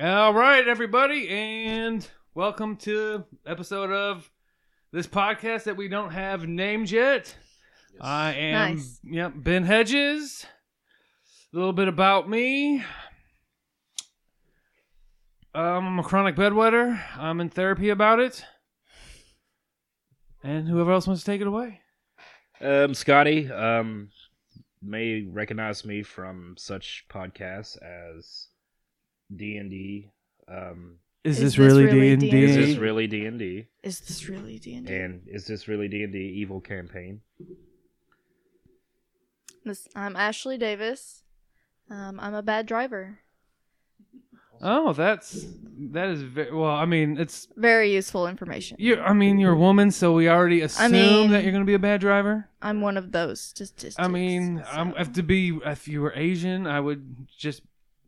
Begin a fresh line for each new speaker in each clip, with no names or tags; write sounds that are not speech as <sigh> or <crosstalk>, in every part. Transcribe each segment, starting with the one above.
All right, everybody, and welcome to episode of this podcast that we don't have named yet. I am
Nice.
yep, Ben Hedges. A little bit about me. Um, I'm a chronic bedwetter. I'm in therapy about it. And whoever else wants to take it away.
Um, Scotty, um, may recognize me from such podcasts as D and D. Um,
Is,
Is this this really really D&D? D&D?
is this
Hey.
really D and D?
Is
Mm.
this really D and D?
And is this really D and D? Evil campaign.
I'm Ashley Davis. Um, I'm a bad driver.
Oh, that's that is very well. I mean, it's
Very useful information.
You, I mean, you're a woman, so we already assume
mean-
that you're going to be a bad driver.
I'm one of those statistics.
I mean, I'm,
so.
if to be, if you were Asian, I would just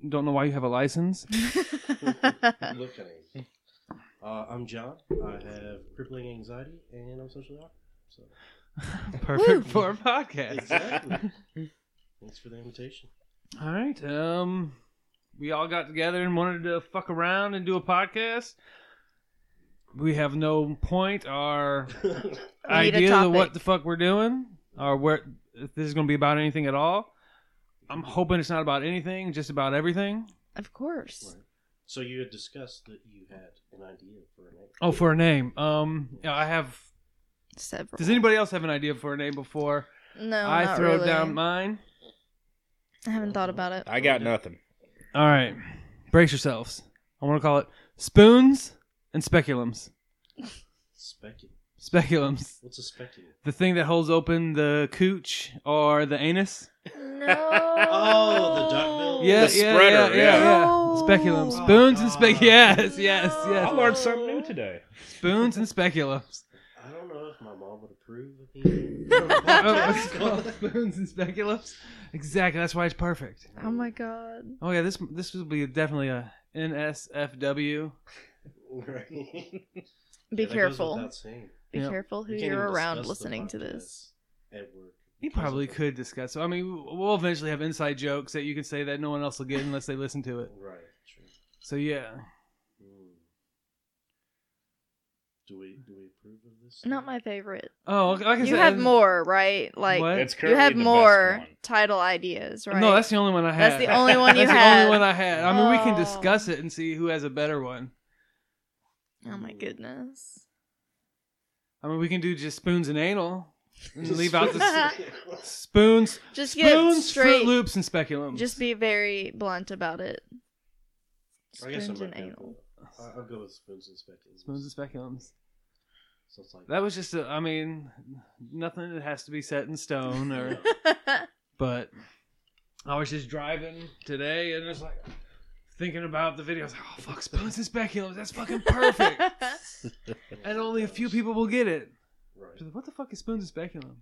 don't know why you have a license.
<laughs>
Look at me. Uh, I'm John. I have crippling anxiety, and I'm socially awkward. So
<laughs> Perfect
Woo.
for a podcast.
exactly. Thanks for the invitation.
<laughs> All right. Um, we all got together and wanted to fuck around and do a podcast. We have no point or
We need a
idea of what
topic.
the fuck we're doing or where if this is going to be about anything at all. I'm hoping it's not about anything, just about everything.
of course.
<laughs> so you had discussed that you had an idea for a name.
Oh, for a name. Um, yeah, I have.
Several.
Does anybody else have an idea for a name before
No,
I
not
throw
really.
down mine?
I haven't thought about it.
I got nothing.
All right, brace yourselves. I want to call it spoons and speculums.
Speculum.
Speculums,
What's a speculum?
the thing that holds open the cooch or the anus.
<laughs> No.
Oh, the duckbill?
Yeah,
The
yeah,
spreader,
yeah, yeah, yeah.
No. Oh,
Speculums, spoons and spec.
God.
Yes, yes,
I
yes.
learned something new today.
Spoons and
<laughs>
speculums.
I don't know if my mom would approve
<laughs>
of me.
Oh, it's called
<laughs>
spoons and speculums. Exactly. That's why it's perfect.
Oh my god.
Oh yeah, this this will be definitely a NSFW.
Right. Yeah,
Be
that goes
careful.
without saying.
Be
Yeah.
careful who
You can't
you're
even
around
discuss the
listening to
podcast
this.
At work.
You probably could discuss. I mean, we'll eventually have inside jokes that you can say that no one else will get unless they listen to it.
Right. True.
So yeah,
Hmm. Do we do we approve of this?
Not my favorite.
oh, like I
You
said,
have more, right? Like
What?
It's
you
currently
have
the
more
Best one.
title ideas, right?
No, that's the only one I had. <laughs>
That's the only one you
That's
had.
the only one I had. I mean, we can
Oh.
discuss it and see who has a better one.
Oh my goodness.
I mean, we can do just spoons and anal, and leave out
<laughs>
the s- spoons,
Just get
spoons,
straight.
Fruit Loops, and speculums.
Just be very blunt about it.
I guess I
Spoons
might
and
be
anal.
able to- I- I'll go with spoons and speculums.
spoons and speculums.
So it's like
That was just. A, I mean, nothing that has to be set in stone
<laughs>
or. but I was just driving today and just like thinking about the video. I was like, oh fuck, spoons and speculums. That's fucking perfect.
<laughs>
and only a few people will get it. I was
Right.
like, What the fuck is spoons and speculum?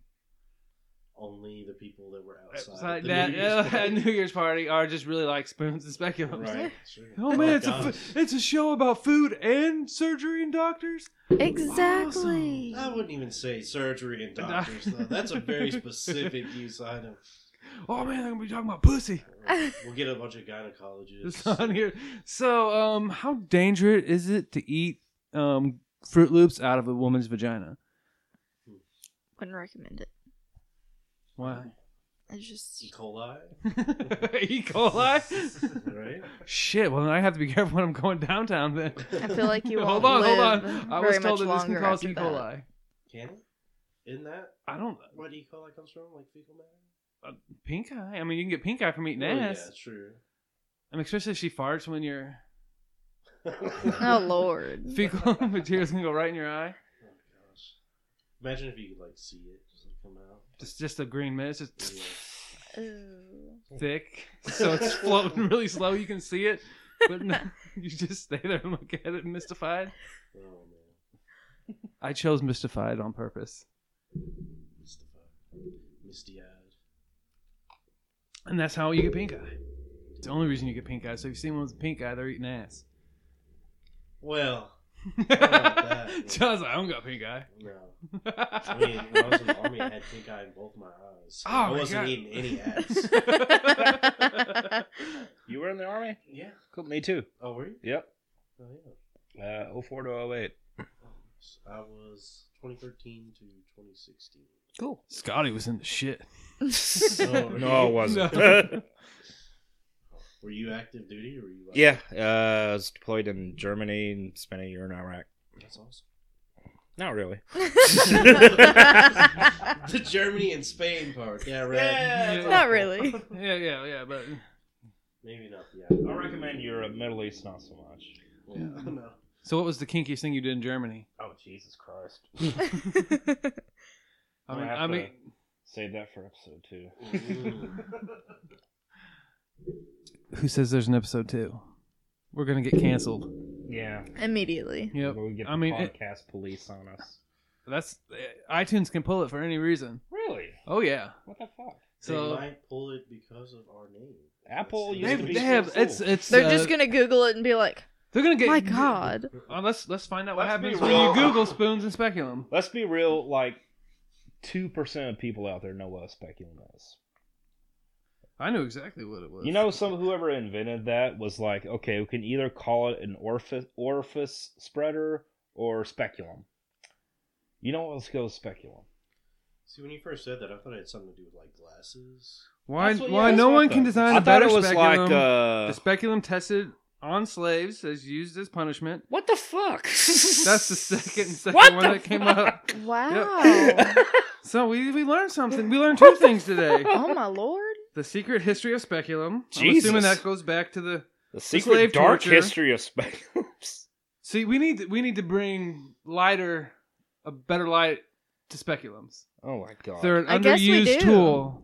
Only the people that were
It's like
outside.
<laughs>
the
that
New Year's
yeah, at
party.
New Year's party are just really like spoons and speculums.
Right. Sure.
<laughs> Oh man, it's a
God.
fu- it's a show about food and surgery and doctors.
exactly.
I wouldn't even say surgery and
doc-
doctors. though. That's a very specific
<laughs>
use item.
Oh man, I'm gonna be talking about pussy.
We'll get a bunch of gynecologists.
It's on here. So, um, how dangerous is it to eat um Fruit Loops out of a woman's vagina?
Wouldn't recommend it.
Why?
It's just
E. coli,
<laughs> e. coli.
<laughs> right?
Shit. Well, then I have to be <laughs> careful when I'm going downtown. Then.
I
<laughs>
feel like you
<laughs>
won't
hold on, hold
live
on. I
very
was told
much
that this can
longer
cause
after
E.
that.
coli.
Can it? Isn't that
I don't
what E. coli comes from? Like fecal matter?
pink eye. I mean, you can get pink eye from eating
Oh,
ass.
yeah, <laughs> true.
I mean, especially if she farts when
<laughs>
your
Oh lord.
<laughs> fecal material's gonna go right in your eye.
Oh, gosh. Imagine if you could, like, see it just like, come out.
Just, just a green mist, just
Ooh.
<laughs> thick, so
<laughs>
it's floating really slow. You can see it, but no, <laughs> you just stay there and look at it, mystified.
Oh, man.
I chose mystified on purpose,
Mystified. Misty eyed.
and that's how you get pink eye. It's the only reason you get pink eye. So if you see one with pink eye, they're eating ass.
Well,
<laughs>
that.
John's like, I don't got pink eye.
No.
<laughs>
I mean, when I was in the army, I had pink eye in both my eyes.
Oh,
I
my
wasn't
God.
eating any ass.
You were in the army?
<laughs> yeah.
Cool, me too.
Oh, were you?
Yep.
Oh, yeah. Oh,
Uh, 04 to 08.
I was 2013 to 2016.
cool. Scotty was in the
<laughs>
shit.
So-
No, I wasn't. <laughs>
No.
Were you active duty or were you? out?
yeah, uh, I was deployed in Germany and spent a year in Iraq.
That's awesome.
Not really.
the Germany and Spain part. Yeah, right.
Yeah.
Not really.
Yeah, yeah, yeah. But
Maybe not. Yeah.
I recommend Europe, Middle East, not so much.
Yeah. <laughs> No.
so, what was the kinkiest thing you did in Germany?
Oh, Jesus Christ.
I
I'm
mean,
gonna
I
have
mean,
Save that for episode two. Mm.
who says there's an episode two? We're gonna get canceled.
Yeah.
<laughs> Immediately.
Yep.
we get
I
the
mean, it-
podcast police on us.
That's uh, iTunes can pull it for any reason.
Really?
Oh yeah.
What the fuck?
they
So
might pull it because of our name.
Apple
That's-
they,
used to be
they have
so
it's
cool.
it's
They're
uh,
just gonna Google it and be like,
they're gonna get
"My God."
Uh, let's let's find out what
Let's be
happens when you
real.
Google spoons and speculum.
Let's be real, like, 2% of people out there know what a speculum is.
I knew exactly what it was.
You know, some whoever invented that was like, okay, we can either call it an orifice, orifice spreader or speculum. You know what? Let's go with speculum.
See, when you first said that, I thought it had something to do with like glasses.
why?
That's what- yeah,
why
that's
no
what I
one can
thought.
design
I
a
thought
better
it was
speculum?
like, uh,
the speculum tested on slaves is used as punishment.
what the fuck?
That's the
<laughs>
second second
What
one
the
that came
fuck?
up.
Wow.
<laughs> So we we learned something. We learned two things today:
oh my lord.
the secret history of speculum. I'm
Jesus.
assuming that goes back to the.
The
slave
secret dark
torture.
history of speculums.
See, we need we need to bring lighter, a better light to speculums.
<laughs> Oh my god.
They're an
I guess we
underused
do.
tool.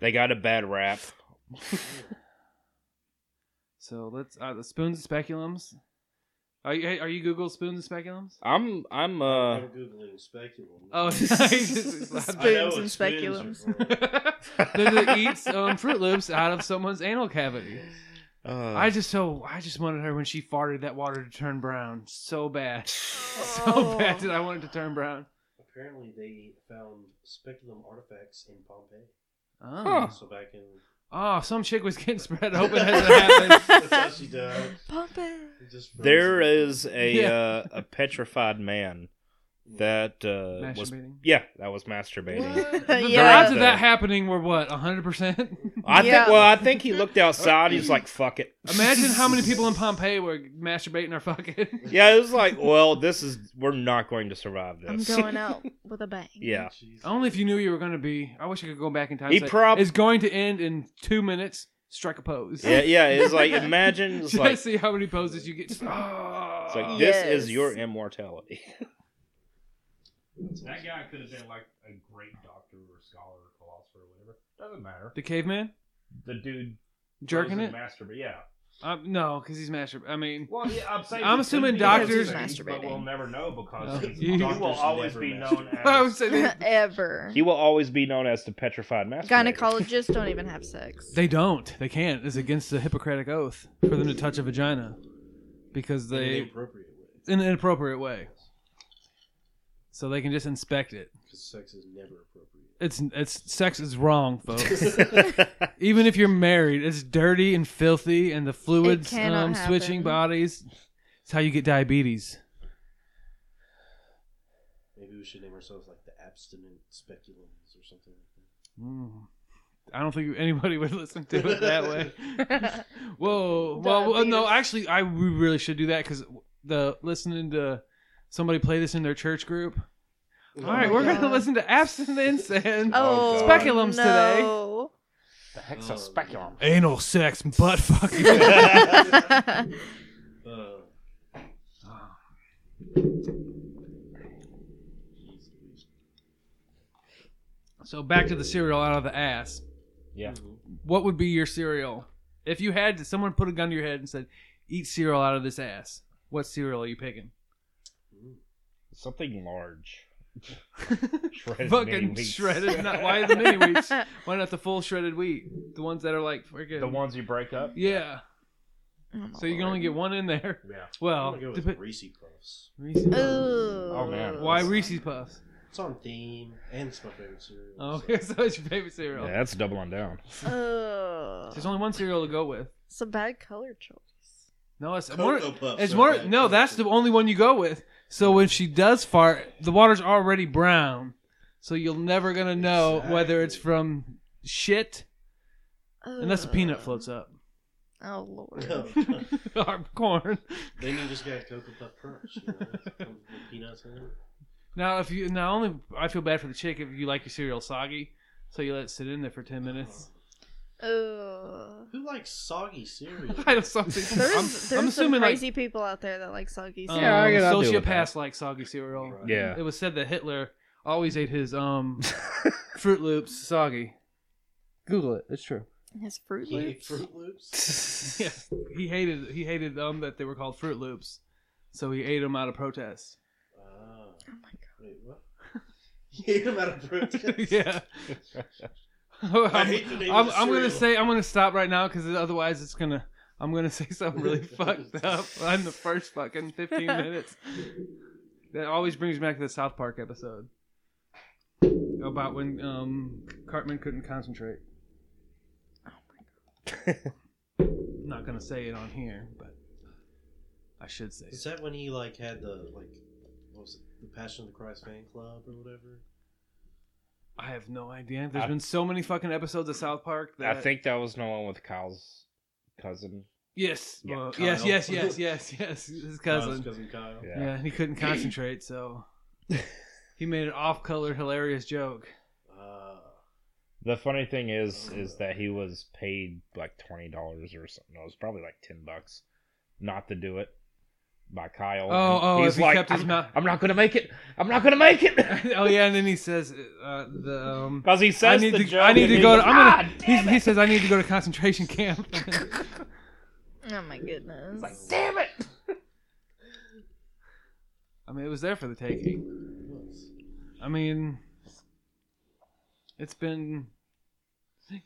They got a bad rap.
So let's uh, the spoons and speculums. Are you hey, are you Google spoons and speculums?
I'm I'm uh
I'm googling speculum.
Oh, <laughs> he just slapped <laughs>
I know
Spoons and
what spoons
speculums. <laughs>
are for.
Then it eats um, Fruit Loops out of someone's anal cavity.
uh,
I just so I just wanted her when she farted that water to turn brown so bad, <laughs> so
Oh.
bad that I wanted to turn brown.
Apparently, they found speculum artifacts in Pompeii.
Oh,
Huh.
So back in.
oh some chick was getting spread open as it
<laughs>
Uh,
happened.
That's how she died.
Pump it.
It just froze
there
it.
is a
Yeah.
uh, a petrified man that uh was <laughs>
Masturbating.
yeah, that was masturbating.
The the
Yeah.
odds of that happening were what hundred
<laughs>
percent.
I think
Yeah.
well, I think he looked outside, he's like fuck it.
<laughs> Imagine how many people in Pompeii were masturbating or fucking.
<laughs> Yeah, it was like, well, this is we're not going to survive
I'm
this.
going out with a bang.
yeah.
Jeez.
Only if you knew you were going to be. I wish I could go back in time. and
He
say,
prob-
it's going to end in two minutes. Strike a pose.
<laughs> Yeah, yeah,
<laughs>
it's like imagine it's
Just
like
see how many poses you get.
it's like
Oh.
this
Yes.
is your immortality.
That's awesome.
guy could have been like a great doctor or scholar or philosopher or whatever. Doesn't matter.
The caveman
The dude
jerking it.
Masturbate. Yeah.
Um, no, because he's masturbating. I mean,
Well, yeah, I'm saying.
I'm assuming
doctors-
But we'll never know
Oh.
because
<laughs>
he's-
You-
he will
Doctors
always
never
be <laughs> known
<laughs>
masturbate.
I would
as.
say they,
<laughs> Ever.
He will always be known as the petrified master. <laughs>
Gynecologists don't even have sex.
they don't. They can't. It's against the Hippocratic oath for them to touch a vagina because
In an
they
appropriate way.
in an inappropriate way. So they can just inspect it.
Because sex is never appropriate.
It's it's sex is wrong,
<laughs>
folks. Even if you're married, it's dirty and filthy, and the fluids
cannot
um, switching
happen.
bodies. It's how you get diabetes.
Maybe we should name ourselves like the abstinent speculums or something like
Mm. I don't think anybody <laughs> would listen to it that
<laughs>
way. Whoa. Well,
Diabetes.
well, no, actually, I we really should do that because the listening to somebody play this in their church group.
that.
All right,
Oh my
we're
God.
gonna listen to abstinence and
Oh,
God.
Speculums
no.
the
heck's a speculum?
<laughs> anal sex, and butt fucking.
<laughs>
Uh,
so back to the cereal out of the ass.
Yeah.
mm-hmm.
What would be your cereal if you had to, someone put a gun to your head and said, "Eat cereal out of this ass"? What cereal are you picking?
mm,
Something large. Shredded mini
fucking
wheats.
shredded. Not, why the mini
<laughs>
wheats?
Oh,
Why not the full shredded wheat? The ones that are like freaking.
The ones you break up.
Yeah.
Oh, my
So you can only
lord.
get one in there. <laughs>
Yeah.
Well,
I'm gonna go with
depe-
Reese Puffs.
Reese's Puffs.
Ooh.
Oh, man.
Why Reese's Puffs?
It's on theme, and it's my favorite cereal.
Oh, <laughs>
so-
okay, so it's your favorite cereal.
Yeah, that's double on down.
Ugh.
There's only one cereal to go with.
It's a bad color choice.
No, it's more.
Cocoa Puffs.
It's
are
more.
bad
No, that's the
choices.
only one you go with. So when she does fart, the water's already brown. So you're never gonna know whether it's
Exactly.
from shit unless a peanut
Ugh.
floats up <laughs>
Oh lord.
<laughs> No, no.
or corn.
Then you just got Cocoa Puff Crunch. You know, with- with peanuts
<laughs>
in it.
Now, if you not only I feel bad for the chick if you like your cereal soggy, so you let it sit in there for ten minutes. <laughs>
<laughs>
Ugh.
Uh, Who likes soggy cereal?
<laughs> I don't know, something-
There's,
I'm,
there's
I'm
some
assuming like
crazy people out there that like soggy
um,
cereal.
Yeah, I can- I'll deal with
sociopaths like soggy cereal.
Right.
Yeah.
It was said that Hitler always ate his
<laughs>
um Fruit Loops soggy. Google it. It's true.
His Fruit
He ate
Loops.
Fruit Loops.
<laughs> Yeah, he hated he hated um that they were called Fruit Loops, so he ate them out of protest.
Ah,
Oh my god.
wait, what? <laughs> He ate them out
<laughs>
of protest.
yeah.
I
I'm,
hate the name of
I'm,
the
I'm gonna
cereal.
say I'm gonna stop right now because otherwise it's gonna I'm gonna say something really fucked up in the first fucking 15 minutes. That always brings me back to the South Park episode about when um, Cartman couldn't concentrate. <laughs> I'm not gonna say it on here, but I should say
Is
it.
that when he like had the like what was it, the Passion of the Christ fan club or whatever?
I have no idea. There's
I-
been so many fucking episodes of South Park that
I think that was no one with Kyle's cousin.
Yes,
Yeah,
well,
Kyle.
yes, yes, yes, yes, yes. His
Kyle's
cousin.
cousin Kyle.
Yeah.
Yeah, he couldn't concentrate,
<laughs>
so he made an off-color hilarious joke. <laughs>
Uh,
The funny thing is, is that he was paid like twenty dollars or something. No, it was probably like ten bucks, not to do it by Kyle.
Oh,
And
oh,
he's
if he
like,
kept his
I'm,
mouth-
I'm not gonna make it. I'm not gonna make it. <laughs>
oh yeah, and then he says uh, the um,
Because he <laughs> says
I need
the
to
joke
I need
and
to
he
go. To,
goes,
I'm gonna.
"Ah,
he,
damn
he
it."
says I need to go to concentration camp. <laughs>
Oh my goodness.
Like, damn it.
I mean, it was there for the taking.
what's-
I mean, it's been 60,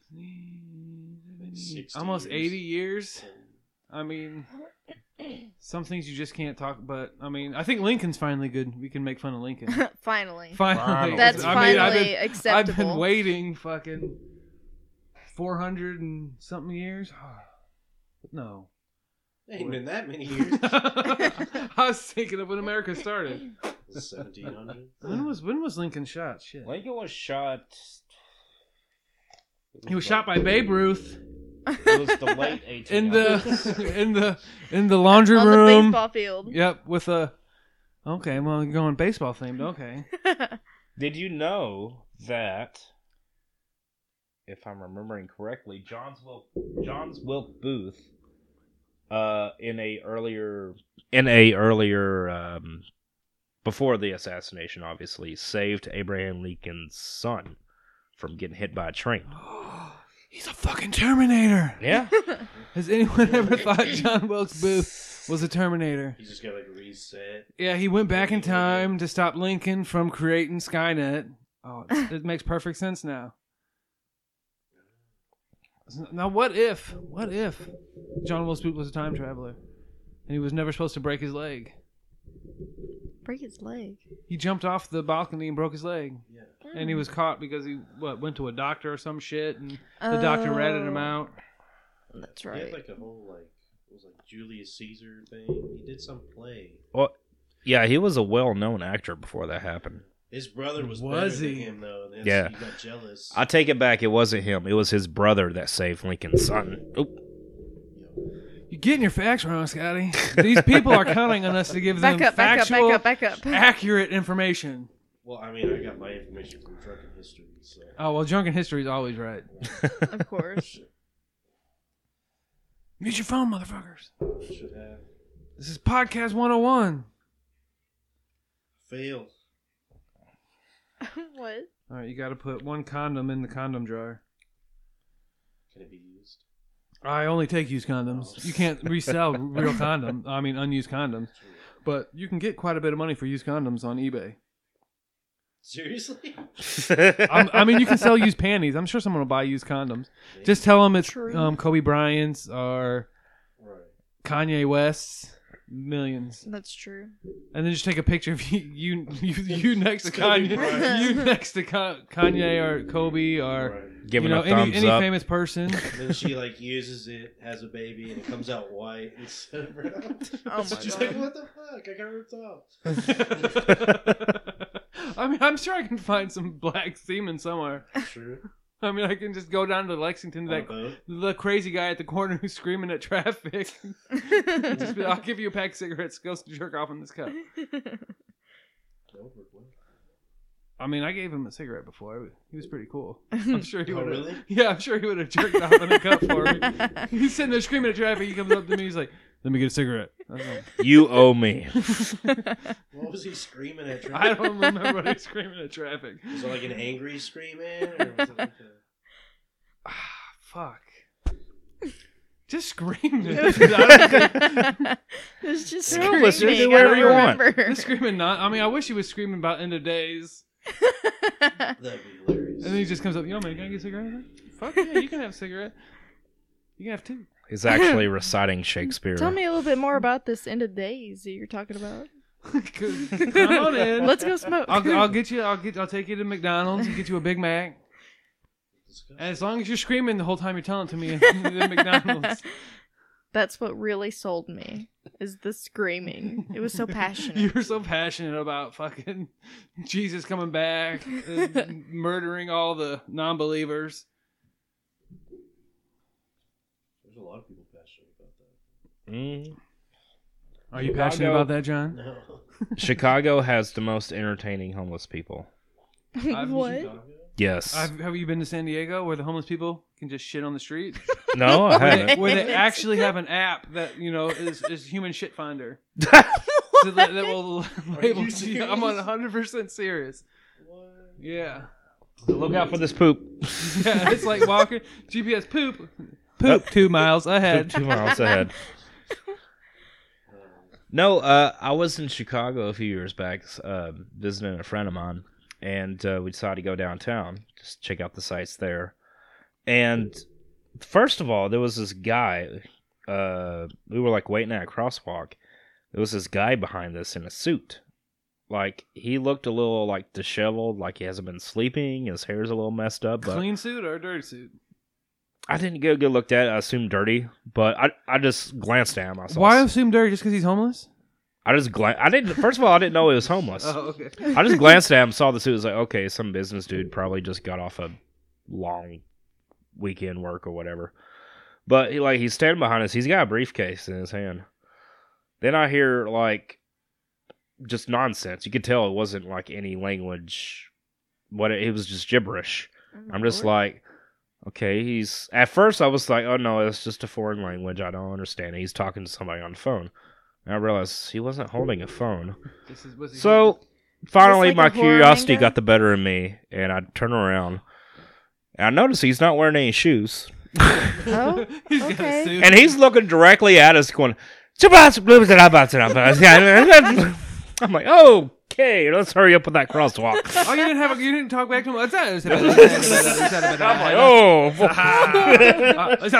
70,
60
almost
years.
eighty years. I mean, some things you just can't talk. But I mean, I think Lincoln's finally good. We can make fun of Lincoln.
<laughs> finally.
Finally,
That's
I
finally
mean, I've been, I've
acceptable.
been waiting fucking four hundred and something years. <sighs> no,
Ain't been that many years.
<laughs> I was thinking of when America started.
Seventeen hundred.
<laughs> When was when was Lincoln shot? Shit,
Lincoln was shot.
he was shot by Babe Ruth <laughs>
It was the late 1800s.
in the
<laughs>
in the in the laundry
On the
room.
baseball field.
Yep, with a. Okay, well, you're going baseball themed. Okay, <gasps>
Did you know that, if I'm remembering correctly, John's Will John's Wilk Booth, uh, in a earlier in a earlier um, before the assassination, obviously saved Abraham Lincoln's son from getting hit by a train.
he's a fucking Terminator.
Yeah,
Has anyone ever thought John Wilkes Booth was a Terminator?
He just got like reset.
Yeah, he went back in time to stop Lincoln from creating Skynet. Oh, it's- it makes perfect sense now. Now, what if, what if John Wilkes Booth was a time traveler and he was never supposed to break his leg?
<laughs> Break his leg.
He jumped off the balcony and broke his leg,
Yeah.
and he
Hmm.
was caught because he what went to a doctor or some shit, and the doctor ratted him
Oh,
out.
That's
He had
right.
like a whole like it was like Julius Caesar thing. He did some play.
yeah, he was a well-known actor before that happened.
His brother was,
Was
better
he?
than him though. and
Yeah.
He got jealous.
I take it back. It wasn't him. It was his brother that saved Lincoln's son. Oop.
You're getting your facts wrong, Scotty. These people are counting on us to give them
Back up, back up,
factual,
back up, back up.
accurate information.
well, I mean, I got my information from Drunken History. So.
Oh well, drunken history is always right.
<laughs> of course. <laughs>
Use your phone, motherfuckers.
I should have
This is podcast 101.
failed.
what?
All right, you got to put one condom in the condom drawer.
Can it be used?
I only take used condoms. You can't resell real condom. I mean, unused condoms. But you can get quite a bit of money for used condoms on eBay.
Seriously? <laughs>
I'm,
<laughs>
I mean, you can sell used panties. I'm sure someone will buy used condoms. Just tell them it's
True.
um, Kobe Bryant's um, or
Right.
Kanye West's millions,
That's true.
and then just take a picture of <laughs> you, you, you, you next to
Kobe
Kanye,
Bryant.
you next to Ka- Kanye or Kobe or
Right.
you
Giving
know
a
any,
thumbs
any
up.
famous person. <laughs>
And then she like uses it, has a baby, and it comes out white
<laughs>
instead <laughs> of brown.
<laughs> Oh my
She's
god.
like, what the fuck? I got ripped off.
<laughs>
<laughs> I mean, I'm sure I can find some black semen somewhere.
True.
I mean, I can just go down to Lexington to
On a
that
boat.
the crazy guy at the corner who's screaming at traffic. Just
<laughs>
uh, be, I'll give you a pack of cigarettes. Go jerk off in this cup.
That would work well.
I mean, I gave him a cigarette before. He was pretty cool. I'm sure he
Oh,
would. have
really?
<laughs> Yeah, I'm sure he would have jerked off in a cup for
<laughs>
me.
<laughs>
<laughs> He's sitting there screaming at traffic. He comes up to me. He's like, "Let me get a cigarette." I was like,
You owe me.
<laughs> What was he screaming
<laughs>
at?
I don't remember what he's screaming at traffic.
Was it like an angry screaming?
<laughs>
Or was it like a...
Ah, fuck. Just scream. <laughs>
It's just
Go
screaming.
listen to
I don't
whatever you want.
Just
<laughs>
remember.
screaming not. I mean, I wish he was screaming about end of days.
<laughs>
That'd be hilarious.
And then he just comes up, yo, man, can I get a cigarette? I'm like, Fuck yeah, you can have a cigarette. You can have two. <laughs>
He's actually reciting Shakespeare.
Tell me a little bit more about this end of days that you're
<laughs>
talking about.
Good. Come
<laughs>
on in.
Let's go smoke. <laughs>
I'll, I'll get you. I'll get. I'll take you to McDonald's and get you a Big Mac. And as long as you're screaming the whole time you're telling it to me <laughs> in the McDonald's,
That's what really sold me is the screaming. It
<laughs>
was so <laughs> passionate.
you were so passionate about fucking <laughs> Jesus coming back, and
<laughs>
murdering all the non-believers.
There's a lot of people passionate about
Mm.
Are you passionate
Chicago.
about that, John?
that.
Chicago has the most entertaining homeless people.
<laughs>
I've-
what?
No.
Yes.
I've, have you been to San Diego where the homeless people can just shit on the
<laughs>
street?
No, I
where, they,
haven't.
where they
Yes.
actually have an app that you know is, is human shit <laughs> finder so that, that will <laughs> label
you
you i'm on
serious?
100% serious
<laughs> What?
yeah
Look out for this poop.
yeah <laughs> it's like walking gps poop poop two miles
Poop
ahead
two miles ahead.
Um,
<laughs> No, uh, I was in Chicago a few years back uh, visiting a friend of mine, and uh, we decided to go downtown, just check out the sights there. And first of all, there was this guy. Uh, we were like waiting at a crosswalk. There was this guy behind us in a suit. Like he looked a little like disheveled, like he hasn't been sleeping. His hair's a little messed up. But
clean suit or dirty suit
I didn't get a good look at. it. I assumed dirty, but I I just glanced at him. I saw.
why assume dirty just because he's homeless
I just glanced. I didn't. First of all, I didn't know he was
<laughs>
homeless.
oh okay
I just glanced at him, saw the suit, was like, okay, some business dude probably just got off a long weekend work or whatever. But he like he's standing behind us. He's got a briefcase in his hand. Then I hear like just nonsense. You could tell it wasn't like any language. What it, it was just gibberish. I'm just like, okay, he's. At first, I was like, oh no, it's just a foreign language. I don't understand it. He's talking to somebody on the phone. And I realized he wasn't holding a phone.
<laughs> this is was he
So finally,
like
my
a horror
curiosity
manga?
got the better of me, and I turn around. And I notice he's not wearing any shoes,
<laughs>
Oh,
he's got a
okay.
suit
and he's looking directly at us, going. <laughs> I'm like, okay, let's hurry up with that crosswalk.
<laughs>
oh you didn't have a you didn't talk back to him that's
<laughs> I'm oh. like, oh, fuck."
<laughs>
it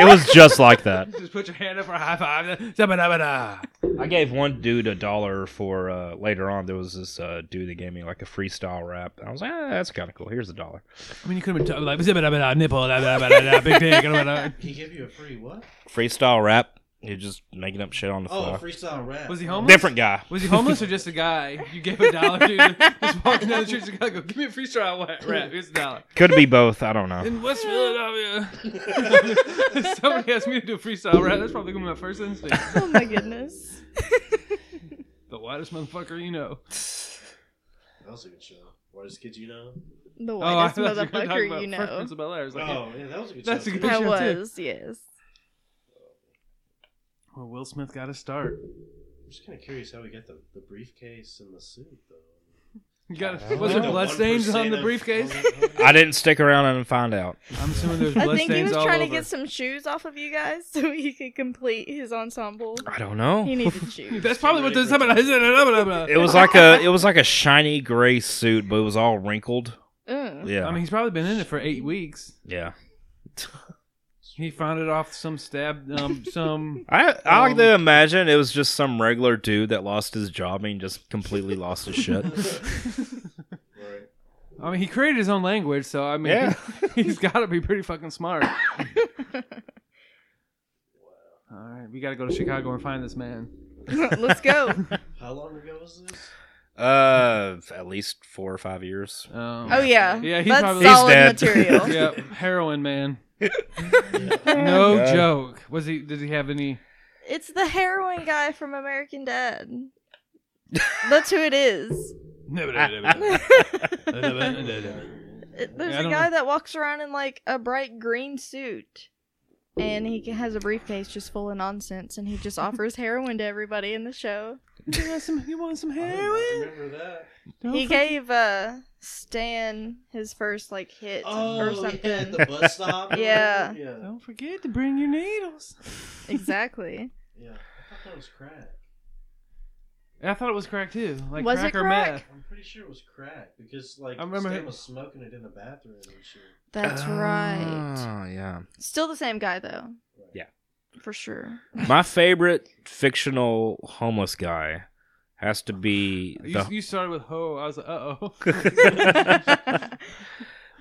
it was just like that.
Just put your hand up for a high five. Zabba-dabba-da.
I gave one dude a dollar for uh, later on. There was this uh, dude that gave me like a freestyle rap. I was like, ah, that's kind of cool. Here's a dollar.
I mean, you could have been t- like zabba-dabba-da, nipple, dabba-dabba-da, big dick. da-da-da.
He gave you a free what?
Freestyle rap. You're just making up shit on the fly.
Oh, a freestyle rap. <laughs>
Was he homeless?
Different guy.
Was he homeless or just a guy? You gave a dollar to
<laughs>
just walking down the street. Just gotta go. Give me a free trial wa- rap. Here's a dollar.
Could be both. I don't know.
In West Philadelphia, if <laughs> somebody asked me to do a freestyle rap. That's probably gonna be my first instinct.
oh my goodness.
The whitest motherfucker you know.
That was a good show. Whitest kids you know?
The
oh, I
whitest
thought you were talking
motherfucker
about
you
Fresh
know.
Prince of Bel Air. I was like,
Oh, yeah, that was a good
That's
show.
a good-
I
Show too.
was, yes.
well, Will Smith got to start.
I'm just kind of curious how we got the, the briefcase and the suit, though.
You got
I don't
was there
know.
blood stains on
1%
the
<laughs>
of-
briefcase?
I didn't stick around and find out.
I'm assuming there's
I
blood
think he
stains
was
all
trying to
over.
get some shoes off of you guys <laughs> so he could complete his ensemble.
I don't
He
<laughs>
know.
needed shoes.
That's probably what this happened. <laughs>
It was like a it was like a shiny gray suit, but it was all wrinkled.
Ugh.
Yeah.
I mean, he's probably been in it for eight weeks.
yeah.
He found it off some stab, um, some. <laughs>
<laughs> I I like
Um,
to imagine it was just some regular dude that lost his job and just completely lost his <laughs> shit.
Right.
I mean, he created his own language, so I mean,
Yeah.
<laughs> he's got to be pretty fucking smart. All right, we got to go to Chicago and find this man.
<laughs> Let's go.
How long ago was this?
Uh, at least four or five years.
Um,
Oh yeah.
Yeah, he
That's
probably-
He's
solid
dead.
<laughs>
material.
Yep, heroin man. <laughs>
Yeah.
No
God.
joke. Was he? Did he have any?
It's the heroin guy from American Dad. That's who it is.
There's
<laughs> It- There's
Yeah, I
a
don't
guy
know.
that walks around in like a bright green suit, and he has a briefcase just full of nonsense, and he just offers heroin to everybody in the show.
You want some, you want some
I don't remember that.
Don't
he
forget-
gave uh Stan his first like hit or something.
Oh, yeah, <laughs> at the bus stop. or
Yeah.
whatever? yeah,
Don't forget to bring your
<laughs>
needles.
Exactly.
yeah. I thought that was crack.
I thought it was crack too. Like
Was
crack
it
or
crack?
meth.
I'm pretty sure it was crack because like
I remember
Stan
it-
was smoking it in the bathroom and shit.
That's right.
Oh yeah.
Still the same guy though.
Yeah.
For sure.
My favorite fictional homeless guy has to be
You,
the
you started with ho. I was like, uh oh.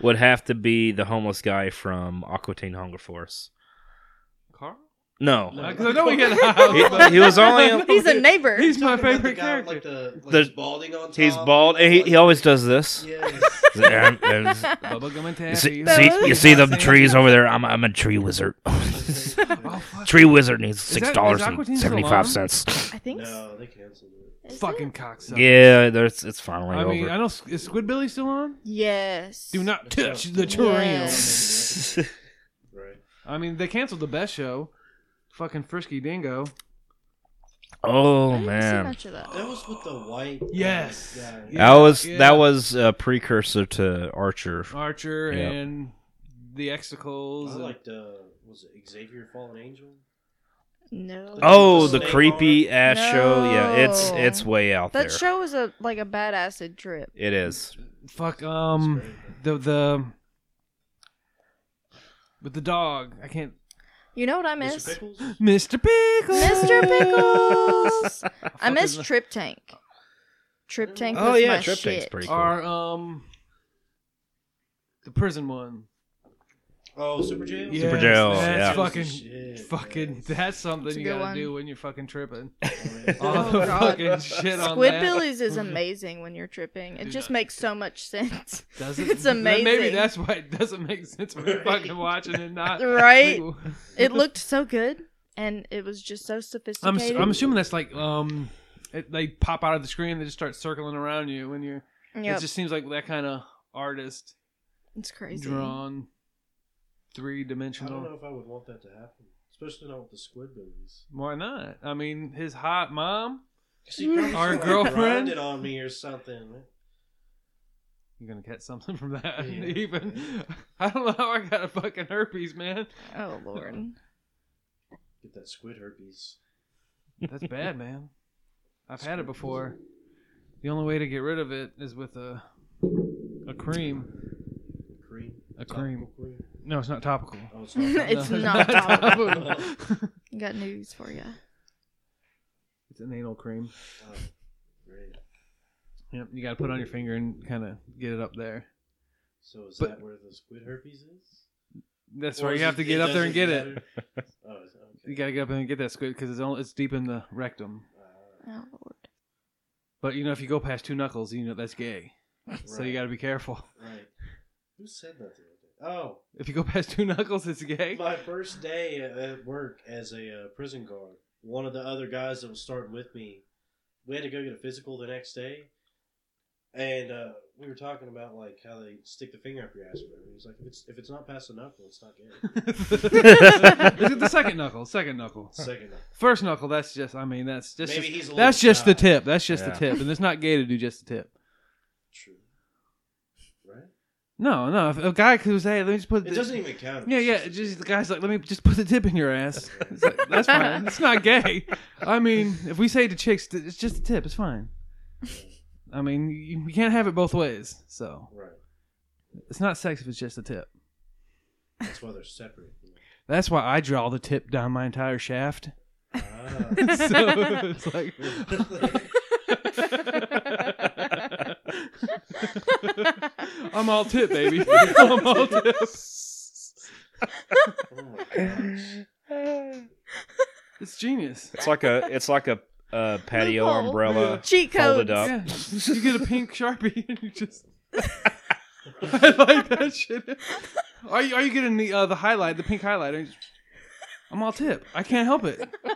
would have to be the homeless guy from Aqua Teen Hunger Force.
Carl?
No,
No.
Because I know we get
He-
house.
he
<laughs>
was only a-
<laughs> He's a neighbor.
He's my
Talking about
favorite
the guy with,
character.
Like the, like
The-
he's balding on top.
he's bald and he, he always does this.
<laughs>
<laughs>
Yes.
And- and-
Bubblegum and
you
taffy.
see,
That
see-
was-
you see them trees over there. I'm, I'm a
<laughs>
tree wizard. <laughs>
Oh, fuck.
tree wizard needs
Is that-
six
is
dollars
Aqua
and
Teen
seventy
still on?
five cents.
<laughs>
I think so.
no, they canceled it.
Is
Fucking
it?
cocksucker.
Yeah, there's it's finally
I
over.
mean, I know. Is Squidbilly still on?
Yes.
Do not touch the
Yes.
Torium.
Right.
I mean, they canceled the best show. Fucking Frisky Dingo.
I
<laughs> oh
didn't see
man,
much of that.
That was with the white. uh,
Yes.
guy.
Yeah.
that was
yeah.
that was a precursor to Archer.
Archer
Yeah.
and the
I
Exicles. and-
liked. Uh, was it Xavier Fallen Angel?
No.
Oh, the
Snake
creepy ass show. Yeah, it's
No.
it's way out
That
there.
show was a like a bad acid trip.
It is.
Fuck.
It's
Um.
great.
The the. With the dog, I can't.
You know what I
Mr.
miss?
Pickles?
Mr. Pickles.
<laughs>
<laughs>
Mr. Pickles. I
Fucking-
miss Trip Tank. Trip Tank.
Oh
was
yeah,
my
Trip Tank's
shit.
pretty cool.
Our um. The prison one.
<gasps> Oh, Super Jail.
Yes,
Super Jail, yeah.
That's fucking.
Shit,
Fucking.
yes.
That's something
That's a
you
good
gotta
one.
do when you're fucking
<laughs>
tripping. <laughs>
Oh, yeah.
All
Oh,
the
God.
fucking shit on that.
Squidbillies
<laughs>
is amazing when you're tripping. It
Do
just
not-
makes so much sense.
<laughs>
<laughs>
Does it?
It's
Then Maybe
amazing.
that's why it doesn't make sense when you're fucking watching and not. <laughs>
<laughs> Right? It looked so good, and it was just so
I'm, s-
sophisticated.
I'm assuming that's like um, it, they pop out of the screen. They just start circling around you when you're.
Yep,
It just seems like that kind of artist
it's crazy.
drawn, three
I don't know
dimensional.
if I would want that to happen, especially not with the Squidbillies.
Why not? I mean, his hot mom.
She probably
Our
fucking
girlfriend?
grinded on me or something. man.
You're gonna get something <laughs> from that.
Yeah.
Even <laughs> I don't know how I got a fucking herpes, man.
Oh lord.
Get that squid herpes.
That's bad, man. I've had it before. The only way to get rid of it is with a a cream.
Cream.
A
Topical
cream. No, it's not topical.
<laughs>
Oh, it's not.
it's
No,
not topical.
<laughs> topical.
Got news for you.
it's an anal cream.
oh, great.
Yep, you got to put it on your finger and kind of get it up there.
So is
But-
that where the squid herpes is?
That's
Or
where
is
you have to
it- it
get up there and get
doesn't
it.
matter? Oh, it's- okay.
You got to get up there and get that squid because it's only, it's deep in the rectum.
Uh,
Oh lord.
But you know, if you go past two knuckles, you know that's gay. So you
right,
got to be careful.
Right. Who said that the other day? Oh,
If you go past two knuckles, it's
<laughs>
gay. <laughs>
my first day at- at work as a uh, prison guard, one of the other guys that was starting with me, we had to go get a physical the next day, and uh, we were talking about like how they stick the finger up your ass. Or whatever. He was like, if it's if it's not past enough, well, it's not
<laughs>
gay.
Look at the second knuckle. Second knuckle.
Second,
First knuckle. That's just. I mean, that's that's
maybe
just
he's a little
that's just the
shy.
tip. That's just
Yeah.
the tip, and it's not gay to do just the tip.
True. Right?
No, no. If a guy could say, "Let me just put
It
the-
doesn't even count.
Yeah,
It's
yeah.
just- <laughs>
it's Just the guy's like, let me just put the tip in your ass. It's like, That's fine. It's not gay. I mean, if we say to chicks, it's just a tip. It's fine. I mean, you, you can't have it both ways. So
Right.
it's not sex if it's just a tip.
That's why they're separate. <laughs>
That's why I draw the tip down my entire shaft. <laughs>
Ah. <laughs> Oh
so it's like.
<laughs>
<laughs> I'm all tip, <laughs> baby. I'm all tip.
Oh my gosh.
It's genius.
It's like a it's like a, uh patio
Loophole.
umbrella.
Cheat
Fold
codes.
it
<laughs>
up.
Yeah, you get a pink sharpie <laughs> and you just. I like that shit. Are you are you getting the uh, the highlight, the pink highlighter? Just... I'm all tip. I can't help it.
You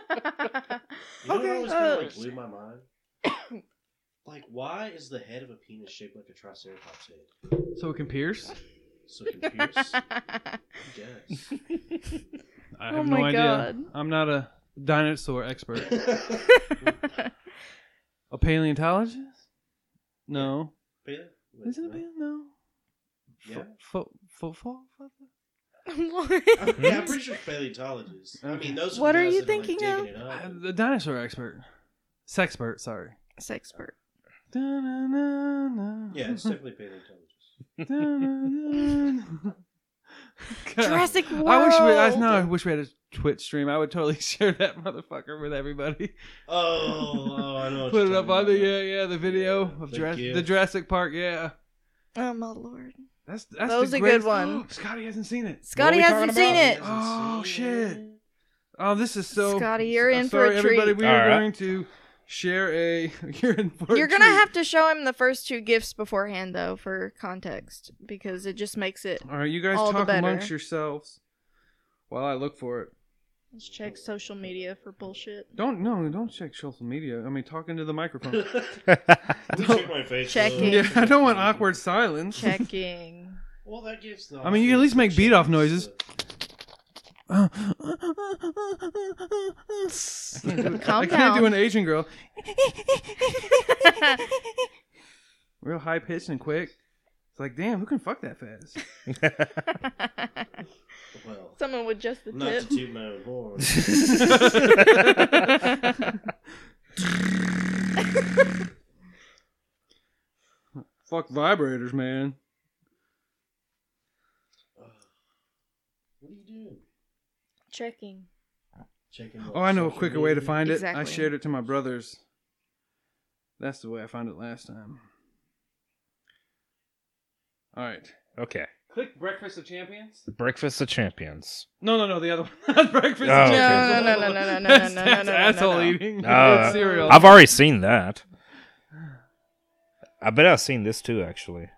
know
Okay,
what always kind
uh,
of like blew my mind? like, why is the head of a penis shaped like a triceratops head?
So it can pierce.
So it can pierce?
<laughs>
yes.
I
Oh
have no
my
idea.
God.
I'm not a dinosaur expert. A paleontologist? No.
Bailey? Wait,
Is it a
no?
paleontologist? No.
Yeah.
Fo- fo- fo- fo-
what?
<laughs> yeah, I'm pretty sure paleontologists. I mean, those.
What
the
are
guys
you
that like,
thinking of?
digging it
Uh,
up.
The dinosaur expert. Sexpert, sorry.
Sexpert.
Da-na-na-na.
Yeah, it's definitely paleontologists.
<laughs> Da-na-na-na. God.
Jurassic World.
I wish we. I know. I wish we had a Twitch stream. I would totally <laughs> share that motherfucker with everybody.
Oh, oh, I know. what
Put
you're
it up
talking
on the
about.
yeah, yeah, the video
Yeah,
of
the
Jurassic, the
gif.
Jurassic Park. Yeah,
Oh my lord.
that's that's
That was
the
a good
greatest- Oh,
one.
Scotty hasn't seen it.
Scotty
we
hasn't
talking
seen
about?
it.
Oh,
He hasn't <laughs> seen
Oh, this is so.
Scotty, you're
I'm
in for
sorry,
a
everybody.
treat.
We are
All right.
going to share a. <laughs> You're in for a
You're gonna
treat.
have to show him the first two gifts beforehand, though, for context, because it just makes it.
All right, you guys
all the
talk
better.
amongst yourselves while I look for it.
Let's check social media for bullshit.
Don't no, don't check social media. I mean, talking to the
<laughs>
microphone. <laughs>
it. Don't check my face.
Checking.
though.
yeah, I don't want awkward silence.
Checking. <laughs>
Well, that gives. the
I mean, you can at least make beat-off noises. <laughs> I can't do, it.
Calm
I can't do
down.
an Asian girl. Real high pitched and quick. It's like, damn, who can fuck that fast?
Well,
<laughs> Someone with just the
not to
tip.
toot my own horn.
fuck vibrators, man.
Ugh. What are you doing?
Checking.
Checking.
Oh, I know a
social
quicker way to
media?
find it. I
Exactly.
shared it to my brothers. That's the way I found it last time. All right.
<laughs> okay.
Click Breakfast of Champions.
Breakfast of <laughs> Champions.
No, no, no, the other one. <laughs> Not Breakfast
Oh,
of
okay.
Champions.
No, no, no, no, no, no, no,
That's-
no, no,
that's
no, no,
asshole
no, no.
eating.
Uh,
That's cereal.
I've already seen that. I bet I've seen this too, actually.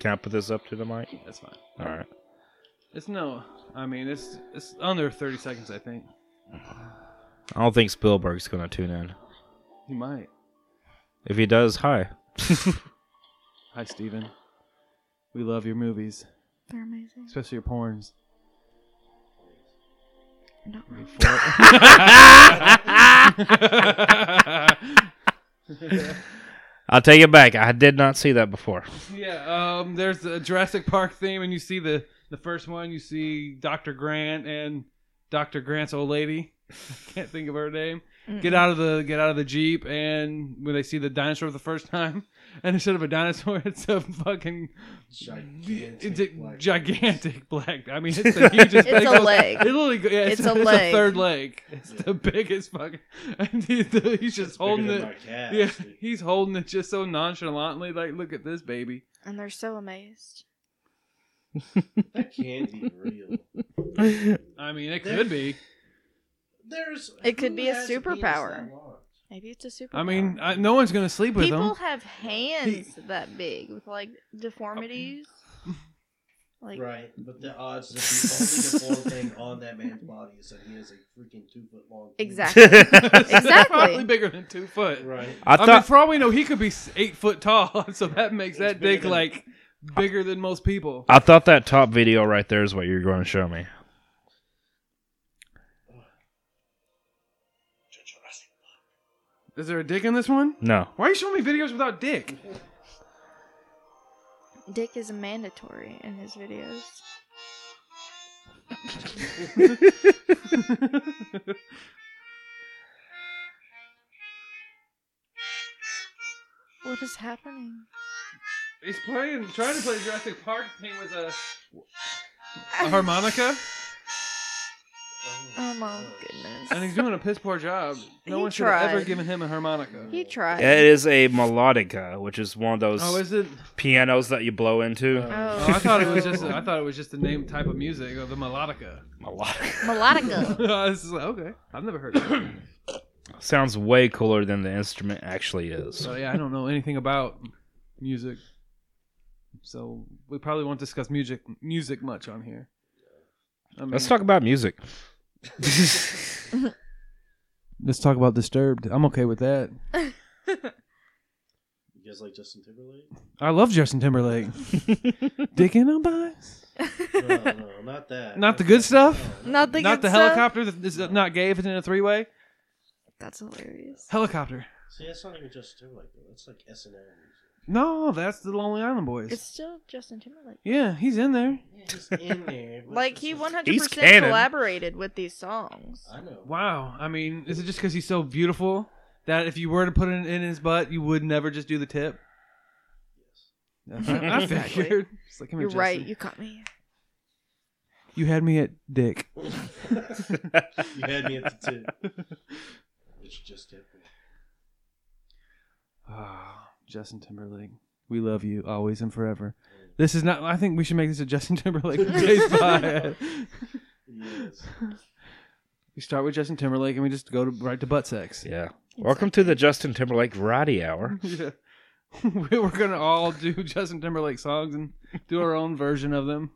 Can I put this up to the mic?
That's fine.
All right.
It's no. I mean, it's it's under 30 seconds, I think.
I don't think Spielberg's gonna tune in.
He might.
If he does, hi. <laughs>
Hi, Steven. We love your movies,
They're amazing.
especially your porns.
No.
<laughs> I'll take it back. I did not see that <laughs> before.
yeah, um, there's a Jurassic Park theme, and you see the the first one. You see Dr. Grant and Dr. Grant's old lady. <laughs> I can't think of her name.
Mm.
Get out of the get out of the jeep, and when they see the dinosaur for the first time, <laughs> and instead of a dinosaur, <laughs> it's a fucking
Gigantic
it's a
black-
gigantic <laughs> black. I mean, it's the
<laughs>
hugest.
It's a leg.
It literally, go- yeah, it's,
It's
a,
a
it's
leg.
third leg. It's the biggest fucking. <laughs> And he, the, he's just
It's bigger
holding it.
than my calf,
Yeah,
dude.
he's holding it just so nonchalantly. Like, look at this baby.
<laughs> And they're so amazed.
That can be real.
I mean, it could be.
There's.
It could
who
be a
has penis
superpower.
that long?
Maybe it's a super.
I mean, I, no one's gonna sleep with <laughs>
people
him.
have hands that big with like
<laughs>
deformities. Like
Right, but the odds that the only deformed thing on that man's body is that he has a freaking two foot long. penis.
exactly.
I
It's
Exactly.
probably bigger than two foot.
<laughs>
Right.
I, mean,
thought
for all we know, he could be s- eight foot tall. <laughs> So that makes
It's
that
bigger
dick
than-
like bigger than most people.
I thought that top video right there is what you're going to show me.
Is there a dick in this one?
No.
Why are you showing me videos without dick?
Dick is mandatory in his videos. What is happening?
He's playing, trying to play Jurassic Park thing with a, a harmonica,
Oh my
gosh.
goodness.
and he's doing a piss poor job. No
He
one should have ever
tried.
given him a harmonica.
he tried.
It is a melodica, which is one of those
Oh, is it?
pianos that you blow into.
Oh,
Oh.
I thought it was just. I thought it was just the name type of music of the melodica. <laughs>
melodica
<laughs> Melodica.
I was just like, okay, I've never heard of it.
<laughs> sounds way cooler than the instrument actually is.
So yeah, I don't know anything about music. So we probably won't discuss music music much on here. I mean,
Let's talk about <laughs> music.
Let's talk about Disturbed. I'm okay with that.
You guys like Justin Timberlake?
I love Justin <laughs> Timberlake. Digging on bys.
No, no, not
<laughs>
that.
Not the good stuff?
No,
Not the
Not
good
the
stuff.
helicopter that is not gay if it's in a three way.
That's hilarious.
Helicopter.
See, that's not even Justin Timberlake. Though. That's like SNL music.
No, that's the Lonely Island Boys.
It's still Justin Timberlake.
yeah, he's in there.
Yeah, he's in there. but
Like
it's
he
just-
100%
He's canon.
collaborated with these songs.
I know.
Wow. I mean, is it just because he's so beautiful that if you were to put it in his butt, you would never just do the tip? <laughs> I, I figured. It's like, come here,
You're right.
Justin.
You caught me.
You had me at dick.
You had me at the
<laughs>
tip. It's just it.
Ah, Justin Timberlake. We love you always and forever. This is not. I think we should make this a Justin Timberlake
<laughs>
taste pod.
Yes.
We start with Justin Timberlake and we just go to, right to butt sex.
yeah. Welcome to the Justin Timberlake Variety Hour.
Yeah. <laughs> we were gonna all do <laughs> Justin Timberlake songs and do our own version of them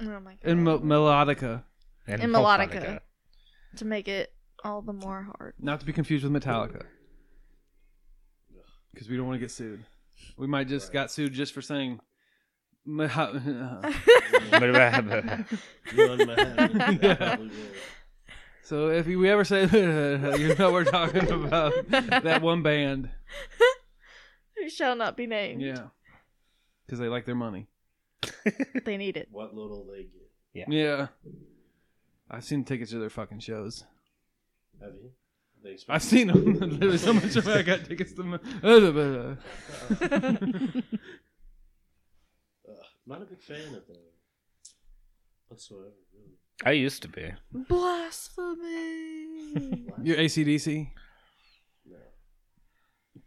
Oh my god.
in me- melodica,
And,
And melodica. to make it all the more hard.
not to be confused with Metallica, because we don't want to get sued. We might just got sued just for saying. me-
<laughs> Melodica.
You on my head.
<laughs> Yeah.
Probably will.
<laughs> so if we ever say <laughs> you know we're talking about that one band,
Who shall not be named.
yeah, because they like their money.
<laughs> They need it.
What little they get.
Yeah, I've seen tickets to their fucking shows.
Have you? They expect-
I've seen <laughs> them. There's so much of it. I got tickets to. My...
<laughs>
<laughs>
Ugh, not a big fan of them whatsoever. Really.
I used to be. <laughs>
Blasphemy.
Your ACDC?
No.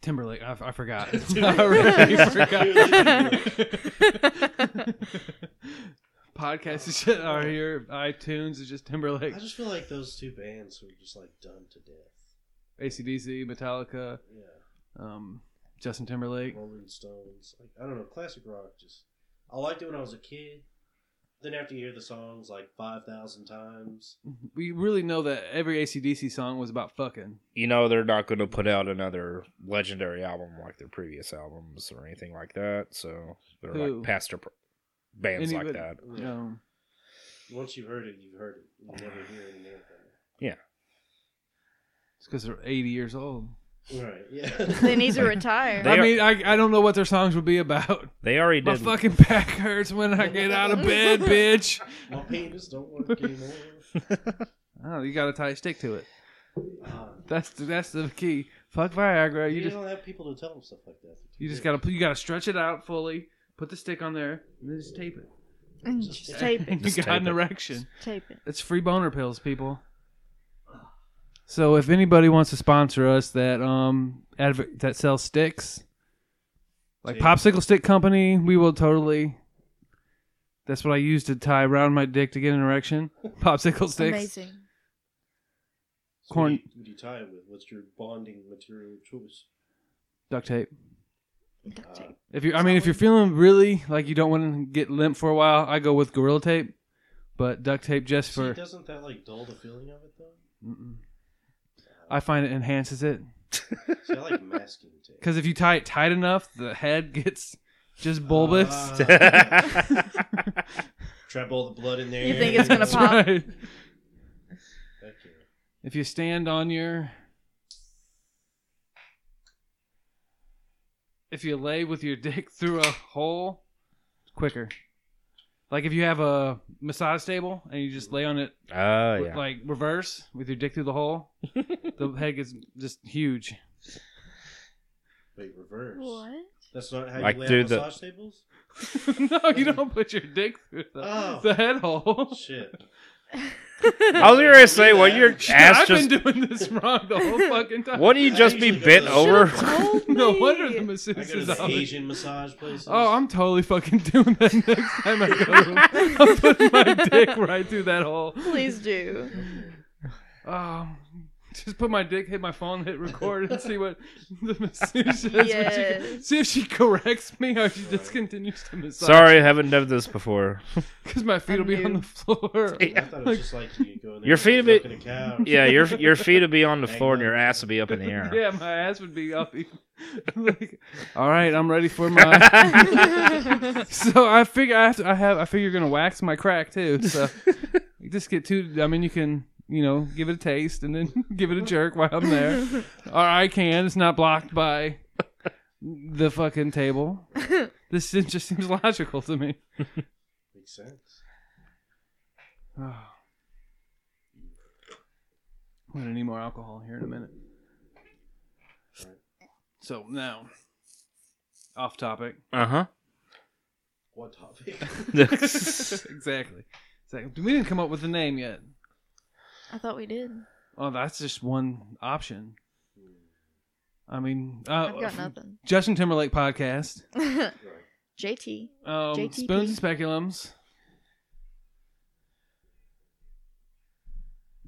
Timberlake. I, I <laughs> forgot. I <laughs> already forgot. Podcasts and shit are here. iTunes is just Timberlake.
I just feel like those two bands were just like done to death.
ACDC, Metallica,
Yeah,
um, Justin Timberlake.
Rolling Stones. Like I don't know, classic rock. Just I liked it when I was a kid. Then after you hear the songs like five thousand times,
We really know that every ACDC song was about fucking.
You know they're not going to put out another legendary album like their previous albums or anything like that. So they're
Who?
like past their pr- bands like
Anybody-
that.
Um,
once you've heard it, you've heard it.
Oh.
You never hear it again.
it's because they're 80 years old.
Right? Yeah.
they need to retire.
They
I
are-
mean, I, I don't know what their songs would be about.
They already
My
did. <laughs>
fucking back hurts when I get out of bed, bitch.
<laughs> My penis don't work anymore. <laughs>
Oh, you gotta tie a stick to it.
Ah,
That's the, that's the key. Fuck Viagra.
you
You just
don't have people to tell them stuff like that.
you just gotta you gotta stretch it out fully. Put the stick on there and then just tape it.
And <laughs> just tape it.
And <laughs> you
Just
got
tape
an
it.
erection.
Tape
<laughs>
it.
It's free boner pills, people. So if anybody wants to sponsor us, that um adver- that sells sticks, like
Jeez.
popsicle stick company, we will totally. That's what I use to tie around my dick to get an erection. Popsicle sticks.
Amazing.
So
corn-
What do, you, what do you tie it with? What's your bonding material choice? Uh,
Duct tape.
Duct tape.
If you, I mean, if you're feeling really like you don't want to get limp for a while, I go with gorilla tape, but duct tape just
See,
for.
doesn't that like dull the feeling of it though?
Mm-mm. I find it enhances it
See, I
<laughs>
like masking tape.
because if you tie it tight enough, the head <laughs> gets just bulbous.
Ah, trap all the blood in there.
You think <laughs> it's
<laughs>
gonna
That's
pop?
right.
Heck yeah.
If you stand on your, if you lay with your <laughs> dick through a hole, it's quicker. Like if you have a massage table and you just lay on it
oh
with,
yeah.
like <laughs> reverse with your dick through the hole,
<laughs>
the head gets just huge. <laughs> Uh,
Wait, reverse.
What?
That's not how you
Like,
lay
do
out
the-
massage tables.
no, you don't put your dick through the,
Oh.
the head hole. <laughs>
<laughs>
Shit.
I was gonna say, well,
Yeah.
<laughs>
your
Shit,
ass
I've
just.
been doing this wrong the
<laughs>
whole fucking time.
Wouldn't
<laughs>
you
I
just be
usually go
bent
to the-
over?
Told me.
No wonder the
I
masseuse
go to
is
the
out.
Asian massage places.
Oh, I'm totally fucking <laughs> doing that next time I go. I'm putting my dick right through that hole.
Please do.
<laughs>
<laughs>
Um, just put my dick, hit my phone, hit record, and see what the masseuse says. when she-
Yes.
see if she corrects me or she just continues to massage.
Sorry, I haven't done
<laughs>
this before.
because my feet will be on
new.
the floor.
I thought it was just like you go in there
Your
and
feet a
milk
bit-
in a cow.
Yeah, your your feet would be on the
Hang
floor and
on.
your ass would be up in the air.
<laughs> Yeah, my ass would be
<laughs>
up. like, all right, I'm ready for
<laughs>
my. so I figure I have. To, I have. I figure you're gonna wax my crack too.
<laughs>
So you just get two. I mean, you can you know give it a taste and then <laughs> give it a jerk while I'm
<laughs>
there. or I can. It's not blocked by the fucking
<laughs>
table. This is- just seems logical to me.
<laughs> Makes sense.
<sighs> Oh. I'm gonna need more alcohol here in a minute. So now, off topic. <laughs>
Uh huh.
What topic? <laughs>
exactly. exactly. We didn't come up with a name yet.
I thought we did.
Oh, that's just one option. I mean, uh,
I've got nothing.
Justin Timberlake podcast,
<laughs> JT.
um,
JTP.
spoons and speculums,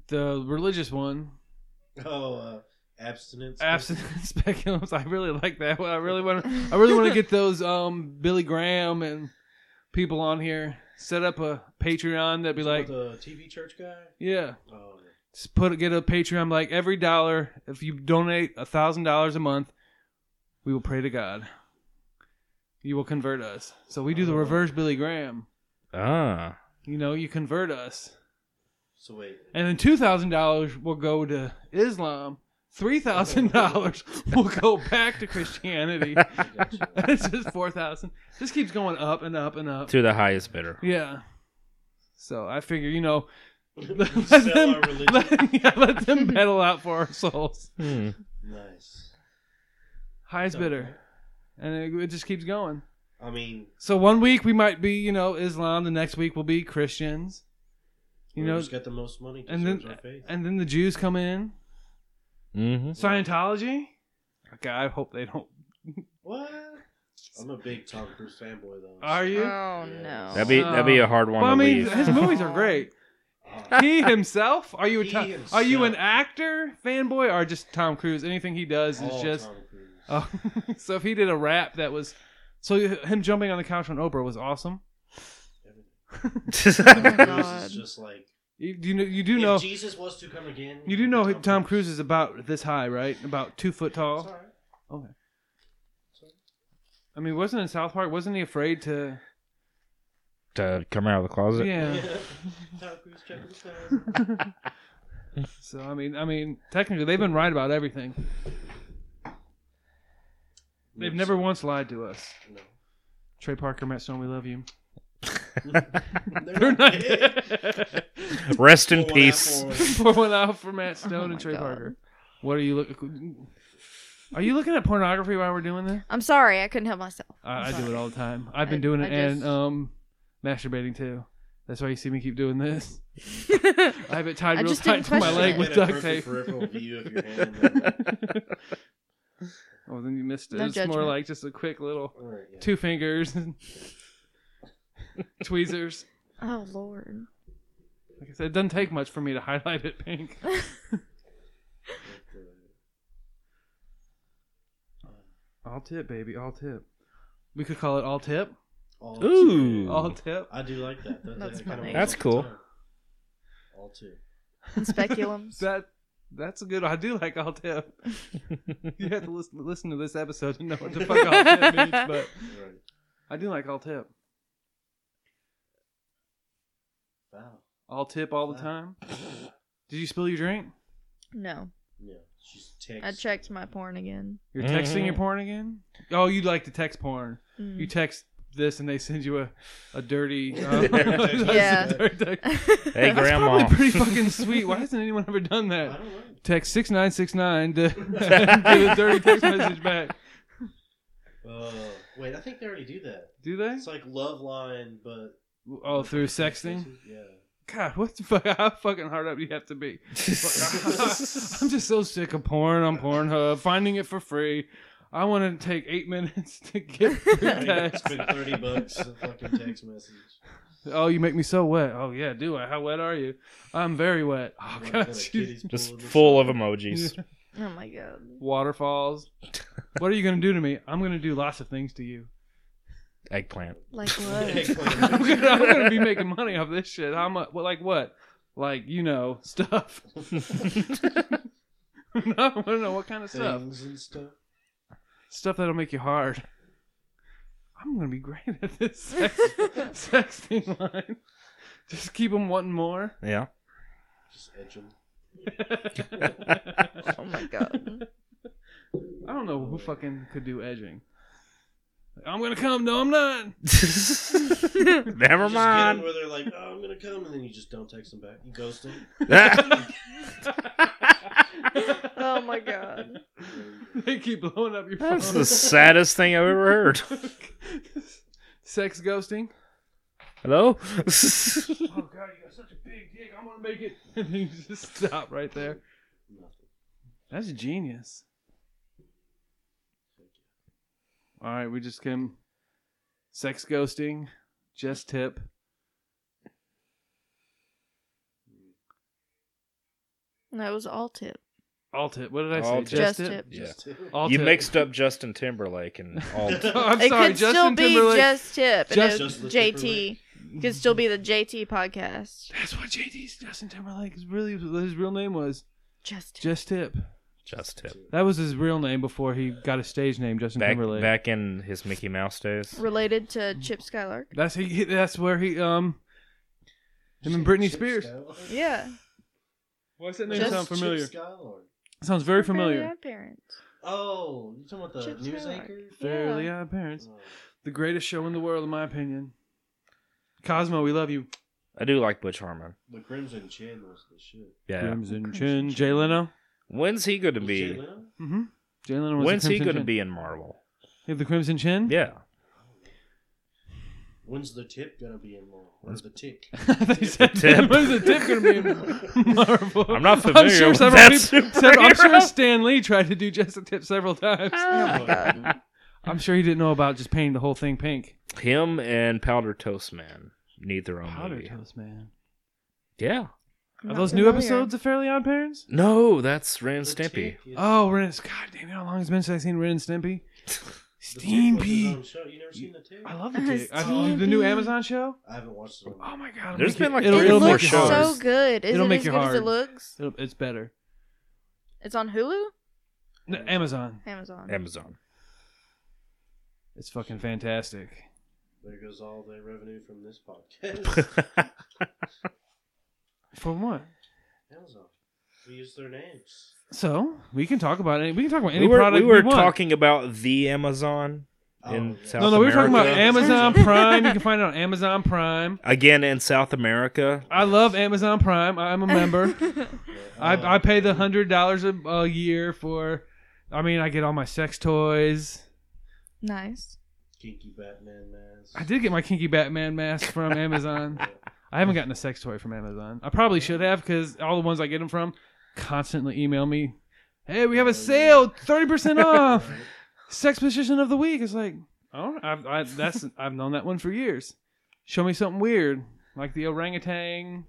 the religious one,
Oh, uh, abstinence.
absent <laughs> speculums. I really like that one. I really want to. I really want to get those um, Billy Graham and people on here. Set up a Patreon that'd be
Is that
like,
the TV church guy.
yeah.
Oh, yeah.
just put get a Patreon. Like every dollar, if you donate a thousand dollars a month, we will pray to God. You will convert us. So we do the
Oh.
reverse Billy Graham.
<laughs> Ah.
You know, you convert us,
so wait.
and then two thousand dollars will go to Islam. Three thousand dollars will go back to Christianity.
I <laughs> gotcha.
<laughs> it's just four thousand. This keeps going up and up and up.
To the highest bidder.
Yeah. So I figure, you know, <laughs> let
Sell
them,
our religion.
<laughs> let- yeah, let them battle out for our souls.
Hmm.
nice.
highest
Okay.
bidder, and it, it just keeps going.
I mean,
So one week we might be, you know, Islam. The next week we'll be Christians. You know,
who's got the most money?
and
deserves
then-
our faith.
and then the Jews come in.
Mm-hmm.
Scientology. Okay, I hope they don't.
what? I'm a big Tom Cruise fanboy though.
Are you?
Oh
Yeah.
no.
That'd be that'd be a hard one
Well, I
to
mean,
leave.
his movies are
<laughs>
great. <laughs>
Oh,
He himself? Are you a
He
Tom, are you an
himself.
actor fanboy or just Tom Cruise? Anything he does is
all
just.
Tom Cruise.
Oh, <laughs> so if he did a rap that was, so him jumping on the couch on Oprah was awesome.
Everything.
<laughs>
<laughs>
my
Tom Cruise
God.
is just like
You, you know, you do
if
know
Jesus was to come again.
You do know Tom Cruise is about this high, right? About two foot
It's
tall.
all right.
I mean, wasn't in South Park? Wasn't he afraid to?
to come out of the closet.
Yeah.
<laughs> Tom Cruise checking the time.
So I mean, I mean, technically they've been right about everything. <laughs> They've never once lied to us. <laughs>
No.
Trey Parker, Matt Stone, we love you.
They're
They're not
dead.
dead.
<laughs> Rest in
Pull one out
peace.
for <laughs>
<laughs>
us.
Pour one out for Matt
Oh
Stone
my
and Trey
God.
Parker. What are you looking? Are you looking at pornography while we're doing this?
I'm sorry, I couldn't help myself.
I, I
I'm
do it
sorry.
all the time. I've been
I-
doing
I
it and
just-
um, masturbating too. That's why you see me keep doing this. I have it tied
I
real
just
tight
didn't
to my
question
leg
it.
with
Get a
duct
perfect
tape. <laughs>
peripheral view of your hand in there.
oh, then you missed it.
No
it's more
judgment.
like just a quick little
All right, yeah.
two fingers and tweezers.
<laughs> oh lord.
Like I said, it doesn't take much for me to highlight it pink. All tip, baby, all tip. We could call it all tip.
All
Ooh.
two.
All tip.
I do like that. That-
That's
that kinda
funny.
That's
rolls off the
cool.
tongue. All two.
And speculums.
<laughs> That that's a good. I do <laughs> like all tip. you <laughs> have to listen listen to this episode to know what the fuck all tip
<laughs>
means, but
Right.
I do like all tip.
Wow.
All tip all the
<laughs>
time. Did you spill your drink?
no.
Yeah. She's text.
I checked my porn again.
You're texting your
Mhm.
porn again? Oh, you like to text porn.
Mm.
Mm-hmm.
You text this and they send you a, a
<laughs>
dirty. <laughs> uh,
Yeah.
dirty text.
Mm.
Hey,
That's
Grandma.
probably pretty fucking sweet. Why hasn't anyone ever done
I
that?
don't know.
<laughs> Text 6969 to get a dirty text message back.
Uh, wait, I think they already do that.
Do they?
It's like love line, but
Oh, through sexting?
Yeah.
God, what the fuck? How fucking hard up do you have to be?
<laughs>
I'm <laughs> just so sick of porn on Pornhub, finding it for free. I want to take eight <laughs> minutes to get through <laughs>
Right,
text.
Spend thirty bucks on a fucking text message.
Oh, you make me so wet. Oh yeah, do I? How wet are you? I'm very wet. Oh
Like,
god,
what a
she's-
<laughs>
kiddie's
Just
pulling this
full of
<laughs>
up. <laughs>
emojis.
<laughs> Oh my god.
waterfalls. what are you gonna do to me? I'm gonna do lots of things to you. <laughs>
<laughs>
Eggplant.
Like what?
Eggplant.
I'm <laughs> gonna, I'm gonna be making money off this shit. How much? Well, like what? Like you know <laughs> stuff. no, I don't know what kind of stuff.
Things and stuff.
Stuff that'll make you hard. I'm gonna be great at this sex, sexting line. Just keep them wanting more.
Yeah.
Just edge 'em.
I
Oh my god.
don't know who fucking could do edging. I'm gonna come. No, I'm not.
Never
You just get 'em
mind.
where they're like, "Oh, I'm gonna come," and then you just don't text them back. You ghost them.
<laughs> Oh my god.
They keep blowing up your phone.
That's the saddest thing I've
<laughs>
ever heard.
<laughs> Sex ghosting.
Hello?
Oh god, you got such a big dick. I'm gonna make it. <laughs> And then you just stop right there.
Nothing.
That's genius. All right, we just came. Sex ghosting, just tip.
That was all tip.
All tip. What did I say?
All tip.
Just tip.
Just
All
you
tip.
mixed up Justin Timberlake and
<laughs>
all.
Oh, <laughs> I'm
it
sorry,
could
Justin
still be
Timberlake.
just tip. and
Just-
it was
Just the
JT. It could still be the JT podcast.
That's what JD's Justin Timberlake's really what his real name was.
Just tip.
Just tip.
Just tip.
That was his real name before he got his stage name, Justin
Back
Timberlake.
back in his Mickey Mouse days.
related
Mm.
to Chip Skylark.
That's he. he- That's where he um. Him and Britney Spears.
Yeah.
Why does that
name Just sound
Sounds very
Fairly
familiar.
Odd Parents.
Oh, you talking about the
Chip
news
Skylark.
anchor? Oh,
Fairly Odd Parents. The greatest show in the world, in my opinion. Cosmo, we love you.
I do like Butch Harmon.
the Crimson Chin was the shit.
Yeah.
Crimson Chin. Jay Leno.
When's he going to
Was Jay
be?
Leno?
Mm-hmm. Jay Leno. Was
When's
the
he
Crimson
going to
Chin.
be in Marvel?
He had the Crimson Chin. <laughs>
Yeah.
<laughs> When's the tip gonna be in more? Where's the
<laughs>
tick?
Oh,
they said,
tip.
<laughs> When's the tip going to
<laughs>
be in Marvel?
I'm not
I'm
familiar
sure
with
several
that
people. several- I'm sure
superhero.
Stan Lee tried to do just a tip several
<laughs>
times. I'm sure he didn't know about just painting the whole thing pink.
Him and Powder Toast Man need their own
Powder
movie.
toast, man.
Yeah.
I'm
Are
not
those new
familiar.
episodes of Fairly Odd Parents?
No, that's Ren and
The
Stimpy.
Tick, yeah.
Oh, Ren. God damn it! How long has it been since I've seen Ren and
<laughs>
Stimpy?
The Tick was his
Stimpy.
own show. You never seen the tick?
I love
<laughs>
the dick. I
Stimpy.
the new Amazon show.
I haven't watched it.
Oh my god! There's
There's been, like,
It
It'll- it'll make
looks
you
so
hard.
good. Is
It'll
it
make
as
you
good as
hard.
it looks?
It'll- It's better.
It's on Hulu,
No, Amazon.
Amazon.
Amazon.
It's fucking fantastic.
There goes all the revenue from
<laughs>
this podcast.
For what?
Amazon. We use their names.
So we can talk about any. We can talk about <laughs> any
we were,
product
we were
want.
talking about the Amazon in
Oh, yeah.
South
No, no, we were talking about
America.
Amazon
<laughs>
Prime. You can find it on Amazon Prime.
Again in South America.
<laughs> I love Amazon Prime. I'm a
<laughs>
member.
Yeah, um,
Oh.
I I pay the hundred dollars a a year for. I mean, I get all my sex toys.
<laughs> nice.
Kinky Batman mask.
I did get my kinky Batman mask from Amazon. I haven't gotten a sex toy from Amazon. I probably should have because all the ones I get them from constantly email me. Hey, we have
Oh,
a
yeah.
sale, thirty percent off.
Right.
Sex position of the week. It's like, oh, I've, I, that's I've known that one for years. Show me something weird, like the orangutan,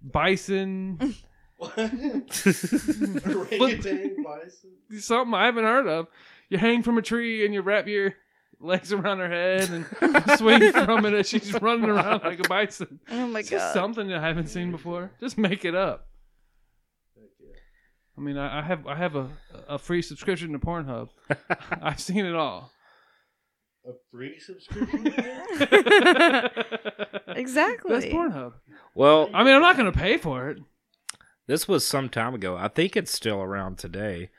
bison, <laughs>
What? <laughs> Orangutan bison.
something I haven't heard of. You hang from a tree and you wrap your legs around her head and swing from it as she's running around like a bison.
Oh my
It's just
god.
something I haven't seen before. Just make it up.
Heck yeah.
I mean, I, I have I have a, a free subscription to
<laughs>
Pornhub. I've seen it all.
A
<laughs>
free subscription?
That's
Exactly.
Pornhub.
well,
I mean, I'm not going to pay for it.
this was some time ago. I think it's still around today.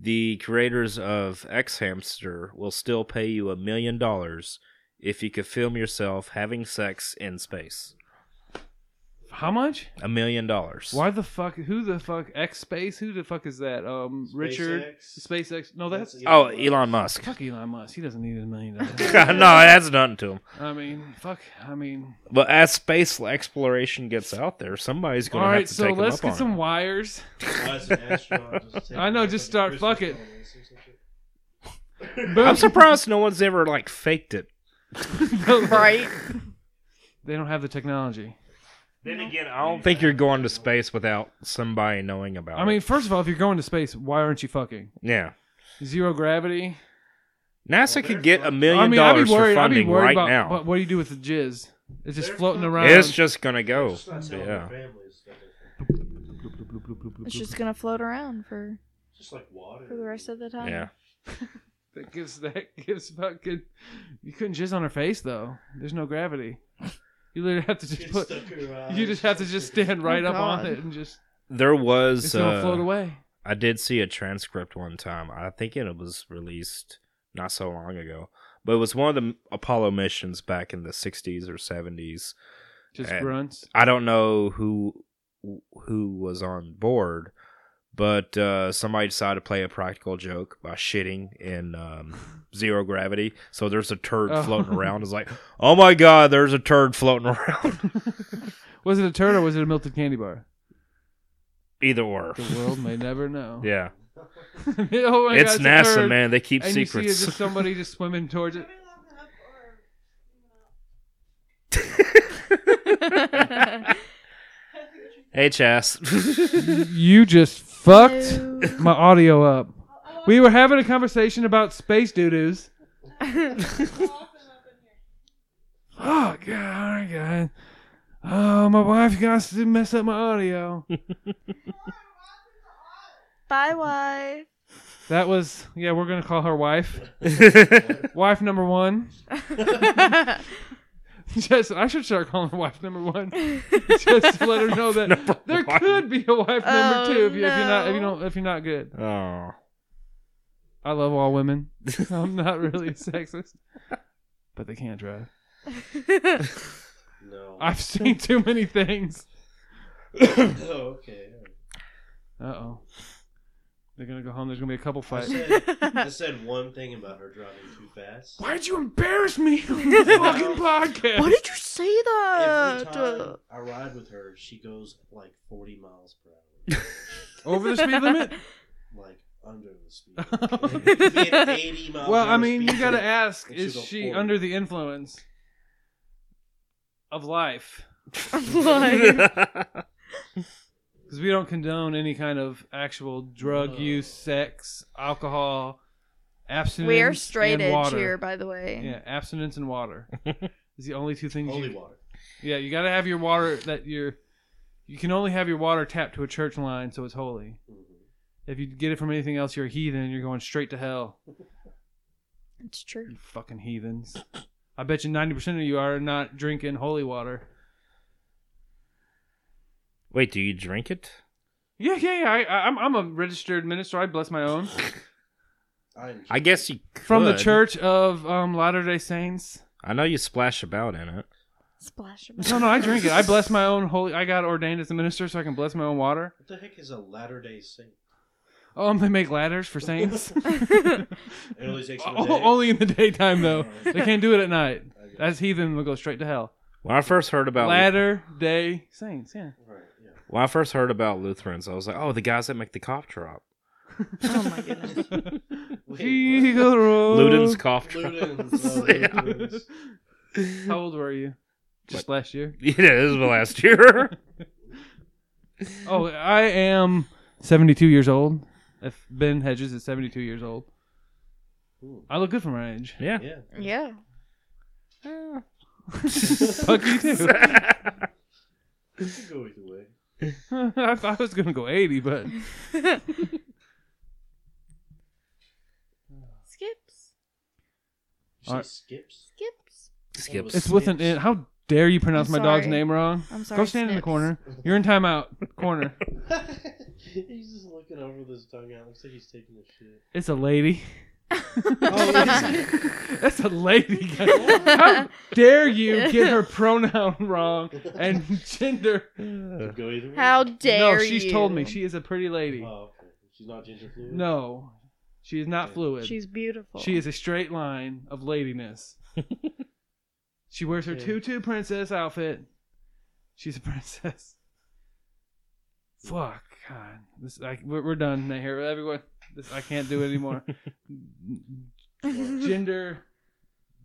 The creators of X Hamster will still pay you a million dollars if you could film yourself having sex in space.
How much?
A million dollars.
Why the fuck? Who the fuck? X Space? Who the fuck is that? Um, Richard
SpaceX.
SpaceX? No, that's,
Oh, Elon Musk.
fuck Elon Musk. He doesn't need a million
<laughs> no,
dollars.
that's nothing to him.
I mean, fuck. I mean,
But as space exploration gets out there, somebody's
all
going to have
right.
to
So
take him
let's
up
get
on
some
it.
wires.
Why is an
<laughs>
astronaut just taking
I know,
a
just
fucking
start,
Christmas
fuck
photo and some shit?
Boom.
I'm surprised no one's ever like faked it.
<laughs>
Right?
<laughs> They don't have the technology.
Then again, I don't think you're going to space without somebody knowing about
I
it.
mean, first of all, if you're going to space, why aren't you fucking
yeah.
zero gravity?
NASA
Well,
could
they're
get a
fucked.
I
million
mean, I'd
dollars
be worried.
for
I'd be
funding
worried
right
about
now.
what, what do you do with the jizz? It's just
They're
floating
fucking-
around.
it's just gonna go.
Just not telling
Yeah.
their families that they're-
It's just gonna float around for
Just like water.
for the rest of the time. <laughs>
Yeah.
that gives that gives fucking. You couldn't jizz on her face though. There's no gravity. You literally have to just
Get
put.
stuck in your
You
eyes.
just have to just stand right up on
God.
it and just.
There
It's
was.
gonna float
Uh,
away.
I did see a transcript one time. I think it was released not so long ago, but it was one of the Apollo missions back in the '60s or '70s.
Just
and-
grunts.
I don't know who who was on board, but uh, somebody decided to play a practical joke by shitting
<laughs>
in um, zero gravity. So there's a turd
Oh.
floating around.
<laughs>
It's like, oh my god, there's a turd floating around. <laughs>
was it a turd or was it a melted candy bar?
Either or,
The world may never know.
<laughs> yeah,
<laughs> oh my
it's
God, a
NASA,
turd.
man. They keep
And you see
secrets.
it's just somebody just swimming towards it.
<laughs> hey,
<laughs>
Chas. <laughs>
You just fucked
No.
my audio up. We were having a conversation about space doo-doos. <laughs> Oh god, oh, god. Oh, my wife got to mess up my audio.
Bye,
<laughs>
wife. <laughs>
That was yeah. We're gonna call her wife. Wife number one. <laughs> Just I should start calling her wife number
<laughs>
one. Just to let her know that
Number
there
one.
could be a wife number
Oh,
two if, you, if you're not if you
no.
don't if you're not good. <laughs>
oh,
I love all women. <laughs> I'm not really a sexist, but they can't drive.
No.
I've seen too many things.
oh, okay. all right.
Uh oh. They're gonna go home. There's gonna be a couple
I
fights.
said, I said one thing about her driving too fast.
Why'd you embarrass me <laughs> on
<laughs>
the fucking podcast?
Why did you say
Every
that? <laughs>
time I ride with her, she goes like 40 miles per hour.
Over the speed
<laughs>
limit?
like under the speed. limit. Like, you
<laughs>
get 80
<laughs>
miles
Well,
over
I mean,
speed
you gotta
limit.
ask:
It should
Is
go
she
forward.
under the influence of life? <laughs>
Why?
Because we don't condone any kind of actual drug
No.
use, sex, alcohol, abstinence.
<laughs> we are straight
and
edge
water.
here, by the way.
Yeah, abstinence and water <laughs> is the only two things.
Holy
you,
water.
Yeah, you gotta have your water that you're. You can only have your water tapped to a church line, so it's holy.
Mhm.
If you get it from anything else, you're a heathen. and You're going straight to hell.
It's true.
You fucking heathens. I bet you ninety percent of you are not drinking holy water.
<laughs> wait, do you drink it?
Yeah, yeah, yeah. I, I, I'm, I'm a registered minister. I bless my own
I'm
I guess you could.
from the Church of um, Latter Day Saints.
I know you splash about in it.
Splash.
No, no, I drink it. I bless my own holy. I got ordained as a minister, so I can bless my own water.
What the heck is a Latter Day Saint?
Um, they make ladders for saints.
It only takes them a
O-
day.
Oh, only in the daytime though.
Oh,
They can't do it at night.
okay.
That's heathen. Will go straight to hell.
When I first heard about
Latter Day Saints. Yeah.
right.
<laughs>
Yeah.
when I first heard about Lutherans, I was like, oh, the guys that make the cough drop,
<laughs> oh my goodness.
<laughs>
Wait,
Eagle Rock.
Luden's cough
<laughs>
drop. <laughs>
Ludens. Oh,
Yeah.
Ludens.
How old were you? Just last year.
yeah, this was last year.
Oh, I am 72 years old. If Ben Hedges is 72 years old,
Ooh.
I look good for my
<laughs>
age.
<laughs> yeah.
Hmm. Yeah.
yeah. Ah.
<laughs> Fuck you
<laughs>
too. <laughs>
You can go either way.
I, I was gonna go 80, but <laughs>
<laughs> Skips.
She
Alright.
skips. <laughs>
Skips.
Skips.
it's with an N.
Snips.
How dare you pronounce
I'm
my dog's
sorry.
name wrong?
I'm sorry.
Go stand in the
Snips.
corner. You're in timeout. <laughs> Corner.
he's just looking over with his tongue out. Looks like he's taking a shit.
It's a lady. Oh,
Oh, <laughs>
<laughs> That's a lady. How dare you get her pronoun wrong and gender?
Could go either way.
How dare
no, she's
you?
told me she is a pretty lady.
Oh, okay. She's not ginger fluid.
No, she is not fluid.
She's beautiful.
She is
<laughs>
a straight line of ladiness. she wears her
Okay.
tutu princess outfit. She's a princess. Fuck, God, this I, we're, we're done here. Everyone, this, I can't do it anymore. Gender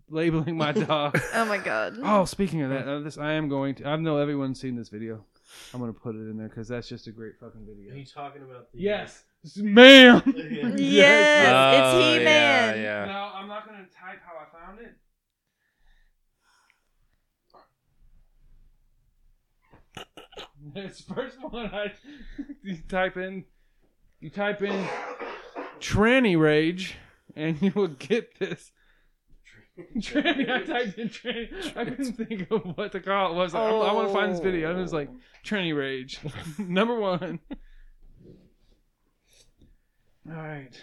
labeling my dog.
oh my god.
Oh, speaking of that, uh, this I am going to. I know everyone's seen this video. I'm gonna put it in there because that's just a great fucking
Are
video.
you talking about the? <laughs>
Yes, ma'am.
Yeah.
Yes,
Oh,
it's He Man.
Yeah, yeah.
No, I'm not gonna type how I found it. <laughs> This first one I <laughs> you type in you type in tranny rage and you will get this. <laughs> Tranny I typed in tranny I couldn't think of what to call it. I was like, I'm- I wanna find this video and it was like tranny rage. <laughs> Number one. Alright.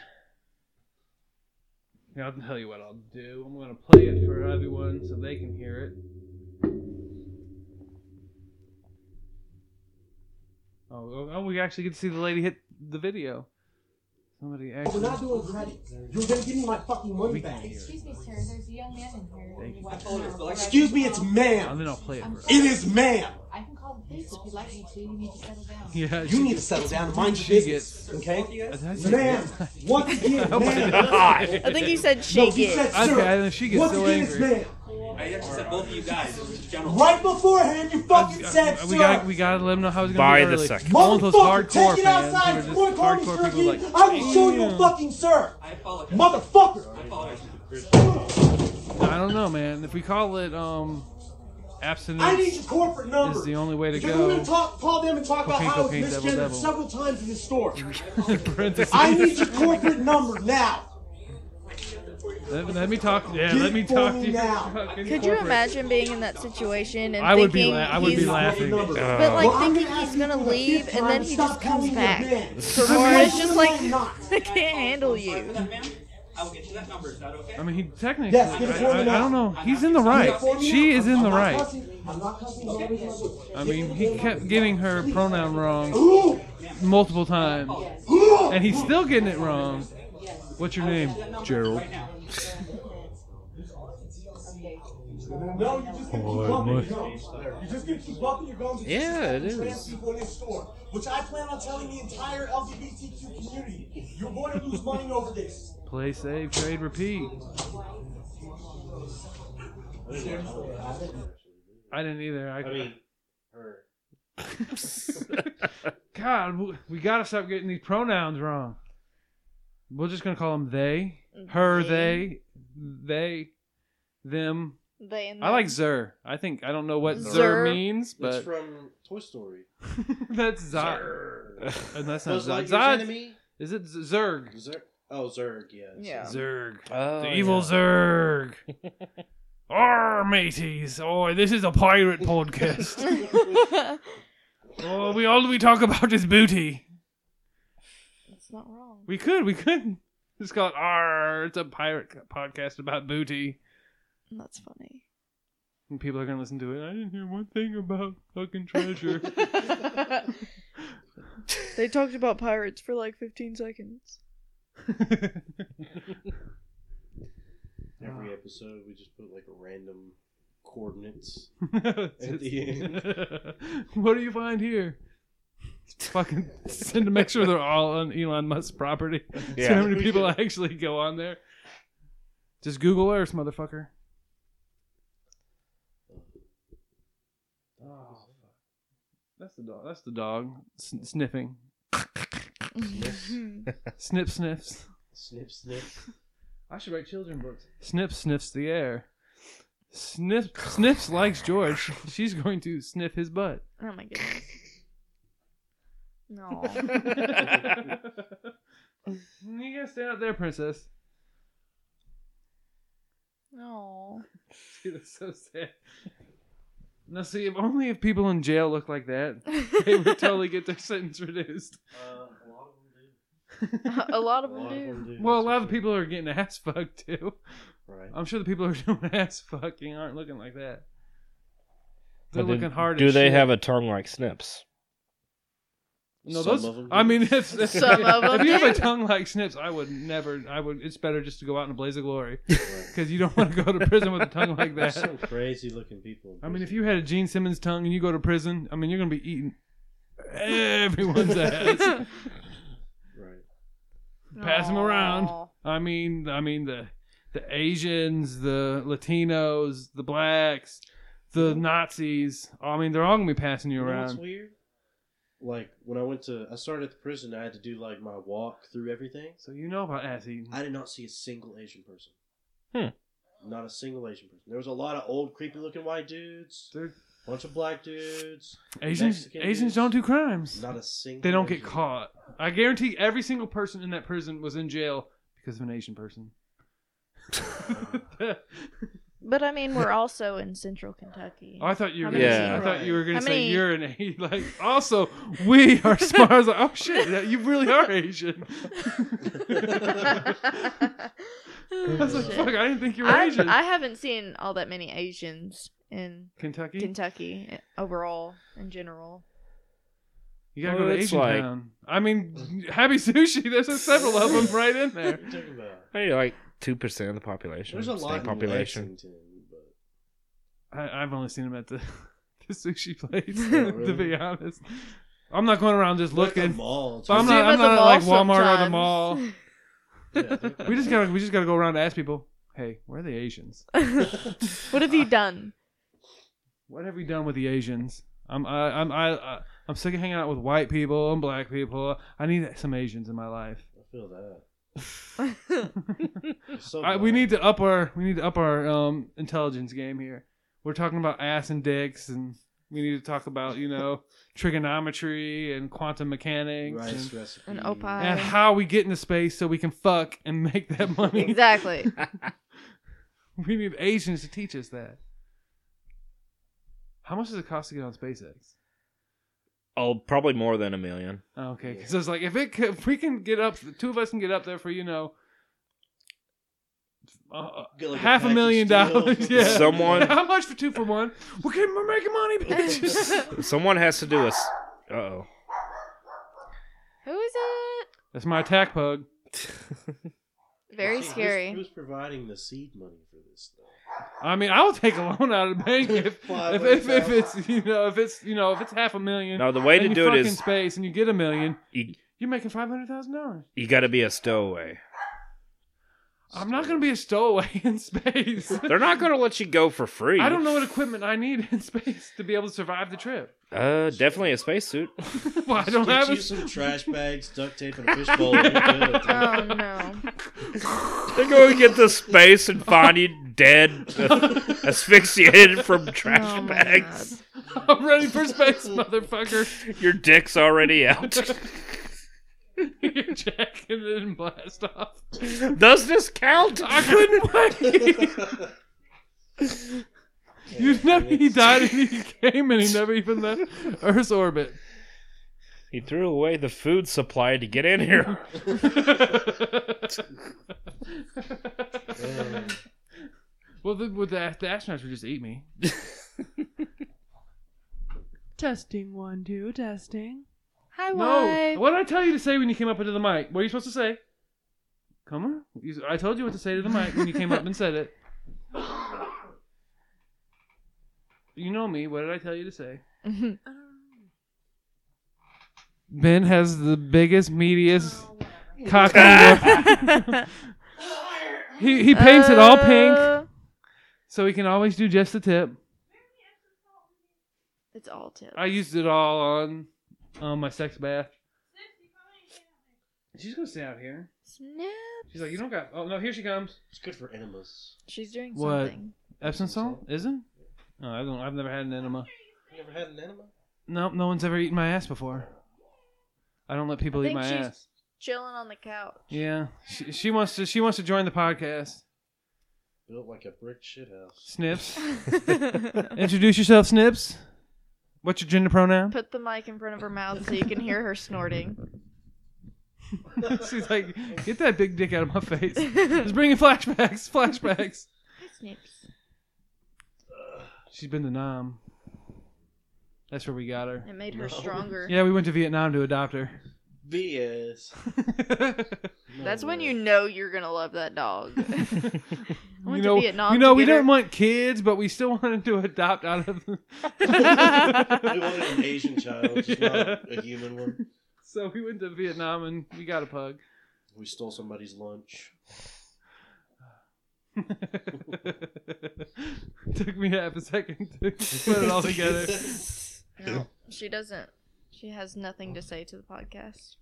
Yeah, I'll tell you what I'll do. I'm gonna play it for everyone so they can hear it. Oh, oh, oh, we actually get to see the lady hit the video. Somebody
We're
actually.
not doing credit. You're gonna give me my fucking money back.
Excuse me, sir. There's a young man in here.
Thank you.
Excuse me, it's
Oh,
ma'am.
then I'll play it for.
It is ma'am.
I can call the police if you'd like me to. You need to settle down.
<laughs> Yeah.
You need to settle down and mind your
She
business, okay?
That's it.
Ma'am, once
<laughs>
again,
Oh my
ma'am.
God.
I think you said
No,
she
you said
gets.
Okay,
sir.
then she gets
Once
so
again, it's
angry.
ma'am.
I actually said both of you guys. It was just general.
Right beforehand, you fucking said
uh, we gotta, we
sir.
gotta let them know how it's gonna
By
be
the
early.
second.
All those
Motherfucker,
hardcore
take it
fans
outside.
who
If
are
you
just
wanna call me
hardcore
sir
people like.
again, I will show you a fucking sir.
I apologize.
Motherfucker.
I apologize.
I don't know, man. If we call it um,
I need
abstinence
your corporate number.
is the only way to
Because I'm
go.
gonna talk, call them and talk about
Cocaine,
how I was
cocaine, devil,
misgendered
devil.
several times in
<laughs>
this store.
Parentheses.
I need your corporate number now.
Let, let me talk. Yeah,
Get
let me
for
talk
me
to you.
now.
<laughs> fucking
Could you
corporate.
imagine being in that situation and
I would be.
thinking
La- I would be
he's
laughing.
Number.
But like
Well, I'm
thinking
gonna ask
he's
you
gonna
for the
leave
fifth
and
time
then
to
he
stop
just
calling
comes
me a
back.
man.
Or it's just like
I'm not.
<laughs> I can't handle you.
For that, ma'am, I will get you that number. Is that okay?
I mean, he technically.
Yes, get it
I,
for
I,
me
I
now.
don't know. He's in the right. She is in
I'm
the
not
right.
cussing. I'm not cussing.
I mean, he kept getting her pronoun wrong
Ooh,
multiple times,
ooh.
and he's still getting it wrong. What's your name? Gerald.
No, you're just gonna keep bumping your gums. You're just gonna keep bumping your gums. and
Yeah,
just
it
keep trans
is.
people in this store, which I plan on telling the entire LGBTQ community. You're going to lose money over this.
Play, save, trade, repeat. I didn't either. I,
I mean, her.
God, w- we gotta stop getting these pronouns wrong. We're just gonna call them they, her, they, they, them.
They and
I like
<laughs> them.
Zer. I think I don't know what Zer
Zer.
means,
That's
but
from Toy Story.
<laughs> that's Zar. And that's not
Was
Zod.
like his
Zod.
enemy?
Is it Z- Zerg?
Zer- oh, Zerg. Yeah.
<laughs>
Yeah.
Zerg.
<laughs> Oh,
the evil
yeah. <laughs>
Zerg. Arr, mateys. Oh, this is a pirate
<laughs>
podcast. oh, we all we talk about is booty.
That's not wrong.
We could, we could. It's called R. It's a pirate co- podcast about booty.
That's
<laughs>
funny.
And people are going to listen to it. I didn't hear one thing about fucking treasure. <laughs>
they talked about pirates for like 15 seconds.
Oh.
Every episode, we just put like a random
<laughs>
coordinates.
At
the
end. <laughs> what do you find here? Fucking send to make sure they're all on Elon Musk's property. <laughs> See how
Yeah.
many
<laughs> Oh,
people actually go on there. Just Google Earth, motherfucker. Oh, that's the dog. That's the dog sn- sniffing.
<laughs>
Snip sniffs.
Snip, snip.
<laughs> I should write children books. Snip sniffs the air. Sniff sniffs likes George. <laughs> She's going to sniff his butt.
Oh my <laughs> goodness. No.
<laughs> you gotta stand up there, princess. <laughs>
No.
Dude, that's so sad. Now, see, if only if people in <laughs> jail look like that, they would totally get their sentence reduced.
Uh, a lot of them
<laughs> a lot of
A
them
lot of them
do.
do.
Well, a lot of people are getting <laughs> ass fucked too.
Right.
I'm sure the people who are <laughs> doing ass fucking aren't looking like that. They're
But then
looking hard.
Do
as
they
shit.
have a tongue like Snips?
No,
Some
those.
of 'em
I
do.
mean, it's, it's,
Some of 'em
if <laughs> you have a
do.
tongue like Snips, I would never. I would. It's better just to go out in a blaze of glory
Right.
because you don't want to go to prison with a tongue like <laughs>
<laughs> There's some
that.
crazy looking people. in
I mean, if
prison.
you had a Gene Simmons tongue and you go to prison, I mean, you're gonna be eating
<laughs>
everyone's ass.
Right.
Pass 'em around.
Aw.
I mean, I mean the the Asians, the Latinos, the blacks, the Nazis. I mean, they're all gonna be passing you
You know what's
around.
weird? Like when I went to, I started at the prison. I had to do like my walk through everything.
So you know about ass eating.
I did not see a single Asian person.
Hmm.
Not a single Asian person. There was a lot of old, creepy-looking white dudes,
They're-
bunch of black dudes.
Asians,
Mexican
Asians
dudes.
don't do crimes.
Not a single.
They don't get
Asian.
caught. I guarantee every single person in that prison was in jail because of an Asian
<laughs>
person. <laughs>
But I mean, we're also in Central Kentucky. <laughs>
Oh, I thought you were.
How
Gonna
many-
say, I
Yeah.
thought you were gonna
How
say
many-
you're an Asian. <laughs> Like, also, we
<laughs>
are smart. I was like, oh shit, that- you really are Asian. I was like,
Oh, Shit.
fuck, I didn't think you were
I,
Asian.
I haven't seen all that many Asians in
Kentucky,
Kentucky eh, overall in
<laughs>
general.
you gotta
Well,
go to
it's
Asian
like-
town. I mean, Happy Sushi. There's several of them right in
<laughs>
What
there.
are you talking about?
Maybe like two percent of the population.
There's a
state
lot population.
population.
Lexington, but
I, I've only seen them at the <laughs> the sushi place.
Oh,
<laughs> To
really?
be honest, I'm not going around just
Like a
looking.
mall.
So I'm
too.
not-
Zoom at the
at,
mall
like, Walmart or the
sometimes.
mall.
Yeah, I think
We just gotta we just gotta go around and ask people, hey, where are the Asians?
what have you done?
What have we done with the Asians? I'm I, I'm I, I I'm sick of hanging out with white people and black people. I need some Asians in my life.
I feel that. So
I, we
bad.
need to up our we need to up our um intelligence game here. We're talking about ass and dicks, and we need to talk about you know trigonometry and quantum mechanics
rice
and,
recipe.
An
and
opie.
how we get into space so we can fuck and make that money.
exactly.
<laughs> We need Asians to teach us that. How much does it cost to get on SpaceX?
Oh, probably more than a million.
Okay, because it's like if it c- if we can get up, the two of us can get up there for you know, uh,
Get, like, a
half a,
package
million
deal.
dollars.
<laughs>
Yeah,
Someone-
<laughs> How much for two for one? We're getting we're making money, bitch.
<laughs>
Someone has to do a. Uh <laughs> oh.
Who is it?
That's my attack pug.
Very
See, who's-
scary.
Who's providing the seed money for this? Though?
I mean, I'll take a loan out of the bank
<laughs>
if if, if, if it's you know if it's you know if it's half a million.
No, the way
and
to
you
do
fuck
it
in
is E
space, and you get a million.
you,
You're making five hundred thousand dollars.
you got to be a stowaway.
I'm not gonna be a stowaway <laughs> in space.
They're not going to let you go for free.
I don't know what equipment I need in space to be able to survive the
<laughs>
trip.
Uh, definitely a spacesuit.
well, I don't
Get
have
you
a
some trash bags, duct tape, and a fishbowl. You're good, dude.
<laughs>
Oh no.
They're going to get to space and find you <laughs> dead, asphyxiated from trash
Oh, my
bags.
I'm ready for space, motherfucker.
<laughs> Your dick's
<laughs>
already out.
You're jacking it and blast off.
Does this count?
I
<laughs>
couldn't
<laughs>
wait. you know he died and he came and he never even left Earth's orbit. <laughs>
He threw away the food supply to get in here.
<laughs> well, the, with the, the astronauts would just eat me.
Testing one, two, testing.
Hi,
No.
wife.
What did I tell you to say when you came up into the mic? What are you supposed to say? Come on. You- I told you what to say to the mic when you came up and said it. You know me. What did I tell you to say? <laughs> Ben has the biggest, meatiest, cocky. look. <laughs> he he paints it all pink,
Uh,
so he can always do just the tip.
It's all tips.
I used it all on on my sex bath. She's gonna stay out here.
Snap.
She's like, you don't got. Oh no, here she comes.
It's good for enemas.
She's doing
What?
something.
Epsom salt isn't? No, I don't. I've never had an enema.
You never had an enema?
Nope, no one's ever eaten my ass before. I don't let people
I
eat
think
my
she's-
ass.
Chilling on the <laughs> couch.
Yeah, she, she wants to. She wants to join the podcast.
Built like a brick shithouse.
Snips, introduce yourself, Snips.
<laughs>
What's your gender pronoun? <laughs>
Put the mic in front of her mouth so you can hear her snorting.
She's like, get that big dick out of my
<laughs>
face. It's bringing flashbacks, flashbacks.
Snips.
She's been to Nam. That's where we got her.
It made her stronger.
Yeah, we went to Vietnam to adopt
<laughs>
her. <laughs>
BS.
That's when
<laughs>
you know you're gonna love that <laughs> dog. went
you
to
know,
Vietnam
you know,
to
we
get
don't
her-
want kids, but we still <laughs> wanted to adopt out of.
We wanted an Asian child, just not a human one.
<laughs> so we went to Vietnam and we got a pug. <laughs>
We stole somebody's lunch.
Took me half a second to put it all together.
No, she doesn't. She has nothing to say to the podcast.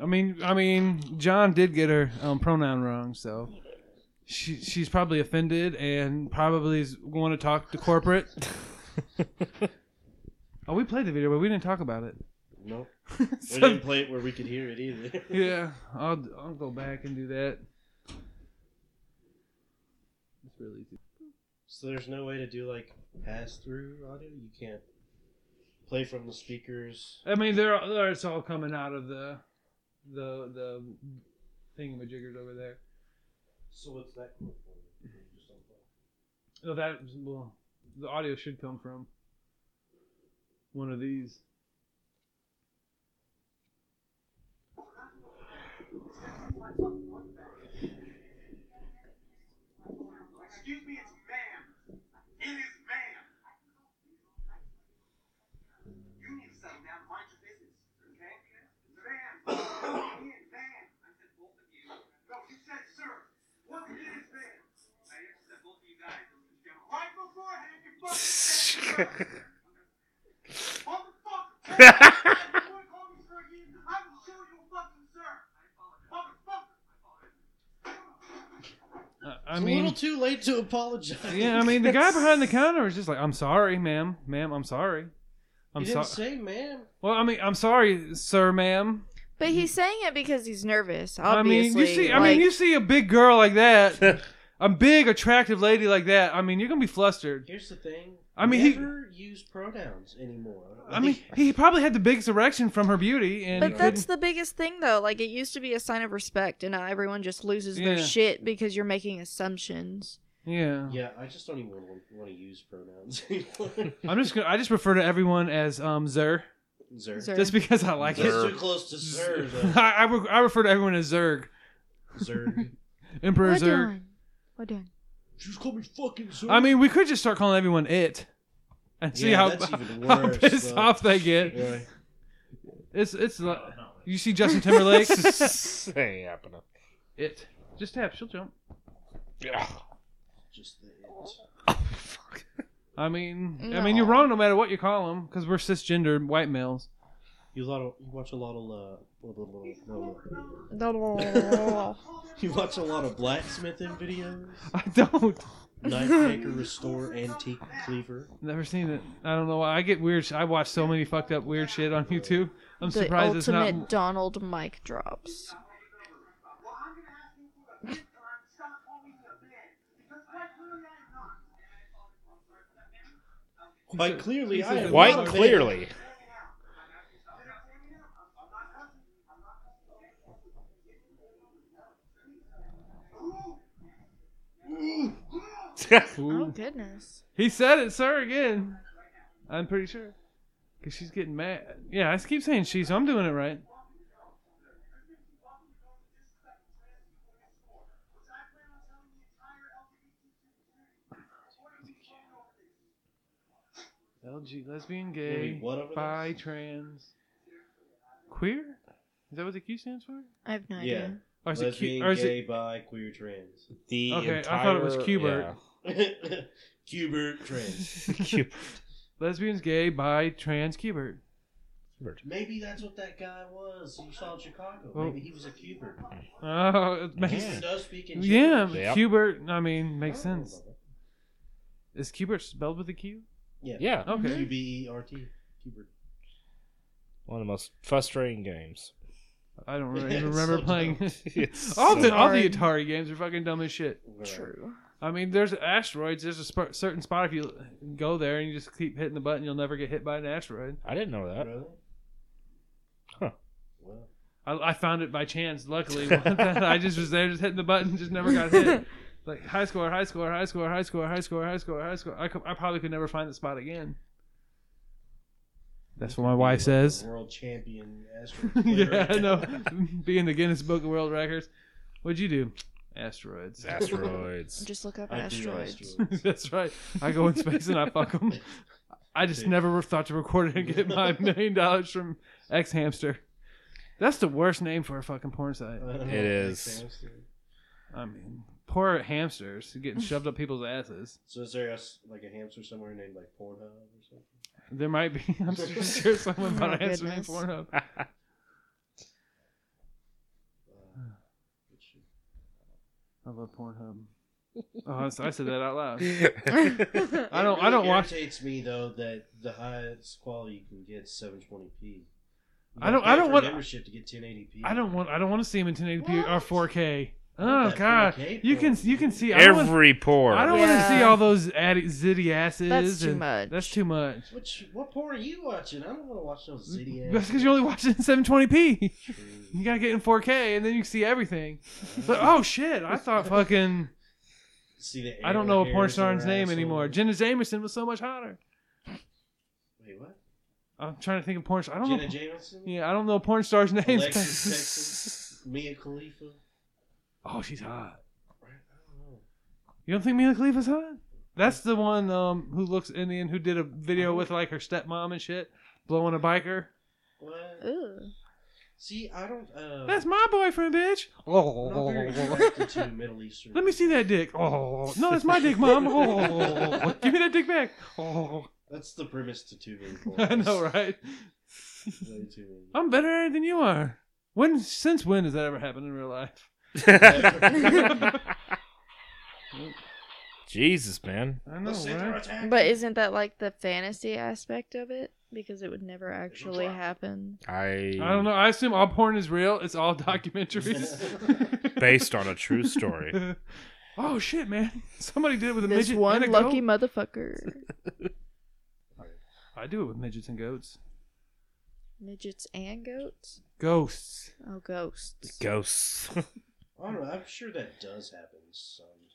I mean, I mean, John did get her um, pronoun wrong, so she she's probably offended and probably is want to talk to
<laughs>
corporate. oh, we played the video, but we didn't talk about it.
Nope. We
<laughs> So-
didn't play it where we could hear it either. <laughs>
yeah, I'll I'll go back and do that. It's really easy.
So there's no way to do like pass through audio. You can't play from the speakers.
I mean, they're, they're it's all coming out of the the the thingamajiggers over there.
So what's that come from? Just don't play.
No, that well, the audio should come from one of these.
Excuse me, it's ma'am. It is ma'am. You need to settle down and mind your business, okay? Ma'am. <coughs> Come in, ma'am. I said both of you. No, you said sir. What it is, ma'am? I answered that both of you guys. Right beforehand, you fucking said sir. Motherfucker. If you wanna call me sir again, I will show you a fucking sir. Motherfucker.
Uh, I
it's a
mean,
little too late to apologize.
yeah,
<laughs>
I mean, the guy behind the counter was just like, "I'm sorry, ma'am, ma'am, I'm sorry, I'm
you didn't
sorry."
say, ma'am.
well, I mean, I'm sorry, sir, ma'am.
But he's saying it because he's nervous.
Mm-hmm. I mean, you
Obviously,
see, I
like,
mean, you see a big girl like that,
<laughs>
a big attractive lady like that. I mean, you're gonna be flustered.
Here's the thing.
I mean, he-
never use pronouns anymore.
I
<laughs>
mean, he probably had the biggest erection from her beauty, and
But
he
that's
couldn't-
the biggest thing, though. Like, it used to be a sign of respect, and now everyone just loses their
Yeah.
shit because you're making assumptions.
yeah.
yeah, I just don't even want, want to use pronouns
<laughs>
anymore.
I'm just gonna, I just refer to everyone as um Zer,
Zer.
Zer.
just because I like
That's
it.
too close to Zer.
<laughs> I, I, re- I refer to everyone as Zerg,
Zer.
<laughs> Emperor Zerg.
What done?
Just call me fucking Zer.
I mean, we could just start calling everyone it, and see
Yeah,
how, <laughs>
that's even
how
worse,
pissed
though.
off they get.
Yeah.
It's it's like you see Justin
<laughs>
Timberlake.
ain't happening.
it just tap, she'll jump.
Just the
I mean, I
No.
mean, you're wrong no matter what you call them because we're cisgendered white males. <laughs>
You, lot of, you watch a lot of uh, blah, blah, blah, blah, blah.
<laughs>
I
you watch a lot of blacksmithing videos.
I don't. <laughs>
Knife maker, restore, antique cleaver.
Never seen it. I don't know why. I get weird. Sh- I watch so many fucked up weird shit on YouTube. I'm
the
surprised it's
ultimate
not.
Donald mic drops.
Well, I'm gonna ask you for the fifth time, stop calling me a man. Because quite clearly I am
Quite clearly, I
not.
am
Quite
not a man.
clearly.
Oh
Ooh.
goodness!
He said it, sir, again. I'm pretty sure. Because she's getting mad. Yeah, I keep saying she, so I'm doing it right. LG, lesbian, gay,
Wait, what over
bi,
this?
trans, queer? Is that what the Q stands for?
I have no
Yeah.
idea.
Or is it Q?
Lesbian,
Or is
gay,
it,
bi, queer, trans.
The
Okay, I thought it was
entire-
Qbert.
<laughs> Cubert, trans.
yeah. <laughs> Qbert.
lesbians, gay, bi, trans, Qbert?
Maybe that's what that guy was. You saw in Chicago.
Well-
Maybe he was a Cubert.
Oh, it makes
He does speak in
Yeah,
gibberish.
Yep.
Qbert. I mean, makes sense. Is Qbert spelled with a Q?
Yeah.
Yeah,
Okay.
Q B E R T. Cubert.
one of the most frustrating games. <laughs>
I don't really
It's
even remember
so
playing.
It's
all
so-
the all the
hard.
Atari games are fucking dumb as shit.
True.
I mean, there's asteroids. There's a sp- certain spot if you go there and you just keep hitting the button, you'll never get hit by an asteroid.
I didn't know that.
Really?
Huh.
Well,
I, I found it by chance. Luckily, <laughs> I just was there, just hitting the button, just never got hit. Like high score, high score, high score, high score, high score, high score, high score. I, cou- I probably could never find the spot again. That's what my wife says.
World champion
<laughs>
astronaut.
yeah, I know. Being the Guinness Book of World Records. What'd you do? Asteroids.
<laughs> Asteroids.
Just look up
I do
asteroids.
<laughs>
asteroids.
That's right. I go in space and I fuck them. I just
Dude.
never thought to record it and get my million dollars from X Hamster. That's the worst name for a fucking porn site.
It is.
I mean, poor hamsters getting shoved up people's asses.
So is there a s like a hamster somewhere named like Pornhub or something?
There might be. <laughs> I'm sure someone
Oh,
bought a hamster named
goodness.
Pornhub.
Uh,
<sighs>
it should-
I love Pornhub. Oh, I s- I said that out
<laughs>
loud. I
It
don't. I
really
don't watch.
Irritates me though that the highest quality you can get is 720p.
I don't- I don't want-
membership to get 1080p.
I don't want. I don't want to see him in 1080p or 4K. Oh
That
God,
4K
you can.
porn.
You can see. I don't wanna-
Every porn.
I don't want
Yeah.
to see all those addy, zitty asses.
That's too
and-
much.
That's too much.
Which what porn are you watching? I don't want to watch those zitty ass.
That's because you're only watching <laughs> 720p.
True.
You gotta get in 4K, and then you can see everything. But oh shit, I thought fucking
<laughs> See the
I don't know a porn
hairs in her
star's name
asshole.
anymore. Jenna Jameson was so much hotter.
Wait, what?
I'm trying to think of porn. I don't
Jenna
know.
Jameson.
Yeah, I don't know porn stars' <laughs> names.
Alexis Texas. Mia Khalifa.
Oh, she's hot.
Right, I don't know.
You don't think Mia Khalifa's hot? That's the one um, who looks Indian who did a
Oh.
video with like her stepmom and shit, blowing a biker.
What?
Ooh.
See, I don't. Uh,
That's my boyfriend, bitch.
I'm not very
<laughs>
attracted to Middle Eastern.
Let me see that dick. Oh no, that's my dick, mom. Oh, give me that dick back. Oh,
That's the premise to two many
<laughs>
porn.
I know, right?
Way too many.
I'm better at it than you are. When since when has that ever happened in real life? <laughs>
<laughs> Jesus, man.
I know, right?
But isn't that like the fantasy aspect of it? Because it would never actually happen.
I
I don't know. I assume all porn is real. It's all
<laughs>
documentaries.
Based on a
<laughs>
true story.
oh shit, man! <laughs> Somebody did it with a
This
midget
one
and a
lucky
goat.
motherfucker.
<laughs> I do it with midgets and goats.
Midgets and goats?
Ghosts.
<laughs>
<laughs>
Oh, ghosts.
Ghosts.
I don't know. I'm sure that does happen sometimes.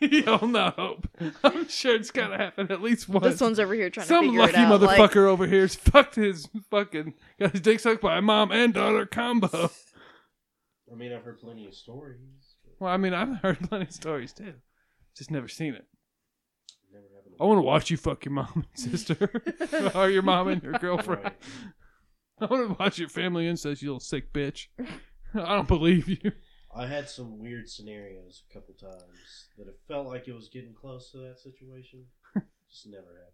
You'll know. <laughs> I'm sure it's gotta happen at least once.
This one's over here trying to
Some
figure
lucky
it out.
motherfucker
Like,
over here's <laughs> fucked his fucking got his dick sucked by a mom and daughter combo. <laughs>
I mean, I've heard plenty of stories, but
Well, I mean, I've heard plenty of stories too, just never seen it.
never happened.
I want to watch you fuck your mom and <laughs> sister, or your mom and your girlfriend.
Right.
<laughs> I want to watch your family incest, you little sick bitch. I don't believe you.
I had some weird scenarios a couple times that it felt like it was getting close to that situation. Just never happened.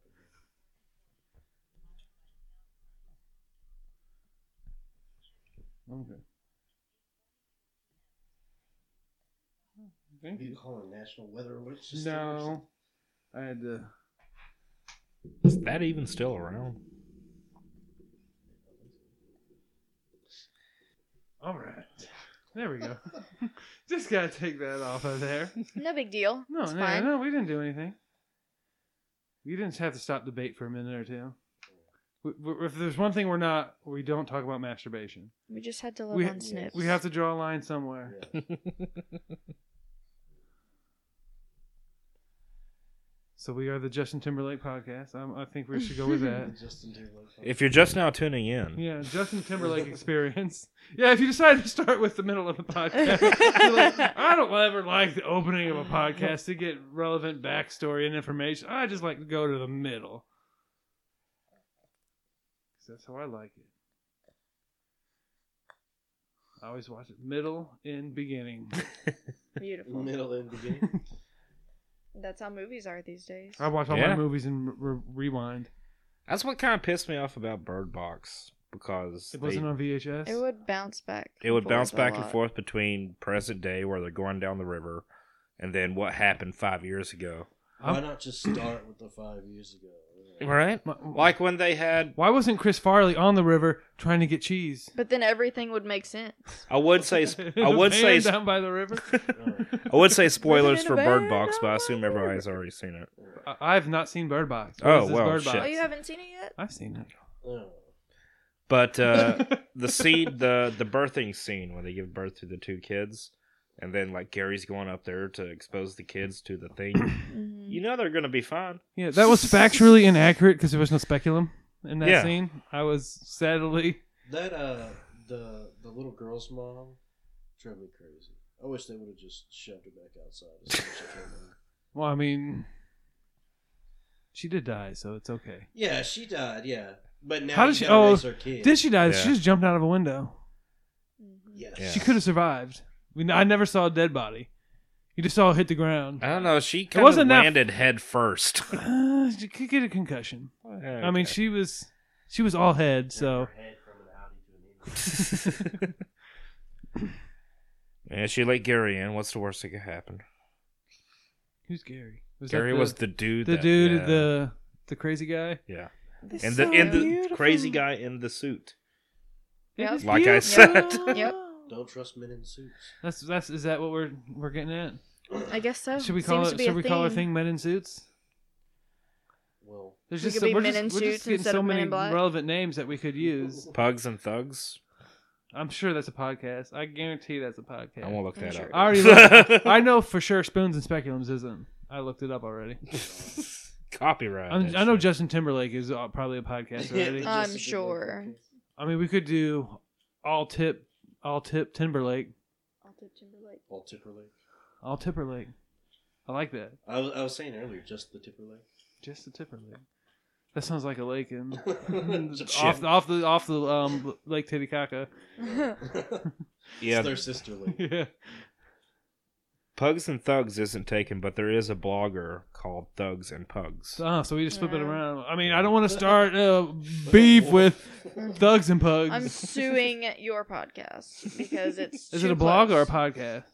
Okay.
What are you calling National Weather Alert System? or
No, I had to.
Is that even still around?
All right, there we go. <laughs> just gotta take that off of there.
no big deal.
No,
it's
no,
fine.
no, we didn't do anything. You didn't have to stop debate for a minute or two. W- w- If there's one thing we're not, we don't talk about masturbation.
We just had to love
We,
on snips.
we have to draw a line somewhere.
something?
So we are the Justin Timberlake podcast. Um, I think we should go with
Yeah.
that.
Justin Timberlake.
If you're just now tuning in,
Yeah, Justin
<laughs>
Timberlake experience. Yeah, if you decide to start with the middle of the podcast, you're like, I don't ever like the opening of a podcast to get relevant backstory and information. I just like to go to the middle. 'Cause that's how I like it. I always watch it middle and beginning.
Beautiful.
middle and beginning.
That's how movies are these days.
I watch all my
Yeah.
movies in re- rewind.
that's what kind of pissed me off about Bird Box because
It
they-
wasn't on VHS.
It would bounce back.
it would
and
bounce
forth a
back and
lot.
forth between present day where they're going down the river and then what happened five years ago.
Why not just start with the five years ago?
Right? Like when they had,
Why wasn't Chris Farley on the river trying to get cheese?
But then everything would make
<laughs>
sense.
I would say,
In
I
a <laughs>
would
van
say,
down by the river.
I would say
Living
spoilers
in a
for Bird
van
Box, but I
on
assume everybody's already seen it.
I- I've not seen Bird Box.
Oh,
is this
well,
Bird
shit.
Box? <laughs>
Oh, you haven't seen it yet?
I've seen it.
Oh,
But uh, the scene, the the birthing scene when they give birth to the two kids, and then like Gary's going up there to expose the kids to the
<coughs>
thing.
Mhm.
Mm-hmm.
you know they're gonna be fine.
Yeah, that was factually inaccurate because there was no speculum in that
Yeah.
scene. I was sadly.
That uh, the the little girl's mom drove me crazy. I wish they would have just shoved her back outside. As soon as she came in.
Well, I mean, she did die, so it's okay.
<laughs> yeah, she died. Yeah, but now
How
How
did
did
she-
she
oh,
raise her kid?
Did she die? She
Yeah.
just jumped out of a window.
Yes.
Yeah.
She could have survived. I, mean, I never saw a dead body. You just saw it hit the ground.
I don't know. She kind of
wasn't that-
landed head first.
<laughs>
<laughs>
Uh, she could get a concussion. I mean,
Okay.
she was she was all head, so
<laughs> yeah, she let Gary in. What's the worst that could happen?
who's Gary? Was that
Gary was the dude.
the
that-
dude,
yeah,
the the crazy guy.
yeah,
That's
and
so
the and the
beautiful.
crazy guy in the suit.
It
Yep.
is
Like I
beautiful.
said. Yep.
Don't trust men in suits.
That's that's is that what we're we're getting at?
I guess so.
Should we call
Seems
it?
to be
Should
a
we call our thing men in suits?
Well,
There's
We
just
could
so-
be
we're
men
just,
in
we're just
suits
getting
instead
so
of men
many
in black.
relevant names that we could use.
<laughs> Pugs and thugs.
I'm sure that's a podcast. I guarantee that's a podcast.
I won't look
I'm
that
sure.
up.
I
<laughs>
already looked- I know for sure spoons and speculums isn't. I looked it up already.
<laughs> Copyright.
I'm,
that
I know
shit.
Justin Timberlake is uh, probably a
<laughs>
<laughs>
podcast already.
Uh, I'm sure.
I mean, we could do all tip, all tip Timberlake,
All tipper lake.
all Tipperlake. I like that.
I was, I was saying earlier, just the tipper <laughs> lake.
Just the Tipperlake. That sounds like a lake in
<laughs> Shit.
off the off the off the um Lake Titicaca. <laughs>
<laughs>
<laughs> It's
Yeah,
their sister lake.
yeah.
pugs and thugs isn't taken, but there is a blogger called Thugs and Pugs.
So, uh, so we just flip it
Yeah.
around. I mean, I don't want to start uh, beef with thugs and pugs.
I'm suing your podcast because
<laughs>
it's.
Is
too
it a blog or a
close.
podcast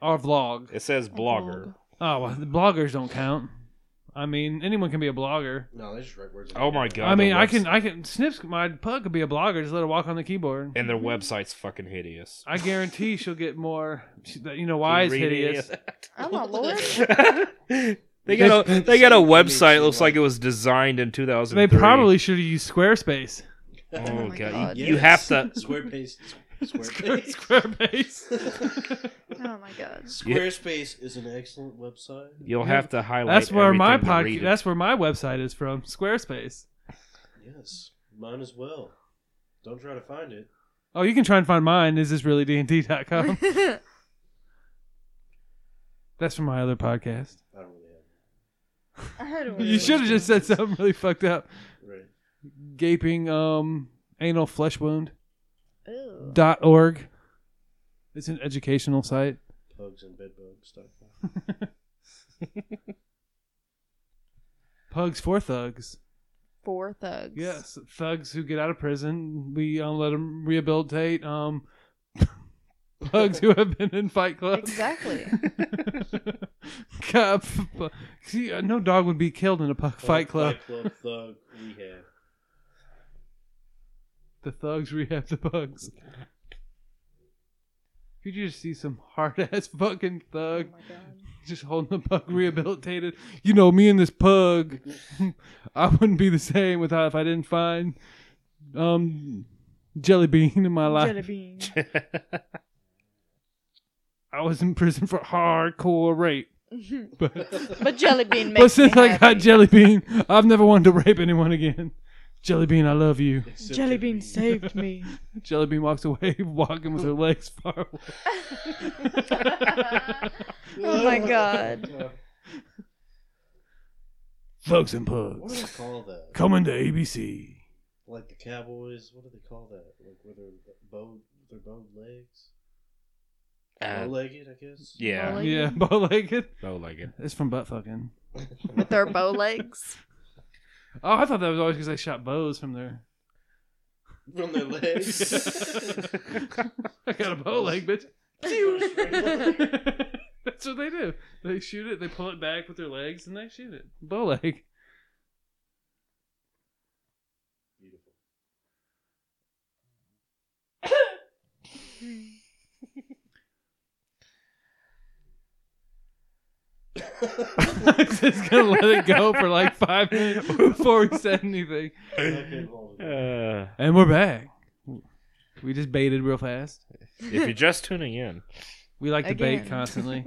or a vlog?
It says blogger.
Oh, well, the bloggers don't count. I mean, anyone can be a blogger.
No, they just write words.
Oh my god!
I mean,
their
I can,
webs-
I can. Snips, my pug could be a blogger. Just let her walk on the keyboard.
And their website's fucking hideous.
I guarantee she'll get more. She, that- you know why it's
Read
hideous?
Oh
<laughs>
my lord.
it. <laughs> they got a they got a website. Looks like it was designed in 2003.
They probably should have used Squarespace.
Oh,
Oh my
god!
God. <laughs>
<laughs>
You, you have to. <laughs>
Squarespace.
<laughs>
Squarespace.
Squarespace.
<laughs>
Oh my
<laughs>
god.
Squarespace is an excellent website.
You'll
Yeah.
have to highlight.
That's where my
everything to read
podcast.
it.
That's where my website is from. Squarespace.
Yes, mine as well. Don't try to find it.
Oh, you can try and find mine. Is this really
<laughs>
dnd.com? That's from my other podcast.
I don't really
<laughs> I don't
You should have just said something really fucked up.
have. Right.
Gaping um anal flesh wound
Ew.
dot org. It's an educational site.
Pugs and bedbugs. dot com.
Pugs for thugs.
Four thugs.
Yes, thugs who get out of prison. We um, let them rehabilitate. Um, <laughs> thugs who have been in Fight Club. <laughs>
Exactly. <laughs>
Cup. See, uh, no dog would be killed in a pu- Fight Club.
Fight Club. Thug. Rehab.
The thugs rehab the pugs. Could you just see some hard ass fucking
Oh my
thug
god.
just holding the pug rehabilitated? You know, me and this pug, <laughs> I wouldn't be the same without if I didn't find um jelly bean in my life.
Jelly bean.
I was in prison for hardcore rape. But,
<laughs>
<laughs> but
<laughs>
jelly bean makes
but since
me
I got
happy. <laughs>
Jelly Bean, I've never wanted to rape anyone again. Jelly Bean, I love you.
Except
Jelly
if
bean
you-
saved me.
Jelly Bean walks away, <laughs> walking with her legs far
<laughs>
away.
oh my god.
Thugs and
<laughs> What do
pugs
they call that?
coming to ABC.
like the Cowboys. What do they call that? Like where they're bow, they're bow legs, bow
Uh,
legged, I guess.
yeah,
Bow-legged?
Yeah, bow legged.
Uh,
bow legged.
It's from butt fucking.
With their bow legs.
Oh, I thought that was always because they shot bows from <laughs>
<laughs>
their.
<laughs> From
<laughs>
their legs. <laughs>
I got a bow leg, bitch.
<laughs>
That's what they do. They shoot it, they pull it back with their legs, and they shoot it. Bow leg.
Beautiful.
I'm <laughs> just gonna let it go for like five minutes before we said anything.
Okay, hold on.
Uh,
And we're back. We just baited real fast.
If you're just tuning in,
We like to bait
Again.
constantly.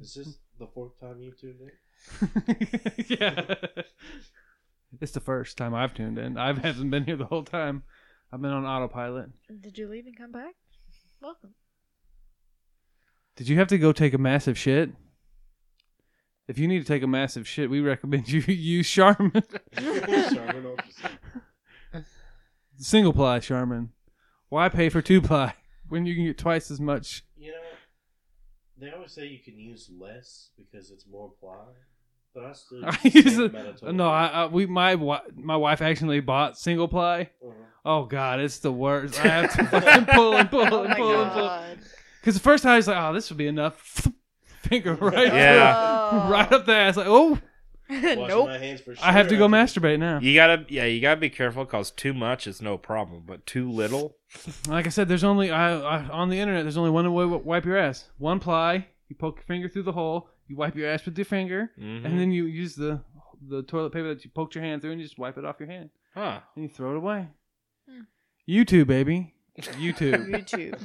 Is this the fourth time you've tuned in?
yeah. <laughs> It's the first time I've tuned in. I haven't been here the whole time. I've been on autopilot.
Did you leave and come back? Welcome.
Did you have to go take a massive shit? If you need to take a massive shit, we recommend <laughs> you use Charmin. <laughs>
Sorry, we're not just-
Single ply Charmin. Why pay for two ply <laughs> when you can get twice as much? <laughs>
You know, they always say you can use less because it's more ply, but
<laughs>
I still
I
use the
use
same
it.
amount of toilet
No, I, I we my wi- my wife actually bought single ply.
paper.
Oh god, it's the worst. I have
<laughs>
to fucking pull and pull and
Oh my
pull and pull.
god.
Because the first time I was like, oh, this would be enough. <laughs> Finger <laughs> right,
Yeah.
Oh.
<laughs> right up the ass. Like, oh,
Washing
<laughs>
nope.
my hands for
I have
sure
to go
after
masturbate now.
you gotta yeah, you gotta be careful because too much is no problem, but too little.
Like I said, there's only I, I on the internet. There's only one way to wipe your ass. One ply. You poke your finger through the hole. You wipe your ass with your finger,
Mm-hmm.
and then you use the the toilet paper that you poked your hand through, and you just wipe it off your hand,
huh.
and you throw it away.
Hmm.
YouTube, baby.
<laughs>
YouTube.
YouTube.
this.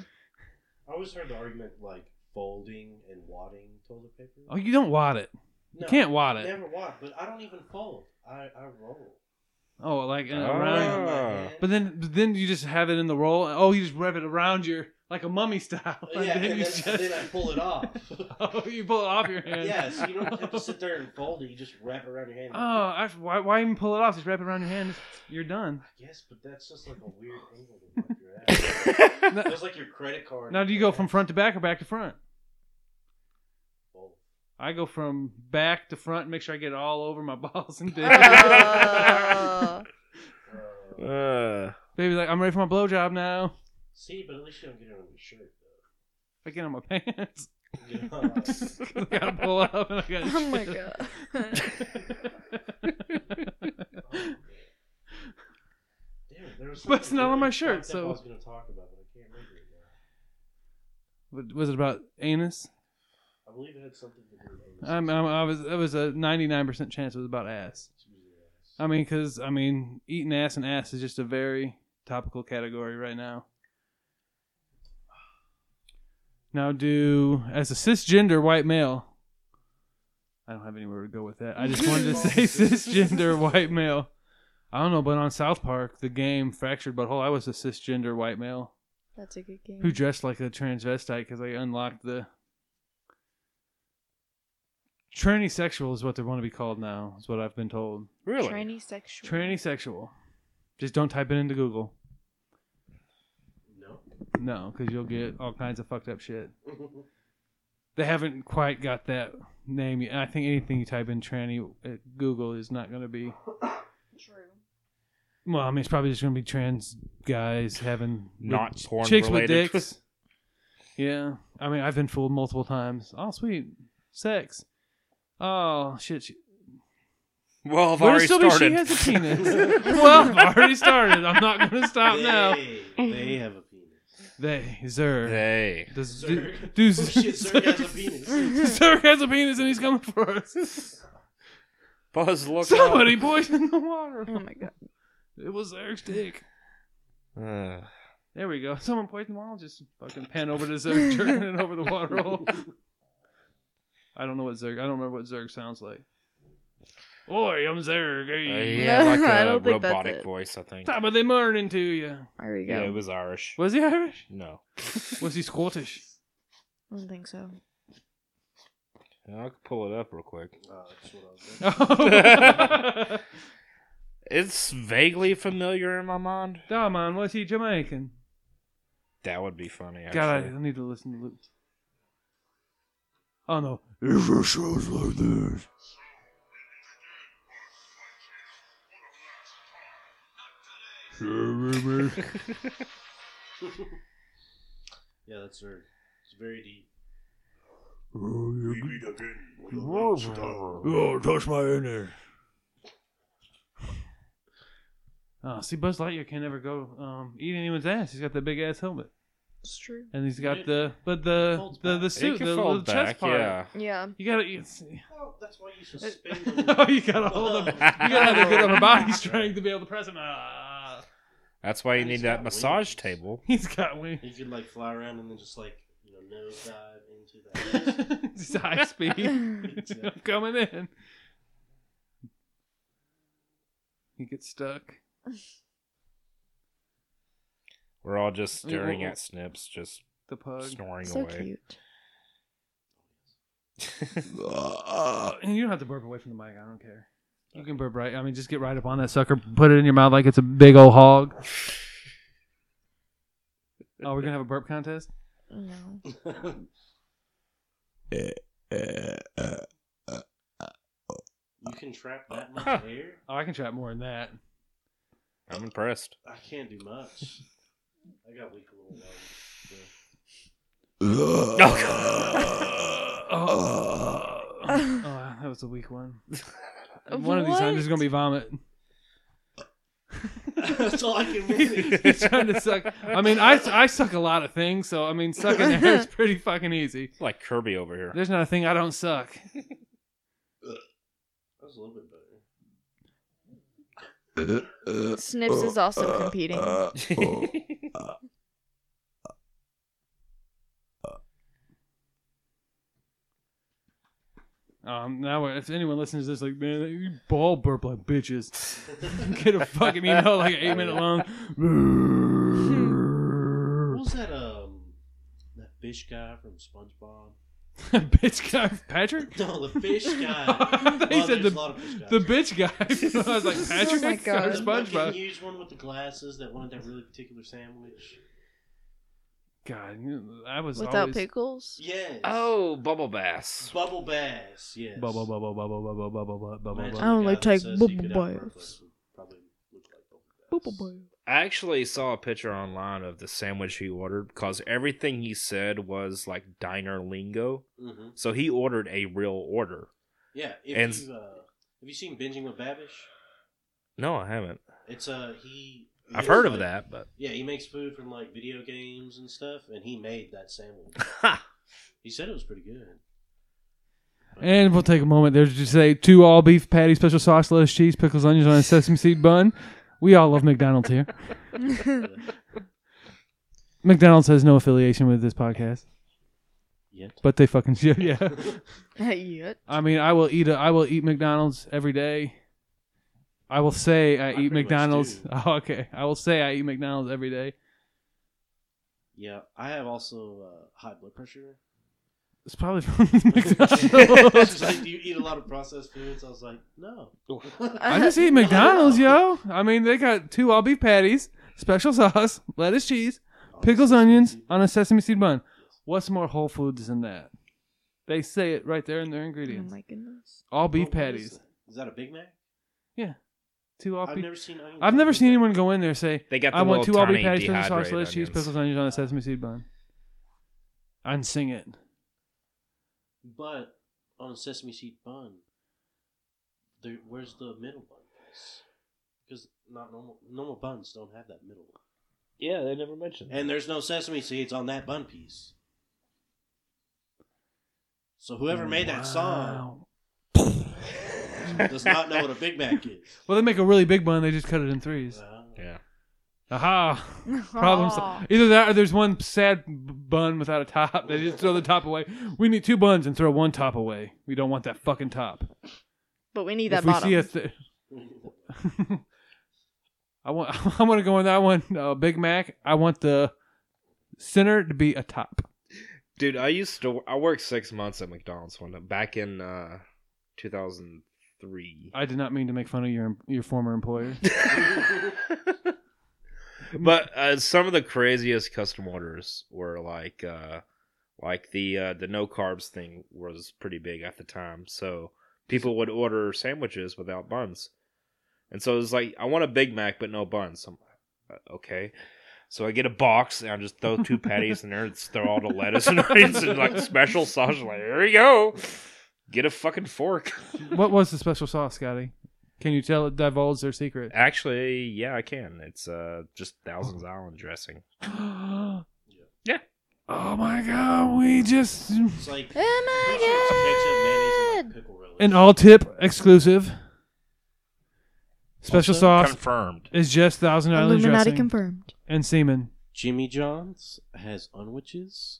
I always heard the argument like folding and wadding toilet paper.
oh, you don't wad it.
No,
You can't wad it.
Never wad, but I don't even fold. I, I roll.
Oh, like uh,
Oh.
around.
Around my
Ah.
hand.
But then, but then you just have it in the roll. and- Oh, you just wrap it around your like a mummy style. <laughs>
yeah, and
you
then,
just-
then I pull it off.
<laughs>
<laughs>
Oh, you pull it off your hand.
yeah, so you don't have to sit there and fold it. You just wrap it around your hand.
<laughs> Oh, I, why, why even pull it off? Just wrap it around your hand. You're done.
<laughs>
Yes, but that's just like a weird angle to wipe your ass.
Now,
That's like your credit card.
now do you go from front to back or back to front? I go from back to front and make sure I get it all over my <laughs> balls
<laughs>
and dick.
Oh.
Uh,
Uh,
Baby, like I'm ready for my blowjob now.
see, but at least you don't get it on your shirt. Though.
I get on my pants. <laughs>
You get it on, like,
'Cause I gotta pull up and I gotta.
oh my
shit.
god.
<laughs>
oh, Damn, there was
But it's
something
not on
really
my shirt,
fucked up
so-
I was going to talk about, but I can't remember it now.
What- was it about anus?
I believe it had something to do with.
I'm, I'm, I was. It was a 99% chance it was about ass. I mean, because I mean, eating ass and ass is just a very topical category right now. Now, do as a cisgender white male, I don't have anywhere to go with that. I just wanted to say cisgender white male. I don't know, but on South Park, the game Fractured Butthole, I was a cisgender white male
That's a good game.
who dressed like a transvestite because I unlocked the. Tranny sexual is what they want to be called now, is what I've been told.
really?
Tranny sexual.
Tranny sexual. Just don't type it into Google.
No.
No, because you'll get all kinds of fucked up
<laughs>
shit. They haven't quite got that name yet. I think anything you type in tranny at Google is not going to be.
True.
Well, I mean, it's probably just going to be trans guys having.
<laughs> Not
with-
porn
Chicks with
related.
dicks. <laughs> yeah. I mean, I've been fooled multiple times. Oh, sweet. Sex. Oh, shit. She,
Well, I've
Would it
already
still
started.
be she has a penis? <laughs> well, I've already started. I'm not going to stop now.
they, they have
<laughs>
a penis.
They, Zer.
<laughs> hey.
Does
Zerg.
do, do
Oh shit, Zerg has a
<laughs>
penis.
Zerg has a penis and he's coming for us.
<laughs> Buzz, look
Somebody poisoned the water.
Oh my god.
It was Zerg's dick.
up. Uh,
There we go. Someone poisoned the water. Just fucking pan over to Zerg, <laughs> turning it over the water hole. I don't know what Zerg. I don't remember what Zerg sounds like. Oi, I'm Zerg.
<laughs>
Hey.
Uh, yeah, like
I
a
don't think that's
robotic
it.
voice, I think.
Top of the morning to you.
There we go.
Yeah, it was Irish.
Was he Irish?
No.
Was he Scottish?
I don't think so.
I could pull it up real quick.
Oh, that's what I
<laughs>
was thinking.
Oh.
It's vaguely familiar in my mind.
Daman, was he Jamaican?
That would be funny. Actually.
God, I, I need to listen to Luke. Oh no. It shows like this.
Yeah, that's Zerg. It's very deep.
Oh, touch my inner. Oh, see, Buzz Lightyear can't ever go um, eat anyone's ass. He's got the big ass helmet,
It's true.
and he's got the but the
Folds
the, the
back.
suit,
it can
the little
fold back,
chest part. <laughs>
yeah.
Yeah.
You gotta. It's,
Oh, that's why you
<laughs>
suspend. <laughs>
<laughs>
oh, you gotta hold him. You gotta have a good upper body strength to be able to press him. Ah.
That's why you
He's
need that
got
massage
wings.
table.
He's got
<laughs>
wings.
You could like fly around and then just like you know nose dive into
<laughs>
that.
It's high
<laughs>
<laughs>
speed. I'm coming in. He gets stuck.
We're all just
I mean,
staring
well-
at Snips, just
The pug.
snoring
so
away.
cute.
Uh, And you don't have to burp away from the mic. I don't care. You can burp right. I mean, just get right up on that sucker. Put it in your mouth like it's a big old hog. Oh, we're gonna have a burp contest.
No.
you can trap that much hair.
Oh, I can trap more than that.
I'm impressed.
I can't do much. I got weak little legs.
Oh, oh that was a weak one. One of these times there's gonna be vomit. <laughs>
That's all I can <laughs> really.
He's trying to suck. I mean, I, I suck a lot of things, so I mean, sucking hair is pretty fucking easy.
like Kirby over here.
There's not a thing I don't suck.
That was a little bit better.
Snips is also competing.
Um, now if anyone listens to this, like, man, you ball burp like bitches. <laughs> Get a fucking email like an eight minute long. <laughs>
What was that um that fish guy from SpongeBob? <laughs>
bitch guy, Patrick.
No,
<laughs>
the fish guy.
I thought he
Well,
said
there's
the,
a lot of fish guys.
the bitch guy. <laughs> I was
<laughs>
like Patrick
Oh
<laughs>
my
or
God.
The fucking
SpongeBob.
huge one with the glasses that wanted that really particular sandwich.
God, I was
Without
always...
pickles?
Yes.
oh, bubble bass.
Bubble Bass. Yes.
Bubble, bubble, bubble, bubble, bubble, bubble, bubble,
Imagine
bubble.
the
only
guy that
take
says he
Bubble
could outwork
Bass.
us would Probably look like Bubble
Boopa <laughs>
Bass.
boo.
I actually saw a picture online of the sandwich he ordered because everything he said was like diner lingo.
hmm
So he ordered a real order.
Yeah. If
And-
you, uh, have you seen Binging with Babish?
No, I haven't.
It's uh he. he
I've
is,
heard of
like-
that, but <laughs>
Yeah, he makes food from like video games and stuff, and he made that sandwich. He said it was pretty good.
And we'll take a moment there to just say two all beef patty, special sauce, lettuce, cheese, pickles, onions on a sesame seed bun. We all love McDonald's
<laughs>
here. McDonald's has no affiliation with this podcast,
Yet.
but they fucking <laughs> should. Yeah.
Yet.
I mean, I will eat. A, I will eat McDonald's every day. I will say I,
I
eat
pretty much
McDonald's.
do.
<laughs> Oh, okay. I will say I eat McDonald's every day.
<laughs> Yeah, I have also uh, high blood
<laughs>
pressure.
It's probably
<laughs>
from <laughs> McDonald's.
She's <laughs> like, do you eat a lot of processed foods? I was like, no.
I just
<laughs>
eat McDonald's, yo. I mean, they got two all beef patties, special sauce, lettuce, cheese,
Oh,
pickles, onions on a sesame seed bun. What's more Whole Foods than that? They say it right there in their
Oh
ingredients.
my goodness.
All beef
Well, what is
patties,
that? Is that a Big Mac?
two all
I've
beef.
never seen. Onions
I've
on a
never
Big
seen
Mac.
anyone go in there say,
they got the
"I want
little
two all beef
tiny
patties, special sauce,
dehydrated
lettuce, cheese,
onions.
pickles, onions on a sesame seed bun," and sing it.
But on a sesame seed bun, there, where's the middle bun? Because not normal normal buns don't have that middle.
Yeah, they never mentioned.
And there's no sesame seeds on that bun piece. So whoever made that song
Wow.
does not know what a Big Mac is.
<laughs> Well, they make a really big bun. They just cut it in threes.
Wow.
Yeah.
Aha. Problem
Aw.
solved. Either that or there's one sad b- bun without a top. They just throw the top away. We need two buns and throw one top away. We don't want that fucking top.
<laughs> But we need
If
that
we
bottom.
see a th- <laughs> I want <laughs> I want to go on that one. Uh, Big Mac. I want the center to be a top.
Dude, I used to. I worked six months at McDonald's one time back in uh, 2003.
I did not mean to make fun of your your former employer. <laughs>
<laughs> but uh, some of the craziest custom orders were like, uh, like the uh, the no carbs thing was pretty big at the time. So people would order sandwiches without buns, and so it was like, I want a Big Mac but no buns. I'm like, uh, okay. So I get a box and I just throw two patties in there and just throw all the lettuce <laughs> and onions and like special sauce. Like, here you go. Get a fucking fork.
what was the special sauce, Scotty? Can you tell it divulge their secret?
Actually, yeah, I can. It's uh just Thousands Island dressing.
<gasps> yeah. Oh my god, we just
It's like
Oh my
ketchup, mayonnaise,
god.
and like pickle relish.
an all tip exclusive. Special
Also-
sauce
Confirmed.
is just Thousand Island
Illuminati
dressing
confirmed.
and semen.
Jimmy John's has unwitches.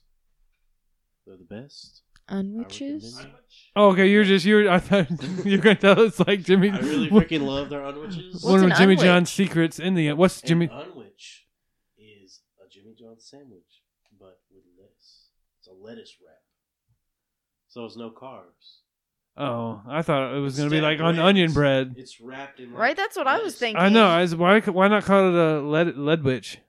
They're the best. I
Unwitches.
recommend it.
Oh, okay, you're just you're. I
<laughs>
thought <laughs> you're gonna tell us like Jimmy. <laughs>
I really freaking love their unwitches.
What's
one
an
of Jimmy
unwitch?
John's secrets in the what's
An
Jimmy?
unwitch is a Jimmy John sandwich, but with lettuce. It's a lettuce wrap. So it's no carbs.
Oh, I thought it was gonna be
Instead
like
of
on
bread,
onion
it's-
bread.
It's wrapped in. like,
Right, that's what I was
lettuce.
thinking.
I know. I was, why why not call it a lead lead witch?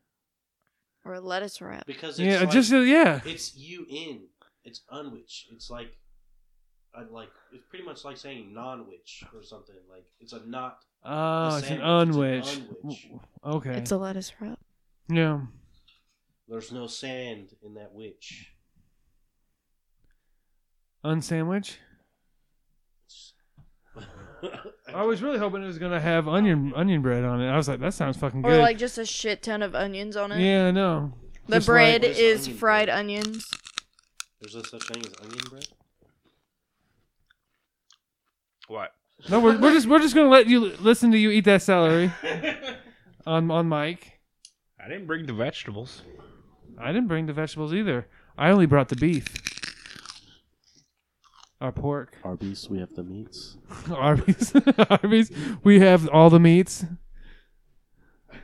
Or a lettuce wrap.
Because it's
Yeah,
like,
just uh, yeah.
it's U N. It's unwitch. It's like, I like. It's pretty much like saying non-witch or something. Like it's a not.
Oh, it's an
sandwich,
unwitch.
it's an unwitch.
W- Okay.
It's a lettuce wrap.
yeah.
There's no sand in that witch.
Unsandwich. I was really hoping it was gonna have onion onion bread on it. I was like, that sounds fucking
Or
good.
like just a shit ton of onions on it.
yeah, I know.
The
Just
bread
like-
Where's
is
onion
fried
bread?
onions.
<laughs> There's no such thing as onion bread.
What?
no, we're, we're just we're just gonna let you listen to you eat that
<laughs>
celery on on mic.
I didn't bring the vegetables.
I didn't bring the vegetables either. I only brought the beef. Our pork. <laughs>
Arby's, we have the meats.
Arby's. <laughs> Arby's. We have all the meats.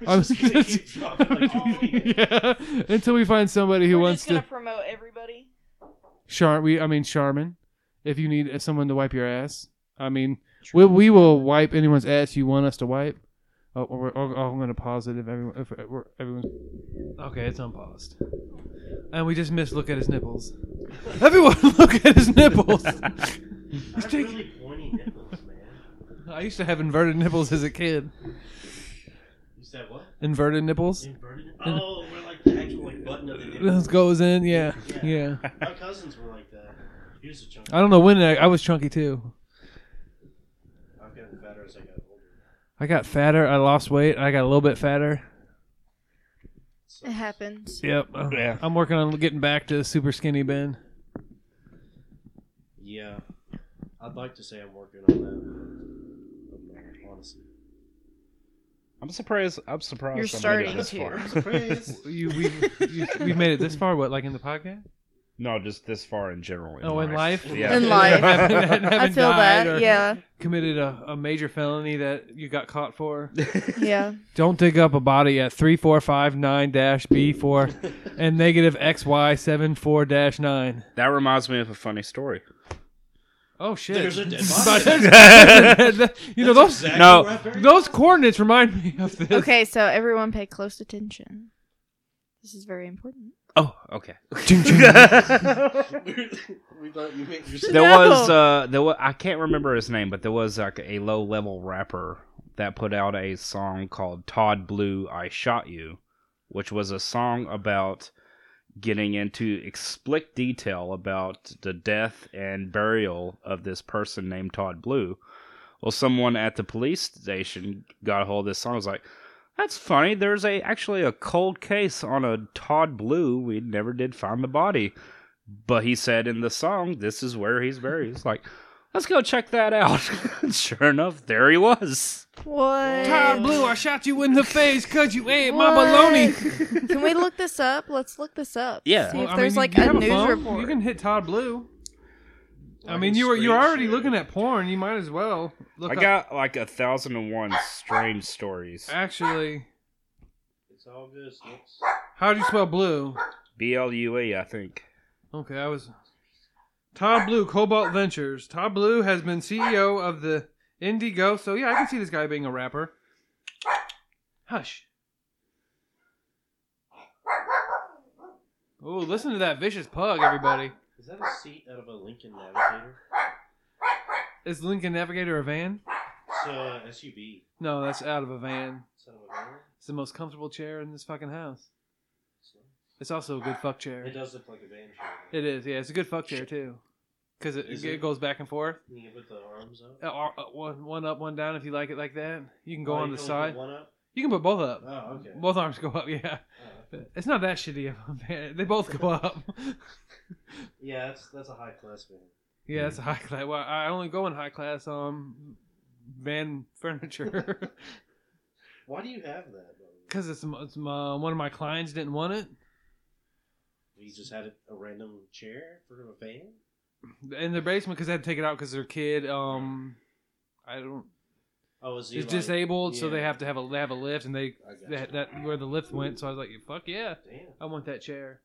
I was just- <laughs>
oh,
yeah. Until we find somebody who wants to.
promote everybody.
Char. We. I mean, Charmin. If you need someone to wipe your ass, I mean, we we will wipe anyone's ass you want us to wipe. Oh, we're, oh, oh, I'm going to pause it if everyone. If we're, everyone's. Okay, it's unpaused. And we just missed. Look at his nipples. Everyone, <laughs> look at his <laughs> nipples. He's taking-
really pointy nipples, man.
I used to have inverted nipples as a kid.
You said what?
Inverted nipples.
Inverted?
<laughs>
Oh, we're like the actual like button of the nipple.
This goes in. Yeah, yeah.
My cousins were like that. Here's a chunk.
I don't know when I, I was chunky too.
I've gotten better as I got older.
I got fatter. I lost weight. I got a little bit fatter.
It happens.
Yep. Uh,
Yeah.
I'm working on getting back to super skinny Ben.
Yeah. I'd like to say I'm working on that. but I'm not, Honestly.
I'm surprised. I'm surprised.
You're
I made
starting
it this
to.
<laughs> far.
You, we've, you, we've made it this far. What, like in the podcast?
No, just this far in general.
Oh, in life.
Yeah.
In life.
Haven't- haven't <laughs>
<laughs>
I feel
died or
that. Yeah.
Committed a, a major felony that you got caught for. <laughs>
Yeah.
Don't dig up a body at three four five nine dash B
<laughs>
four and negative X Y seven four dash nine.
That reminds me of a
<laughs>
funny story. <laughs>
Oh shit!
There's a dead body.
Oh,
<laughs> you know those
Exactly
No.
where I
<laughs>
buried
those coordinates remind me of this.
Okay, so everyone pay close attention. This is very important.
Oh, okay. <laughs>
we thought you meant your
there
No.
was uh there was, I can't remember his name, but there was like a low level rapper that put out a song called Todd Blue I Shot You, which was a song about getting into explicit detail about the death and burial of this person named Todd Blue. Well, someone at the police station got a hold of this song. and Was like, "That's funny. There's a actually a cold case on a Todd Blue. We never did find the body, but he said in the song, this is where he's buried. It's like, let's go check that out.
<laughs>
sure enough, there he was.
What?
Todd Blue, I shot you in the face because you ate my
What?
baloney. <laughs>
Can we look this up? Let's look this up.
Yeah.
See
Well,
if
I
there's
mean,
like
you
a
have
news
phone.
report.
You can hit Todd Blue. I
Like
mean,
a
you were you're
screen
already
share.
looking at porn. You might as well look.
I
up-
got like a thousand and one strange stories.
actually.
It's all good. Snooks.
How do you spell blue?
B L U E, I think.
Okay, I was. Todd Blue, Cobalt Ventures. Todd Blue has been CEO of the Indigo. So yeah, I can see this guy being a rapper. Hush. Oh, listen to that vicious pug, everybody.
Is that a seat out of a Lincoln Navigator?
Is Lincoln Navigator a van?
It's uh, a SUV.
No, that's out of a van.
It's out of a van.
It's the most comfortable chair in this fucking house.
It's not-
It's also a good fuck chair.
It does look like a van. Trailer.
It is, yeah. It's a good fuck chair too, because it,
Is
it,
it?
goes back and forth.
Can you put the arms up?
Uh, or- uh, one, one up, one down. If you like it like that, you can go
Oh,
on
you
the
can only
side.
put One up.
You can put both up.
Oh, okay.
Both arms go up. <laughs> Yeah,
Oh, okay.
it's not that shitty of a van. They both
<laughs>
go up. <laughs>
Yeah, that's that's a high class van.
yeah, it's a high class. Well, I only go in high class um van furniture <laughs>
Why do you have that? by the way?
because it's, m- it's my, one of my clients didn't want it,
We just had a random chair for a van.
in their basement because they had to take it out because their kid um I don't
Oh, is he
is
like,
disabled, so they
yeah.
have to have a they have a lift and they
I got
that,
you.
that where the lift went. So I was like, fuck yeah,
Damn.
I want that chair.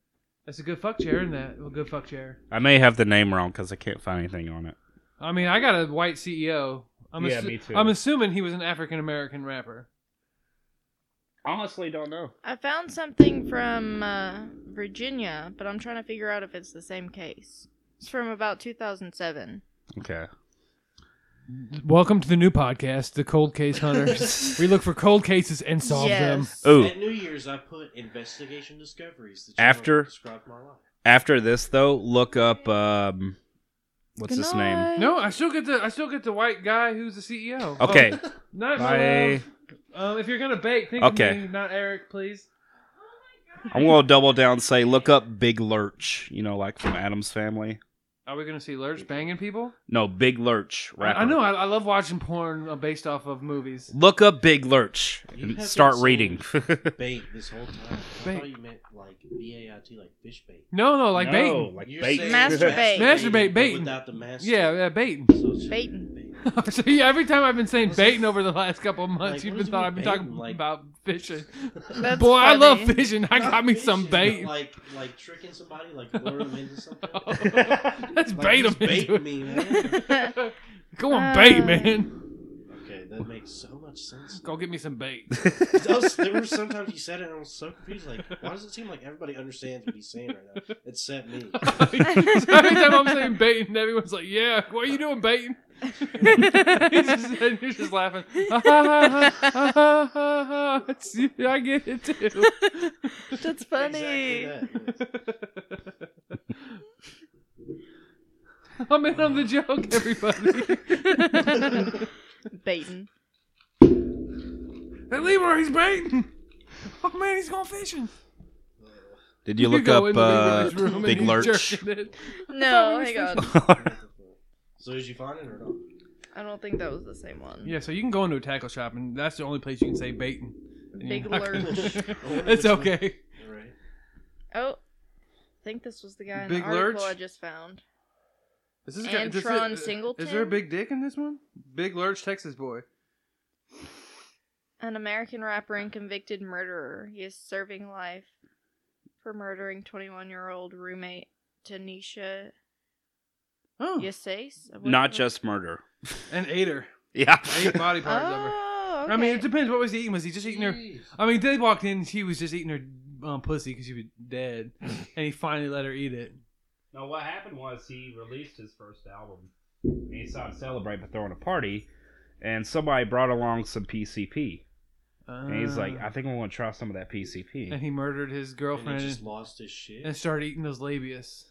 That's a good fuck chair, and that a good fuck chair.
I may have the name wrong because I can't find anything on it.
I mean, I got a white CEO. I'm
Yeah,
assu-
me too.
I'm assuming he was an African American rapper.
Honestly, don't know.
I found something from uh, Virginia, but I'm trying to figure out if it's the same case. It's from about 2007.
Okay.
Welcome to the new podcast, The Cold Case Hunters. we look for cold cases and solve them.
Ooh,
At New Year's, I put investigation discoveries. That
After-
described my life.
after this though, look up um, what's
Good
his name?
night.
No, I still get the I still get the white guy who's the CEO.
Okay.
Oh, not my
Bye.
love. Um, if you're gonna bake, think
Okay.
of me, not Eric, please.
I'm gonna double down. and Say, look up Big Lurch. You know, like from Adam's Family.
Are we gonna see Lurch banging people?
No, Big Lurch.
I-
Rapper.
I know. I, I love watching porn uh, based off of movies.
Look up Big Lurch
You
and
have
start
been
reading. <laughs>
Bait this whole time. I
Bait.
thought you meant like B A I T, like fish bait.
No, no, like
no,
baiting.
like
You're
bait.
<laughs>
saying
Masturbate.
masturbating,
Masturbate,
but
baiting.
Without the master.
Yeah, yeah, baiting.
So it's-
Baiting.
baiting.
<laughs> so yeah, every time I've been saying
What's-
baiting over the last couple of months,
Like,
you've
what
been
is
thought I've been
with baiting?
talking
Like-
about fishing.
<laughs>
That's
Boy, I love <laughs>
funny.
fishing. <laughs> I got
Not
me some bait.
fishing, but Like, like tricking somebody, like lure them
<laughs>
into something.
Let's
Like,
bait them
just bait
into it.
me, man.
<laughs> Go on,
Uh.
bait, man.
Okay, that makes so much sense.
Go get me some bait.
<laughs>
<laughs>
I was- there were sometimes you said it, and I was so confused. Like, why does it seem like everybody understands what he's saying right now, except me?
Every time I'm saying baiting, everyone's like, "Yeah, what are you doing baiting?" <laughs> He's just, and you're just laughing. <laughs>
<laughs>
It's- I get it too.
That's funny.
Exactly that.
<laughs> I'm in on the joke, everybody.
Baiting.
<laughs> Hey, Leroy, he's baiting. Oh man, he's going fishing.
Did you look
go
up
into
uh,
Leroy's room and
Big
he's
<laughs>
Lurch?
jerking it.
No, hang on.
So did you find it or not?
<laughs> I don't think that was the same one.
Yeah, so you can go into a tackle shop, and that's the only place you can say baiting.
Big lurch.
<laughs> it's okay.
All right.
Oh, I think this was the guy in
Big
the article
lurch?
I just found.
Is this
And
does
Tron
it-
Singleton?
Is there a big dick in this one? Big Lurch, Texas boy.
An American rapper and convicted murderer. He is serving life for murdering 21 year old roommate Tanisha
Oh,
Yassais.
Not just murder.
and ate her.
Yeah.
Ate body parts of her.
Oh, okay.
I mean, it depends. What was he eating? Was he just eating her? I mean, they walked in. She was just eating her um, pussy because she was dead, and he finally let her eat it.
No, what happened was he released his first album, and he saw it celebrate by throwing a party, and somebody brought along some PCP, and he's like,
Uh,
"I think I'm gonna try some of that
and
PCP."
he murdered his
And
girlfriend
he
and,
just lost his shit.
started eating those labias.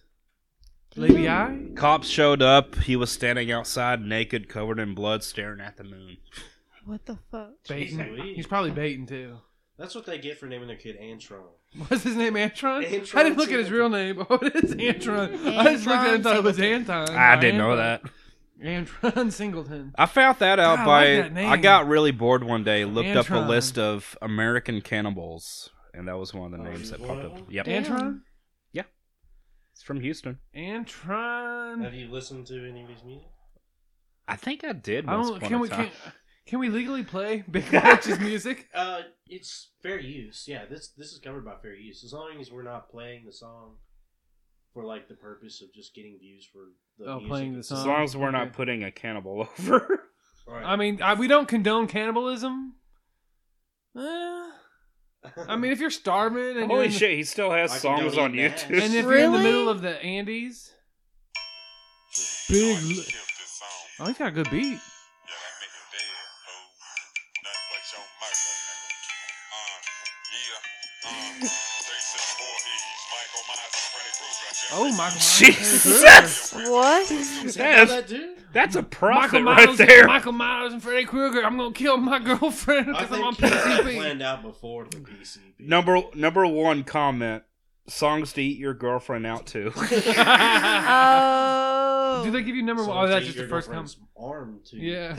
Labia?
Cops showed up. He was standing outside, naked, covered in blood, staring at the moon.
What the fuck?
Baiting.
Louise.
He's probably baiting too. <laughs>
That's what they get for naming their kid Antron.
What's his name? Antron?
Antron
I didn't look at his
Singleton.
real name. <laughs> Oh, it is Antron. I just looked at it and thought it was Anton.
I
Or
didn't know
Anton.
that.
Antron <laughs> Singleton.
I found that out
God, I
by. I,
like that name.
got really bored one day, looked up
Antron.
a list of American cannibals, and that was one of the
Oh,
names
he's
that
one
popped
of
up.
them?
Yep.
Damn.
Antron?
It's from Houston.
Antron.
Have you listened to any of his music?
I think I did.
I
Once
don't.
upon
Can
a
we
time.
can, can we legally play Big Lurch's music?
Uh, it's fair use. Yeah, this this is covered by fair use as long as we're not playing the song for like the purpose of just getting views for the
Oh,
music
playing the
itself.
As
song.
long as we're
Okay.
not putting a
<laughs>
cannibal <laughs> over.
All right.
I mean, I, we don't condone cannibalism. Eh, I mean, if you're starving and you're
Holy
in the-
shit, he still has
I can
songs
go
on
eat that.
YouTube. <laughs>
and if you're in the
Really?
middle of the Andes, Big. Lu- Oh, he's got a good beat. Oh, Michael Myers.
Jesus!
What?
Is that
That's,
what that dude?
that's a
Michael
prophet
Myers,
right there.
Michael Myers and Freddy Krueger. I'm gonna kill my <laughs> girlfriend
I
because I'm on
think he had that
PCP.
planned out before the PCP.
Number number one
<laughs>
comment: songs to eat your girlfriend out to.
<laughs> Oh. Oh.
Do they give you number?
So
one? Oh, that's
take
just
your
the first come.
girlfriend's Arm to
Yeah.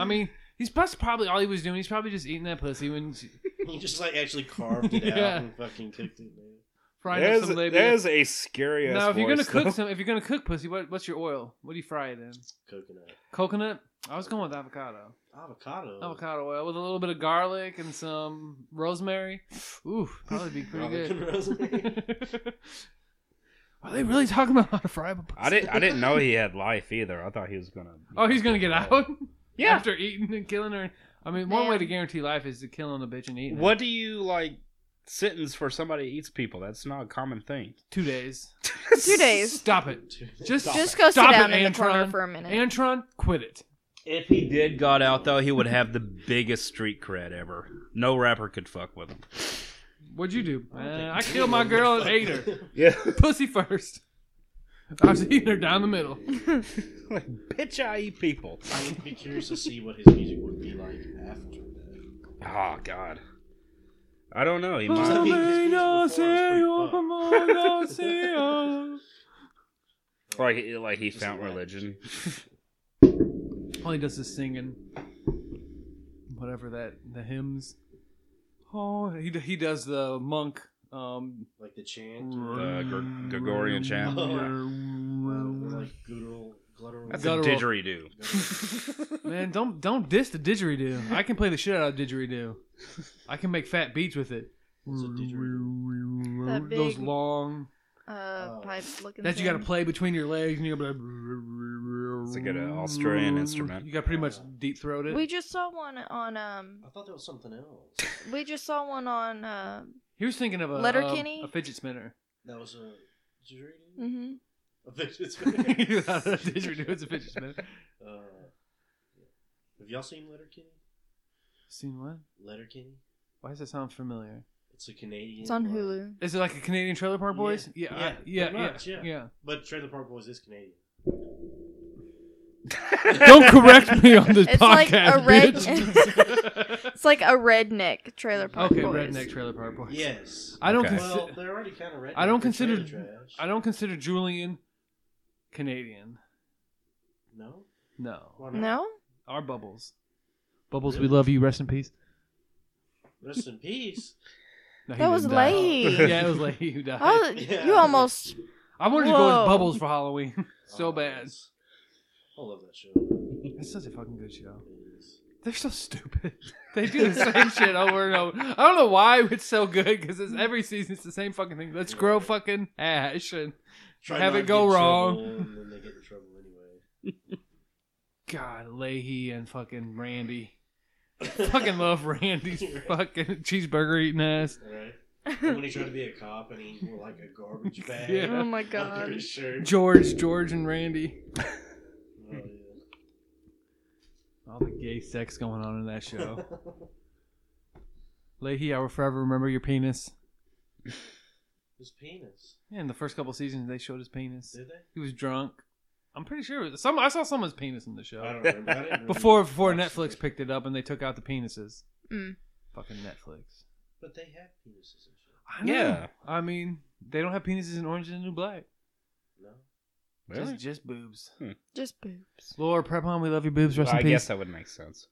I mean, he's plus probably all he was doing. He's probably just eating that pussy when she,
<laughs> He just like actually carved
<laughs>
it
Yeah.
out and fucking cooked it. Man.
frying up
There's,
some labia.
there's a scary ass
now, if you're gonna
voice,
cook
though.
some, if you're gonna cook pussy, what, what's your oil? What do you fry it in?
Coconut,
Coconut. I was going with avocado.
avocado,
Avocado oil with a little bit of garlic and some rosemary. Ooh, probably be pretty
Garlic and <laughs>
good. Are they really talking about how to fry up a pussy?
I didn't. I didn't know he had life either. I thought he was gonna.
Oh, he's gonna get out <laughs>
Yeah.
after eating and killing her. I mean, one way
Man.
to guarantee life is to killing a bitch and eating. her.
What do you like sentence for somebody who eats people? That's not a common thing.
Two days.
<laughs>
Two days.
Stop it. <laughs> Just
Just go sit
Stop
down
it,
in the corner
Antron.
for a minute.
Antron, quit it.
If he did got out though, he would have the biggest street cred ever. No rapper could fuck with him.
What'd you do? Uh, I killed <laughs> my girl and ate her.
<laughs>
Yeah. <laughs>
Pussy first. I was eating her down the middle.
like, bitch, I eat people.
I would be curious to see what his music would be like after that.
Oh God. I don't know. He might.
All
Like, he- like he
Just
found
rap.
religion.
he does is singing whatever that the hymns. Oh, he he does the monk. Um,
Like the chant, or,
Mm.
The Gre- Gregorian chant.
or like guttural, guttural.
That's
Guttural.
a didgeridoo.
<laughs> Man, don't don't diss the didgeridoo. I can play the shit out of didgeridoo. I can make fat beats with it.
What's a
That
Those
big-
long
Uh, pipe looking.
Oh. that you got to
thing.
play between your legs and you go.
It's a good, uh, Australian instrument.
You got pretty much deep throated.
We just saw one on um.
I thought that was something else.
We just saw one on uh.
He was thinking of a um,
Letterkenny?
a, a fidget spinner. <laughs>
That was a. Did you read it?
mhm.
<laughs>
A vicious
You thought that didgeridoo was a fidget spinner.
Uh, have y'all seen Letterkenny?
Seen what?
Letterkenny.
Why does that sound familiar?
It's a Canadian.
It's on
like-
Hulu.
Is it like a Canadian Trailer Park Boys?
Yeah.
Yeah,
Yeah,
yeah,
pretty
yeah,
much,
yeah,
yeah. But Trailer Park Boys is Canadian.
Don't correct me on this
<laughs> It's like a
podcast,
red-
bitch.
<laughs> It's like a redneck trailer
<laughs>
park.
okay,
boys.
redneck Trailer Park Boys.
Yes.
Oh, I don't
Okay.
consi-
Well, they're already kind of redneck.
I don't
They're trailer
consider-
Trash.
I don't consider Julian Canadian.
No.
No.
Why not?
No,
Our Bubbles. Bubbles, we love you. Rest in peace.
Rest in peace.
No, he
that was
didn't die. <laughs>
Leahy.
Yeah, it was Leahy who died.
Oh,
Yeah.
<laughs>
you almost.
I wanted to go
Whoa.
as Bubbles for Halloween <laughs> <laughs> so
Oh,
bad.
that's- I love that show.
It's such a fucking good show.
It is.
They're so stupid. <laughs> They do the same shit over and over. I don't know why it's so good because it's every season it's the same fucking thing. Let's grow fucking ash and
Try
Have
not
it
to
go
get in
wrong.
trouble, And then they get in trouble anyway.
God, Leahy and fucking Randy. <laughs>
<laughs>
fucking love Randy's fucking cheeseburger eating ass.
All right. And when he tried to be a cop and he wore like a
<laughs>
garbage bag.
Yeah.
Oh my
Under
god.
his shirt.
George, George, and Randy.
Oh, yeah.
All the gay sex going on in that show. <laughs> Leahy, I will forever remember your penis.
<laughs> His penis.
Yeah, in the first couple seasons, they showed his penis.
Did they?
He was drunk. I'm pretty sure it was- some. I saw someone's penis in the
I
show
don't remember.
<laughs>
I didn't remember.
before before
Watched
Netflix
it.
picked it up and they took out the penises.
Mm.
Fucking Netflix.
But they have penises and shit.
I know.
Yeah.
I mean, they don't have penises in Orange is the New Black.
No.
Really?
Just, just boobs.
Just boobs.
Laura Prepon, we love your boobs. Rest
I
in peace.
guess that would make
<laughs>
sense.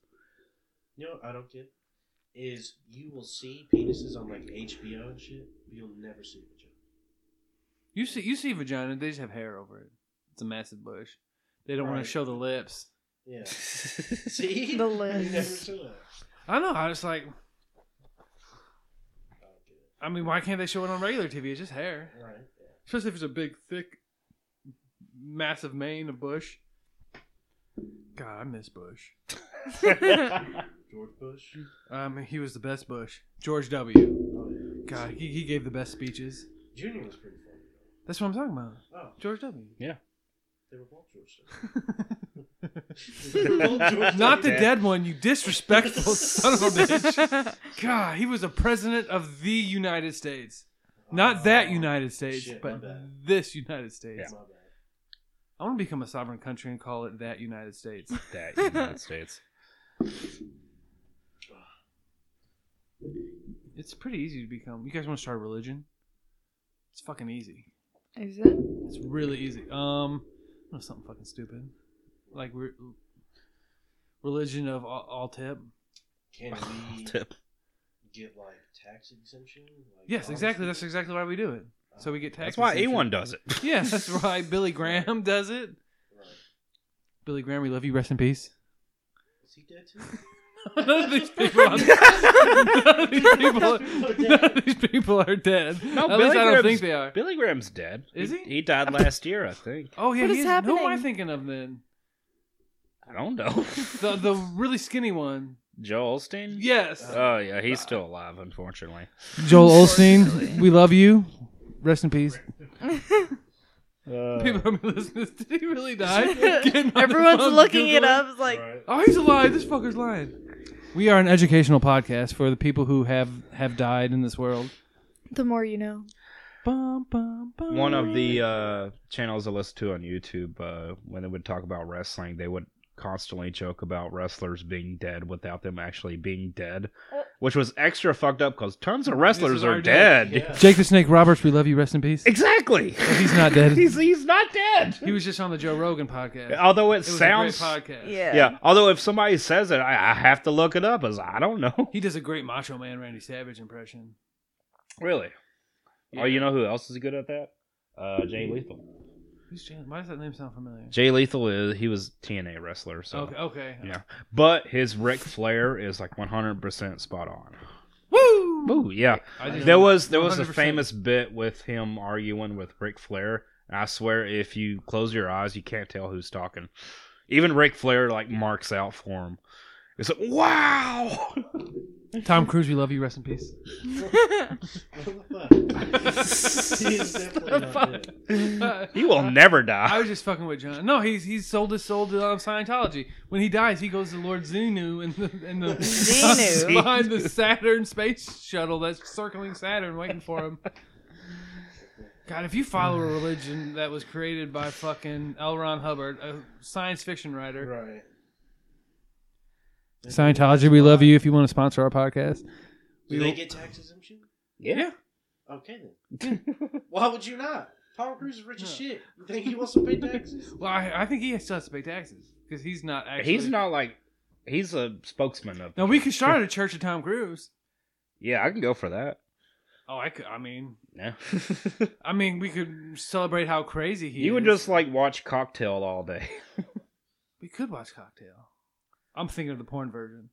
You know what I don't get? Is you will see penises on like HBO and shit, but you'll never see a vagina.
You see, you see vagina. They just have hair over it. It's a massive bush. They don't want
Right.
to show the lips.
Yeah. <laughs> see?
The
You never
lips.
saw that.
I know. I was like,
I don't get it.
I mean, why can't they show it on regular TV? It's just hair.
All right. Yeah.
Especially if it's a big, thick, massive mane of bush. God, I miss Bush.
George Bush.
Um, he was the best Bush. George W.
Oh, yeah.
God, he, he gave the best speeches.
Junior was pretty funny.
That's what I'm talking about.
though. Oh,
George
<laughs>
W.
they were both George.
<laughs>
W. They were both George
Not the
W.
dead one, you disrespectful <laughs> son
<laughs>
of a bitch. God, he was a president of the United States. Not that
Oh,
United States,
shit, my
but
bad.
this United States.
My bad.
I want to become a sovereign country and call it that United States.
that United States.
It's pretty easy to become. You guys want to start a religion? It's fucking easy.
Is it?
It's really easy. Um, It was something fucking stupid, like re- religion of all, all tip.
Can we
Tip.
get like tax exemption? Like, uh,
Yes, exactly. That's
honestly?
exactly why we do it. So we get tax.
<laughs> That's why
exemption.
A1 does it.
<laughs> Yeah, that's why Billy Graham does it.
Right.
Billy Graham, we love you. Rest in peace.
Is he dead
<laughs>
too?
None of these people. Are, none of these people. Are, none of these people are dead.
No,
At
Billy
least I don't
Graham's-
think they are.
Billy Graham's dead.
Is he?
He died last year, I think.
Oh yeah,
What is
he is. Who am I
happening?
thinking of then?
I
<laughs>
don't know.
The the really skinny one.
Joe Olstein?
Yes.
Oh yeah, he's still alive, unfortunately.
Joel Olstein, we love you. Rest in peace. <laughs> People are listening. to this. Did he really
<laughs>
die? Getting on the
<laughs> Everyone's
phone,
looking it
Googling.
up. It's like,
right. <laughs>
Oh, he's alive. This fucker's lying. We are an educational podcast for the people who have have died in this world.
the more you know.
Bum, bum, bum.
One of the uh, channels I listen to on YouTube, uh, when they would talk about wrestling, they would constantly joke about wrestlers being dead without them actually being dead, which was extra fucked up because tons of wrestlers
is
are
our day.
dead.
Yeah.
Jake the Snake Roberts, we love you. Rest in
<laughs>
peace.
Exactly.
<laughs> He's not dead.
he's he's not dead.
<laughs> He was just on the Joe Rogan podcast.
Although it,
it was
sounds.
a great podcast.
Yeah.
Yeah. Although if somebody says it, I, I have to look it up. As I don't know. <laughs>
He does a great Macho Man Randy Savage impression.
Really.
Yeah.
Oh, you know who else is good at that? Uh, Jay Lethal.
Who's Jan- Why does that name sound familiar?
Jay Lethal is he was TNA wrestler. So.
Okay. Okay.
Yeah, but his Ric Flair is like 100% spot on.
Woo!
Ooh, yeah.
I just-
There was there was a
100%.
famous bit with him arguing with Ric Flair. And I swear, if you close your eyes, you can't tell who's talking. Even Ric Flair like marks out for him. It's like wow. <laughs>
Tom Cruise, we love you. Rest in peace.
What the fuck? he
<laughs>
is definitely not dead.
He will
Uh,
never
I
die.
was just fucking with John. No, he's he's sold his soul to um, Scientology. When he dies, he goes to Lord Xenu and the and the <laughs>
Xenu?
behind the Saturn space shuttle that's circling Saturn, waiting for him. God, if you follow a religion that was created by fucking L. Ron Hubbard, a science fiction writer,
Right.
Scientology, we love you. If you want to sponsor our podcast,
Do they get tax exemption?
yeah,
Okay then. Hmm. Why would you not? Tom Cruise is rich as shit. You think he wants to pay
<laughs>
taxes?
well, I, I think he still has to pay taxes because he's not actually.
He's not like he's a spokesman of.
No, we could start a church of Tom Cruise.
Yeah, I can go for that.
Oh, I could. I mean, <laughs>
Yeah.
I mean, we could celebrate how crazy he.
you would
is.
just like watch Cocktail all
<laughs>
day. <laughs>
We could watch Cocktail. I'm thinking of the porn version.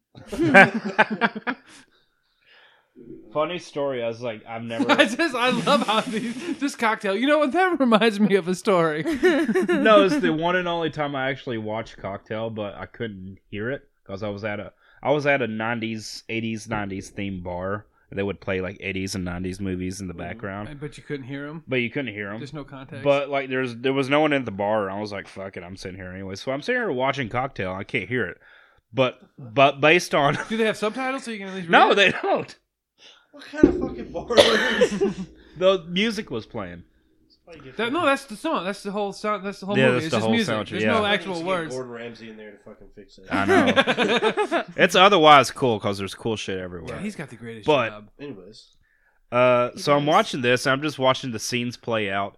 Funny story. I was like,
<laughs>
I've
<laughs> I
never
just I love how these this cocktail. You know what? That reminds me of a story. <laughs>
<laughs> no. It's the one and only time I actually watched Cocktail, but I couldn't hear it because I was at a I was at a '90s, '80s, '90s theme bar. They would play like '80s and '90s movies
Mm-hmm.
in the background,
But you couldn't hear him.
but you couldn't hear them.
There's no context.
But like, there's there was no one at the bar. And I was like, "Fuck it, I'm sitting here anyway." So I'm sitting here watching Cocktail. I can't hear it, but but based on <laughs>
do they have subtitles so you can at least read
no,
it?
they don't.
What kind of fucking bar is this?
The music was playing.
That- no, that's the song. That's the whole sound. That's the whole
Yeah,
movie.
that's
it's
the
just
whole
music.
soundtrack,
There's
yeah.
no
I think
actual
we should get
words.
Gordon Ramsay in there to fucking fix that.
<laughs>
I know. it's otherwise cool because there's cool shit
Yeah,
everywhere.
he's got the greatest
But-
job.
Anyways,
uh, so I'm
Yes.
watching this. And I'm just watching the scenes play out,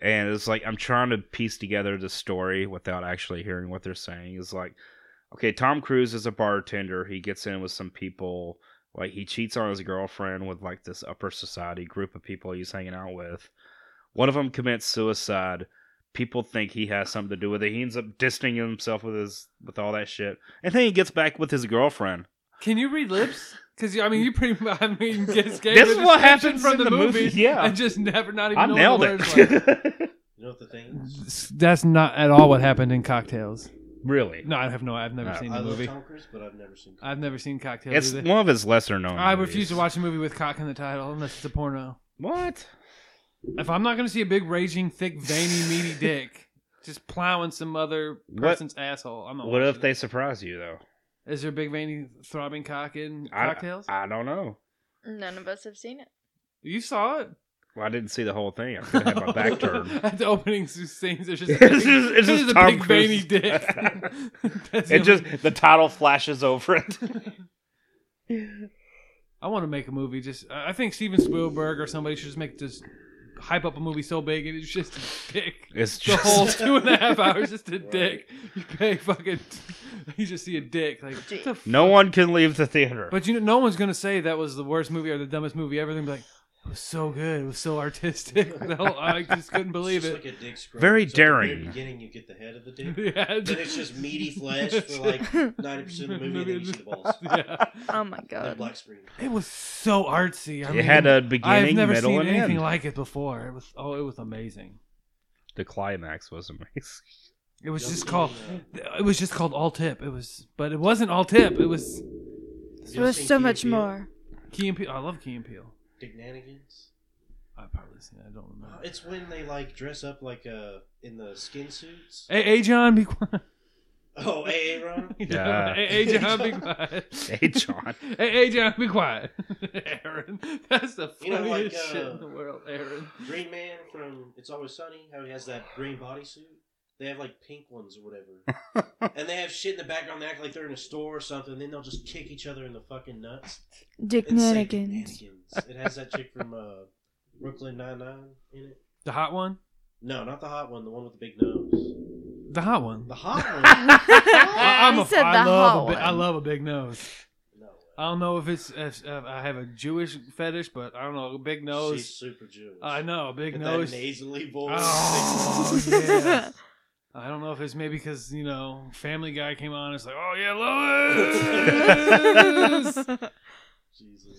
and it's like I'm trying to piece together the story without actually hearing what they're saying. It's like, okay, Tom Cruise is a bartender. He gets in with some people. Like he cheats on his girlfriend with like this upper society group of people he's hanging out with. One of them commits suicide. People think he has something to do with it. He ends up distancing himself with his with all that shit, and then he gets back with his girlfriend.
Can you read lips? Because I mean, you pretty. much I
<laughs>
mean, just gave
This
the
is what
description
happens
from
in
the,
the
movie.
movie, yeah.
and just never not even
I
know
nailed
the words were.
it.
you know what the thing is?
That's not at all what happened in Cocktails.
<laughs> really?
No, I have no. I've never
No.
seen
I
the
love
movie.
Tom Cruise, but I've never seen.
I've never seen Cocktails.
It's
either.
one of his lesser known.
I refuse
movies.
to watch a movie with cock in the title unless it's a porno.
What?
If I'm not going to see a big, raging, thick, veiny, meaty
<laughs>
dick just plowing some other
What-
person's asshole, I'm not.
What if
watching
they
it.
surprise you though?
Is there a big, veiny, throbbing cock in
I-
cocktails?
I don't know.
None of us have seen it.
you saw it.
Well, I didn't see the
<laughs>
whole thing. I could have my back turned.
At the opening scenes, there's
<laughs>
just a
It's
big,
just- it's
there's
just
a
Tom
big veiny
Cruise. <laughs>
dick. <laughs> That's the
It just
only-
the title flashes over it.
I want to make a movie. Just I I think Steven Spielberg or somebody should just make this hype up a movie so big and it's just a dick.
<laughs> It's
The
just <laughs>
whole two and a half hours just a
Right.
dick. You pay fucking. <laughs> You just see a dick. Like what the
no
fuck?
one can leave the theater.
But you know, no one's gonna say that was the worst movie or the dumbest movie ever. They're gonna be like, it was so good. It was so artistic. <laughs> The whole, I just couldn't believe
it's
it.
just like a dick scrub.
Very
So at the very
daring.
beginning, you get the head of the
<laughs>
dick.
<laughs>
yeah.
Then it's just meaty flesh for like ninety percent of the movie, and then you see the balls.
<laughs> yeah.
Oh my
That
god.
black screen.
It was so artsy. I
it
mean,
had a
I've
beginning,
never
middle,
seen
and
anything
end.
like it before. It was oh, it was amazing.
the climax was amazing. <laughs>
It was
Doesn't
just
even,
called.
uh,
It was just called all tip. It was, but it wasn't all tip. It was
you
There was
seen
so
Key
much
and Peele?
more.
Key and Peele. I love Key and Peele.
Dick Nanigans.
I've probably seen. It. I don't remember.
It's when they like dress up like uh in the skin suits.
Hey, hey John, be quiet.
Oh, hey, Ron.
Yeah.
<laughs> Hey, hey, John, be quiet.
Hey, John.
Hey, hey, John, be quiet. <laughs> Aaron, that's the funniest
You know, like,
shit
uh,
in the world, Aaron.
Green Man from It's Always Sunny, how he has that green bodysuit. They have like pink ones or whatever.
<laughs>
and they have shit in the background. They act like they're in a store or something. Then they'll just kick each other in the fucking nuts.
Dick
and say
Nanigans.
Nanigans. It has that chick from uh, Brooklyn Nine Nine in it.
The hot one.
No, not the hot one. The one with the big nose.
The hot one.
The hot one.
I,
He
a-
<laughs> said
I
the
love
hot
a bi- I
one.
love a big nose.
no.
I don't know if it's if, if I have a Jewish fetish, but I don't know. A big nose.
She's super Jewish.
I know a big
With
nose.
That nasally voice.
Oh yeah. I don't know if it's maybe because you know Family Guy came on. It's like, oh yeah, Lois,
<laughs> Jesus.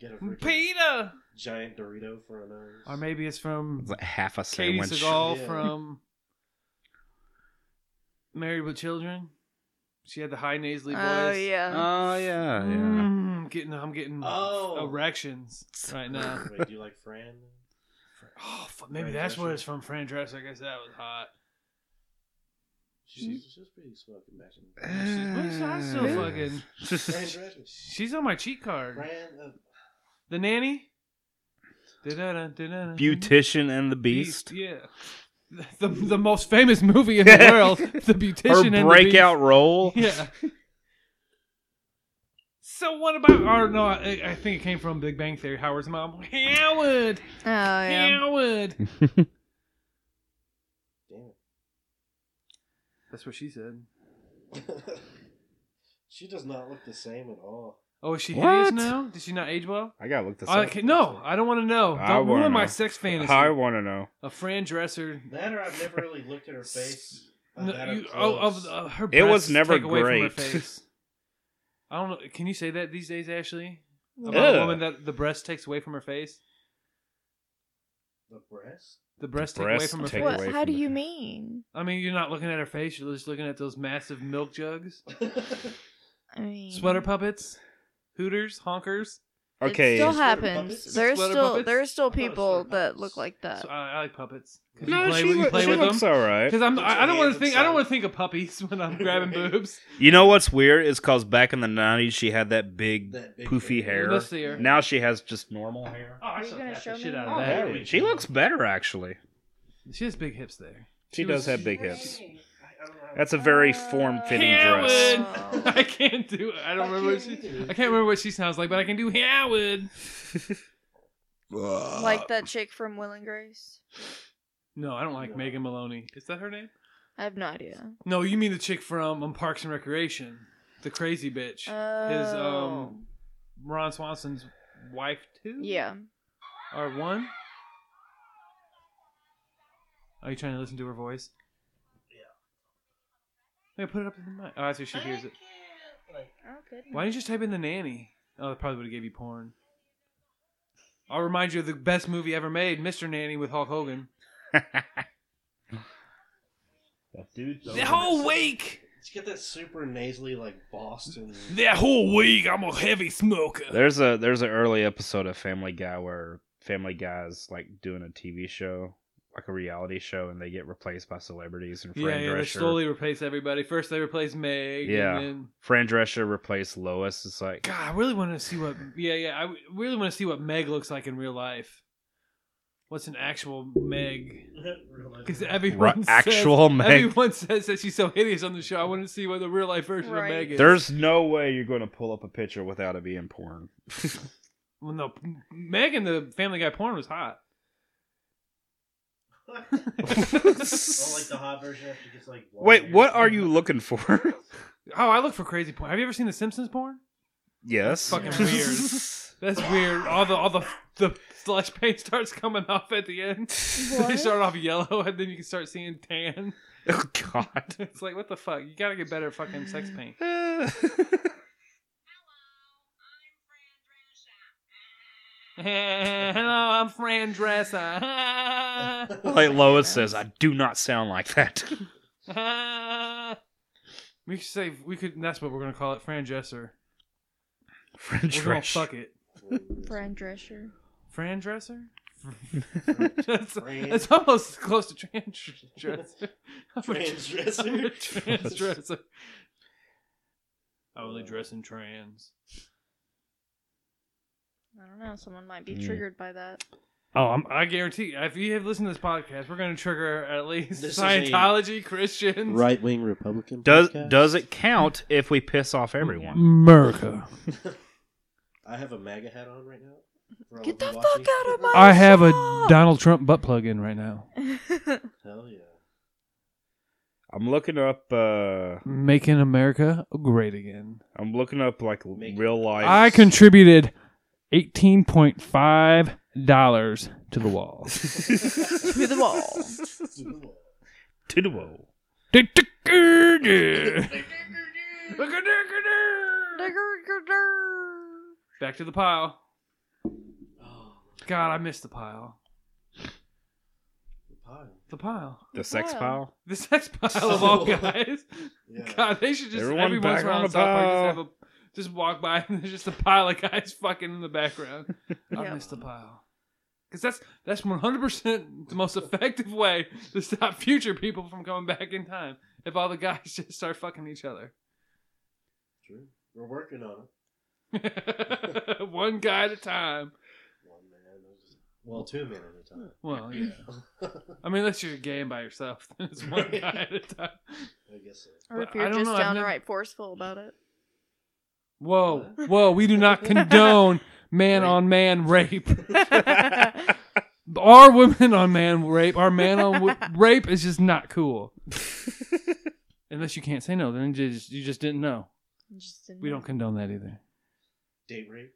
Get a
<laughs>
freaking
Peter,
giant Dorito for a nose.
or maybe it's from
It's like half a
Katie
sandwich.
Seagal
Yeah.
from Married with Children. She had the high nasally voice.
Oh
Uh,
yeah.
Oh yeah, yeah.
Mm, getting, I'm getting
Oh.
erections right
<laughs>
now.
Wait, do you like Fran?
Oh, fu- maybe
Fran
that's what
Drescher.
it's from. Fran Drescher. I guess that was hot.
She's, she's pretty smoking back in the
Uh,
day.
She's, I still fucking.
Fran
Mm.
Drescher. <laughs>
She's on my cheat card.
Fran, uh,
The nanny. Da-da-da,
<laughs>
da-da-da.
Beautician and the Beast.
Yeah. <laughs> The, the most famous movie in the
<laughs>
world, The
Her
Beautician and
breakout role.
the Beast. <laughs> Yeah. So what about? Or no, I, I think it came from Big Bang Theory. Howard's mom, <laughs> Howard,
Oh yeah.
Howard.
<laughs>
damn
That's what she said.
it. <laughs> she does not look the same at all.
Oh, is she hideous
What?
now? Did she not age well?
I gotta look this
I
up.
can't- no, I don't want to know.
I
Don't
wanna
ruin my
know.
sex fantasy.
I want to know.
A Fran Dresser.
That or I've never really looked at <laughs> her face. uh,
No,
that up
you- oh,
close.
of uh, her
It was
breasts
never
take away from her
great.
face. I don't know. Can you say that these days, Ashley?
Yeah.
About a
Ugh.
woman that the breast takes away from her face.
the breast.
The breast take away
breasts
from her
take
face.
away.
What? How
from
do
the-
you mean?
I mean, you're not looking at her face. You're just looking at those massive milk jugs,
I mean,
sweater puppets, hooters, honkers.
Okay,
It still
Sweater
happens.
puppets?
There's
Sweater
still
puppets?
there's still
I thought it was
people
sweater
that
puppets.
look like that.
So I, I like puppets. 'Cause
no,
you play,
she,
with- you
loo-
play
she
with
looks
them.
all right.
Because I'm,
Put
I,
your
I don't want
hands
to think, I don't
inside.
want to think of puppies <laughs> when I'm
<laughs>
grabbing boobs.
You know what's weird is because back in the '90s she had that big,
That big
poofy
hair.
hair.
Let's see her.
Now she has just normal hair.
Oh, I
Are you
should
gonna
tap
show
the
me?
shit out
Oh,
of that.
hell yeah.
She looks better actually.
She has big hips there.
She,
She
does
was-
have big hips.
I don't know.
That's a very form-fitting dress.
Howard! <laughs> I can't do it. I don't remember what she. I can't remember what she sounds like, but I can do Howard. Oh.
<laughs> like that chick from Will and Grace.
No, I don't like Megan Maloney. Is that her name?
I have no idea.
No, you mean the chick from um, Parks and Recreation, the crazy bitch,
Oh.
His, um, Ron Swanson's wife too.
Yeah.
or one. Are you trying to listen to her voice? Yeah. Hey, put it up to the mic. Oh, that's where she hears it.
Oh goodness.
Why didn't you just type in the nanny? Oh, that probably would have gave you porn. I'll remind you of the best movie ever made, Mr. Nanny with Hulk Hogan. The whole week,
She got that super nasally like Boston. <laughs>
that whole week, I'm a heavy smoker.
There's a there's an early episode of Family Guy where Family Guy's like doing a TV show, like a reality show, and they get replaced by celebrities. And
Yeah,
Fran
yeah, they
Drescher,
slowly replace everybody. First they replace Meg.
Yeah.
And then,
Fran Drescher replaced Lois. It's like
God, I really want to see what. Yeah, yeah, I w- really want to see what Meg looks like in real life. What's an actual Meg? Because everyone says,
actual Meg.
Everyone says that she's so hideous on the show. I want to see what the real life version
Right.
of Meg is.
there's no way you're going to pull up a picture without
<laughs>
it being porn.
<laughs>
Well, no, Meg in the Family Guy porn was hot.
Oh, like the hot version after gets <laughs> like. blonde
Wait,
hair.
what are you looking for? <laughs>
Oh, I look for crazy porn. Have you ever seen the Simpsons porn?
yes.
Fucking weird. That's weird. All the all the the flesh paint starts coming off at the end. <laughs> They
What?
start off yellow, and then you can start seeing tan.
oh <laughs> God.
<laughs> It's like what the fuck? You gotta get better at fucking sex paint. <laughs>
Oh,
Hello, I'm Fran Dresser.
<laughs> like Lois says, I do not sound like that.
<laughs>
<laughs>
we should say we could. That's what we're gonna call it, Fran Dresser.
French
We're gonna
Fresh.
fuck it,
Brian Drescher.
Fran Dresser.
<laughs>
that's,
<laughs> Fran-
that's almost close to
<laughs>
transdresser. <laughs>
Transdresser.
transdresser. I only dress in trans.
I don't know. Someone might be
Mm.
triggered by that.
Oh, I'm, I guarantee. If you have listened to this podcast, we're going to trigger at least
This is a-
Scientology, Christians,
Right wing Republican.
Does
podcast?
does it count if we piss off everyone?
America.
I have a MAGA hat on right now. for all
Get
of
the
you
fuck
watching.
out of my-
I have a
Stop.
Donald Trump butt plug in right now,
<laughs>
Hell yeah.
I'm looking up. uh
making America great again.
I'm looking up like
Make-
real life.
I
<laughs>
contributed eighteen point five dollars to the wall.
to the wall.
to the wall.
Back to the pile.
Oh,
God, I missed the pile.
The pile.
The pile.
The sex
Wow.
file.
The sex pile of all guys.
Yeah.
<laughs> God, they should just
Everyone
every once
back
in a while
on
on
the
South Park
pile.
just have a just walk by and <laughs> there's just a pile of guys <laughs> fucking in the background. I
Yep.
missed the pile. Cause that's that's one hundred percent the most effective way to stop future people from coming back in time. If all the guys <laughs> just start fucking each other, <laughs>
True. We're working on it.
one guy at a time.
One man. at a- Well, two men at a time.
Well, yeah. I mean, unless you're game by yourself, <laughs> then it's one guy at a time.
<laughs> I guess so.
Or
But
if
I
you're
don't
just
know, I've never-
downright forceful about it.
Whoa, whoa! We do not condone man
Rape.
on man rape. Our women on man rape, Our man on
<laughs>
w- rape is just not cool. Unless you can't say no, then you just, you just didn't know.
Just
We
<laughs>
don't condone that either.
Date rape.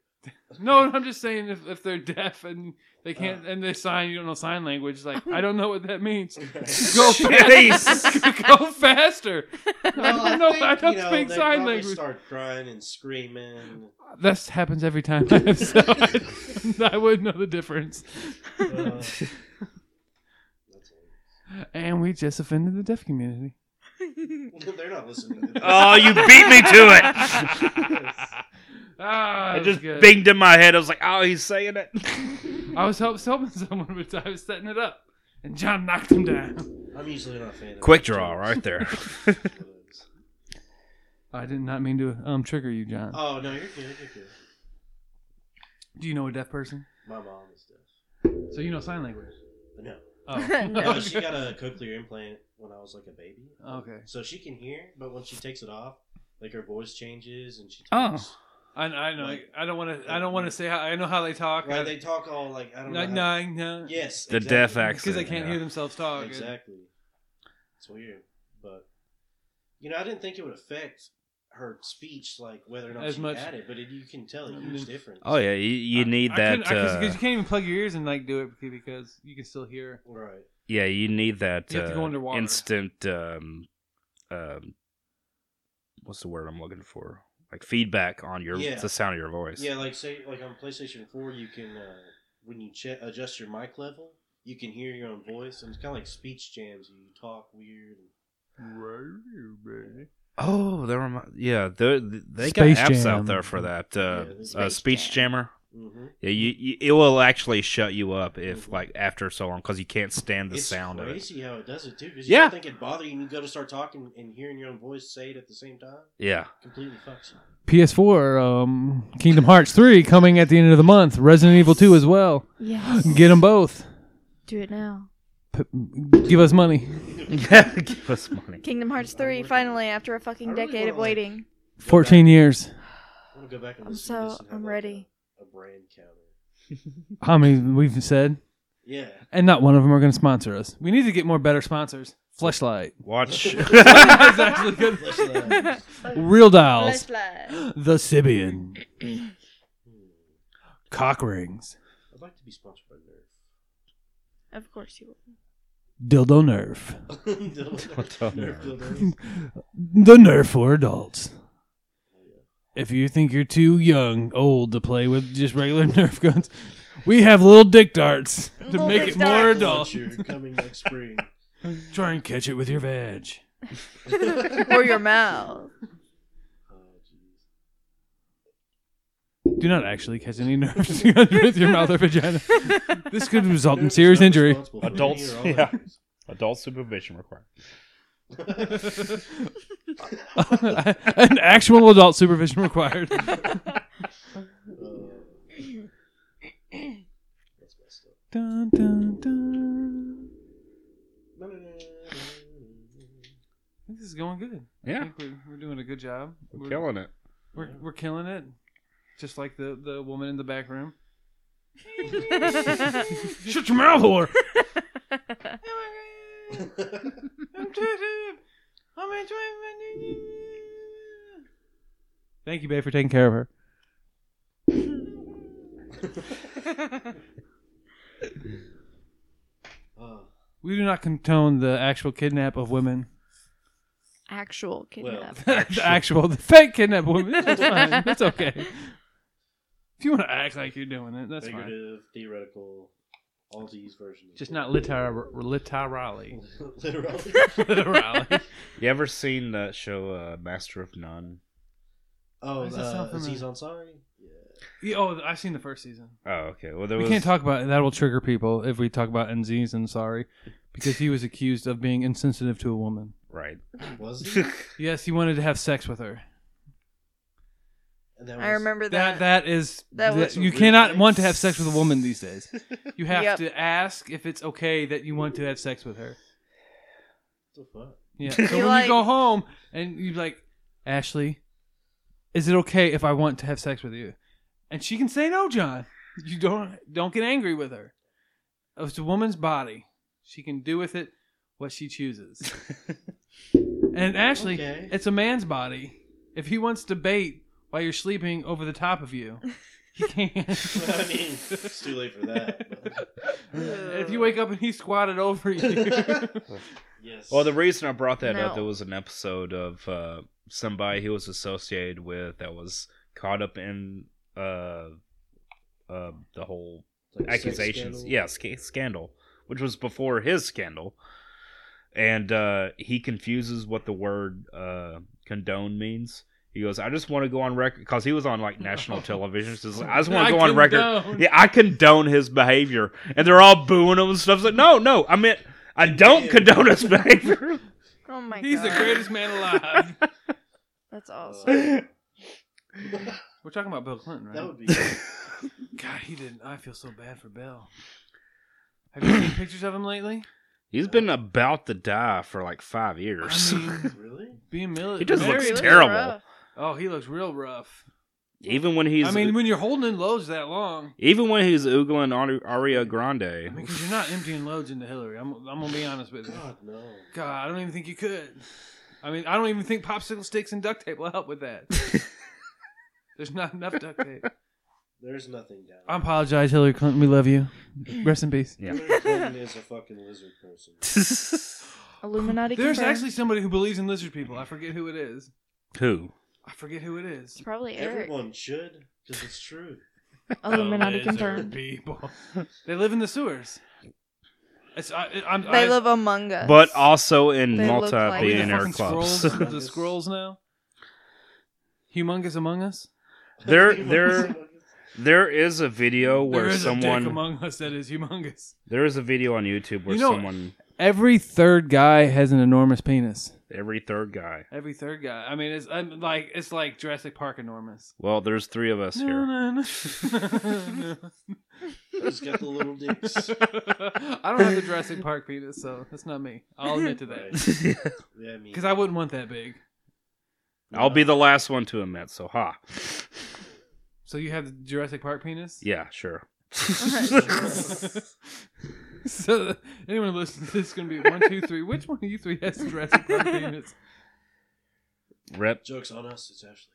No, I'm just saying if, if they're deaf and they can't
Uh.
and they sign, you don't know sign language.
<laughs>
Like I don't know what that means. <laughs>
<laughs>
Go faster.
Jeez.
Go
<laughs>
faster. I don't know. I don't
you know,
speak
they
sign
probably
language.
Start crying and screaming.
That happens every time. <laughs> so I,
<laughs>
I wouldn't know the difference.
Uh,
<laughs>
that's it.
And we just offended the deaf community.
<laughs> They're not listening. To this.
Oh, you beat
<laughs>
me to it.
Ah,
I
that was
just
good.
binged in my head. I was like, oh, he's saying it.
I was help- helping <laughs> someone, but I was setting it up, and John knocked him down.
I'm usually not a fan. of
Quick
it.
draw right <laughs> there.
I did not mean to um trigger you, John.
<laughs> oh no, you're good. You're good.
Do you know a deaf person?
My mom is deaf.
So you know sign language.
No.
<laughs>
<laughs>
Oh,
No, she got a cochlear implant when I was like a baby.
<laughs> okay.
So she can hear, but when she takes it off, like her voice changes and she
Oh.
talks.
I, I know. I don't want to. I don't want to say how. I know how they talk.
Right, they talk all like I don't
no,
know. how-
no, no.
Yes.
The
exactly.
deaf accent.
Because they can't
yeah.
hear themselves talk.
Exactly. It's weird, but you know, I didn't think it would affect her speech, like whether or not
As
she
much- Mm-hmm.
had it, but it, you can tell a huge difference.
Oh yeah, you, you need
I couldn't-
that.
I couldn't-
uh,
'cause you can't even plug your ears and like do it because you can still hear.
Right.
yeah, you need that
You have to go
uh,
underwater.
instant. Um, um, what's the word I'm looking for? Like feedback on your
Yeah.
the sound of your voice.
Yeah, like say, like on PlayStation Four, you can uh, when you che- adjust your mic level, you can hear your own voice, and it's kind of like speech jams. You talk weird.
Oh, they're remi- yeah, they're, they
Space
got apps
Jam.
out there for that. Uh,
Yeah,
uh,
Space
speech
Jam.
jammer.
And, hmm
Yeah, you, you it will actually shut you up if like after so long because you can't stand the
it's
sound of it.
crazy how it does it too, because you
Yeah.
don't think it bother you, and you go to start talking and hearing your own voice say it at the same time. <laughs>
Yeah, <laughs>
Completely fucks you.
PS4, um, Kingdom Hearts 3 coming at the end of the month. Resident Evil 2 as well.
<laughs>
Yes.
Get them both.
Do it now.
P- give us money.
give us money.
Kingdom Hearts 3, finally, after a fucking
I really
decade of
wanna, like-
waiting.
Go back-
14 years.
I want to go back and
I'm
listen to
so-
this and have,
I'm
like,
ready.
A, a brand counter.
How many we've said?
Yeah.
<laughs> and not one of them are going to sponsor us. We need to get more better sponsors.
<laughs>
Fleshlight. <laughs>
<laughs>
Watch.
That's actually good.
Fleshlight.
Real dials.
Fleshlight.
The Sibian. Cock rings.
I'd like to be sponsored <laughs> by
Of course you will.
Dildo Nerf.
Nerf.
Dildo Nerf.
Dildo
The Nerf for adults. If you think you're too young, old to play with just regular <laughs> Nerf guns, we have little dick darts to
Little
make
dick
it more
Nerf.
adult.
Launcher coming next spring.
Try and catch it with your veg.
<laughs> or your mouth.
Oh, jeez.
Do not actually catch any <laughs> nerves with your mouth or vagina. This could result in serious
Not
injury.
responsible for
Adults,
any or all
yeah.
injuries. <laughs>
Adult supervision required.
<laughs> An actual adult supervision
<laughs>
required.
Uh, that's messed up.
Dun, dun, dun. I think This is going good. I
Yeah,
think we're, we're doing a good job.
we're killing it.
We're, we're killing it. Just like the, the woman in the back
<laughs>
room. <laughs> Shut your mouth, whore! <laughs> I'm enjoying my new year. Thank you, babe, for taking care of her.
Oh,
We do not condone the actual kidnap of <laughs> women.
Actual kidnap.
the actual, the fake kidnap women. <laughs> That's fine. That's okay. If you want to act like you're doing it, that's fine.
figurative, theoretical, all these versions.
Just not liter- literally.
<laughs>
<laughs>
literally.
literally.
You ever seen that show, uh, Master of None?
Oh,
Does that sound
uh, Aziz
familiar?
Ansari. Yeah.
<laughs> Yeah, oh, I've seen the first season.
Oh, okay. Well, there
We
was.
can't talk about it. That will trigger people if we talk about Aziz Ansari because he was accused of being insensitive to a woman.
Right.
Was he?
Yes, he wanted to have sex with her.
And that was,
I remember
That
that.
that is that
That was-
you
Real
cannot
sex.
want to have sex with a woman these days.
<laughs>
You have
Yep.
to ask if it's okay that you want to have sex with her.
What the fuck? <laughs>
Yeah. So when
like-
you go home and you like, Ashley, is it okay if I want to have sex with you? And she can say no, John. You don't don't get angry with her. Oh, It's a woman's body. She can do with it what she chooses.
<laughs>
and Ashley,
Okay.
it's a man's body. If he wants to bait while you're sleeping over the top of you,
<laughs>
he
Well, I
can.
mean, it's too late for that. but-
if you wake up <laughs> and he's squatted over
<laughs>
you,
yes.
Well, the reason I brought that
No.
up, there was an episode of uh, somebody who was associated with that was caught up in uh, uh, the whole
Like sex
accusations.
scandal.
Yeah, sca- scandal, which was before his scandal, and uh, he confuses what the word uh, condone means. He goes, "I just want to go on record," because he was on like national television. So he's like, I just want to go on record.
condone.
Yeah, I condone his behavior, and they're all booing him and stuff. It's like, no, no, I meant I don't condone his <laughs> behavior.
oh my
He's
god.
the greatest man alive.
That's awesome.
Uh,
We're talking about Bill Clinton, right?
that would be.
God, he didn't. I feel so bad for Bill. Have you <coughs> seen pictures of him lately?
He's been about to die for like five years.
I mean,
really?
being mili-
He just
married-
looks
looks
terrible.
rough.
Oh, he looks real rough.
even when he's,
I mean, when you're holding in loads that long,
even when he's oogling Ari-
I
Aria
mean,
Grande,
'cause you're not emptying loads into Hillary. I'm, I'm gonna be honest with you.
God no.
God, I don't even think you could. I mean, I don't even think popsicle sticks and duct tape will help with <laughs> that. There's not enough duct <laughs> tape.
There's nothing down.
I apologize, Hillary Clinton. We love you. Rest in peace.
yeah.
Hillary Clinton is a fucking lizard person.
Illuminati.
There's
confirmed.
actually somebody who believes in lizard people. I forget who it is.
<laughs> Who?
I forget who it is.
It's probably Eric.
Everyone should, because it's true.
Illuminati
Lizard
confirmed.
People. they live in the sewers. It's I, I'm,
They
I,
live among us.
But also in
They look like-
Are we the
multi-billionaire
fucking
clubs.
Scrolls,
<laughs>
the scrolls now. Humongous among us.
<laughs>
<laughs>
there, there, there is a video where
there is a
someone.
dick among us that is humongous.
there is a video on YouTube where
You know-
someone.
Every third guy has an enormous penis.
Every third guy.
Every third guy. I mean, it's I'm like it's like Jurassic Park enormous.
Well, there's three of
<laughs>
us here.
He's got the little dicks.
I don't have the Jurassic Park penis, so that's not me. I'll admit to that
Right.
<laughs>
Yeah, I mean,
because I wouldn't want that big.
I'll be the last one to admit. So ha.
<laughs>
So you have the Jurassic Park penis?
Yeah, sure.
<laughs> so anyone listening to this is going to be one, two, three. Which one of you three has Jurassic Park penis?
<laughs>
Rep.
Joke's on us. It's Ashley.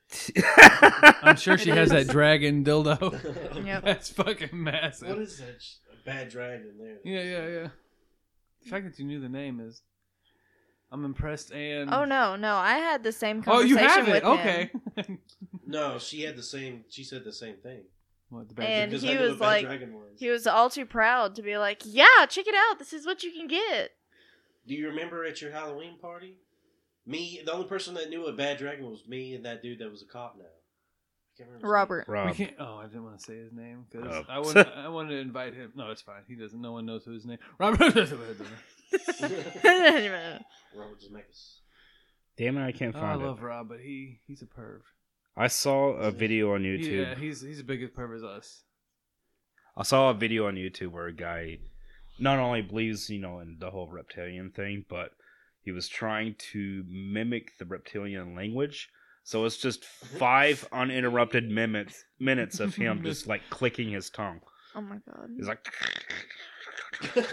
I'm sure she has that dragon dildo.
<laughs>
Yep.
That's fucking massive.
What is that? sh- A bad dragon there.
Yeah, yeah, yeah. The fact that you knew the name is, I'm impressed. And
Oh no, no, I had the same
oh, you have
conversation
it.
with him.
Okay.
No, she had the same. She said the same thing.
<laughs> What, the bad
And
Because
he
I know what
was
bad
like-
dragon was.
He was all too proud to be like, "Yeah, check it out. This is what you can get."
Do you remember at your Halloween party? Me, the only person that knew what bad dragon was me and that dude that was a cop now. I can't remember. his
<laughs>
name.
Robert.
Um,
we
Rob.
can't, oh, I didn't want to say his name because
Oh.
I wanted I wanted to invite him. No, it's fine. He doesn't. No one knows who his name. Robert. <laughs>
Oh
Robert Zemeckis.
Damn it, I can't
Oh, I
find
love
it.
Rob, but he he's a perv.
I saw a video on YouTube.
Yeah, he's he's a bigger perv as us.
I saw a video on YouTube where a guy not only believes, you know, in the whole reptilian thing, but he was trying to mimic the reptilian language. So it's just five uninterrupted minutes minutes of him
<laughs>
just like clicking his tongue.
Oh my god.
He's like
<laughs>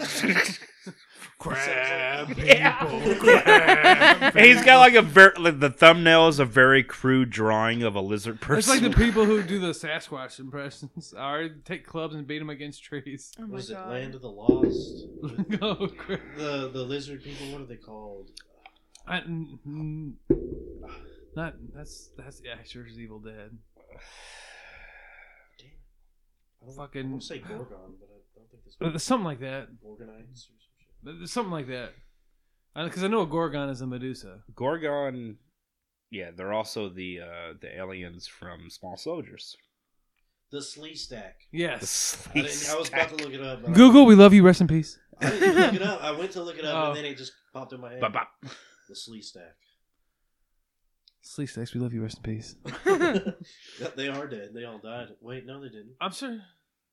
Crab
Oh
people.
Yeah.
<laughs> crab
And he's got
people.
like a ver- like the thumbnail is a very crude drawing of a lizard
It's like
person.
the people who do the Sasquatch impressions. <laughs> Or take clubs and beat them against trees. <laughs>
Oh my
Was it
god.
Land of the Lost?
oh, crap.
the the lizard people. What are they called?
I, n- n- not that's that's the actor's Evil Dead.
Damn. I don't, I
Fucking-
won't say Gorgon, but I don't think this.
Uh, Something like that.
Gorgonites or some shit.
Uh, Something like that. Because I know a Gorgon is a Medusa.
Gorgon. Yeah, they're also the uh, the aliens from Small <laughs> Soldiers.
The Slee Stack.
The
Yes.
I, didn't, I was about to
sleaze-
look it up. but I-
Google, we love you. Rest in peace.
I didn't look it up. I went to look it up,
Oh.
and then it just popped in my
<laughs>
head.
Ba-ba.
The
<laughs>
Slee Stack. <laughs>
Sleep sex, we love you. Rest in peace.
Yeah, they are dead. They all died. Wait, no, they didn't.
I'm sure.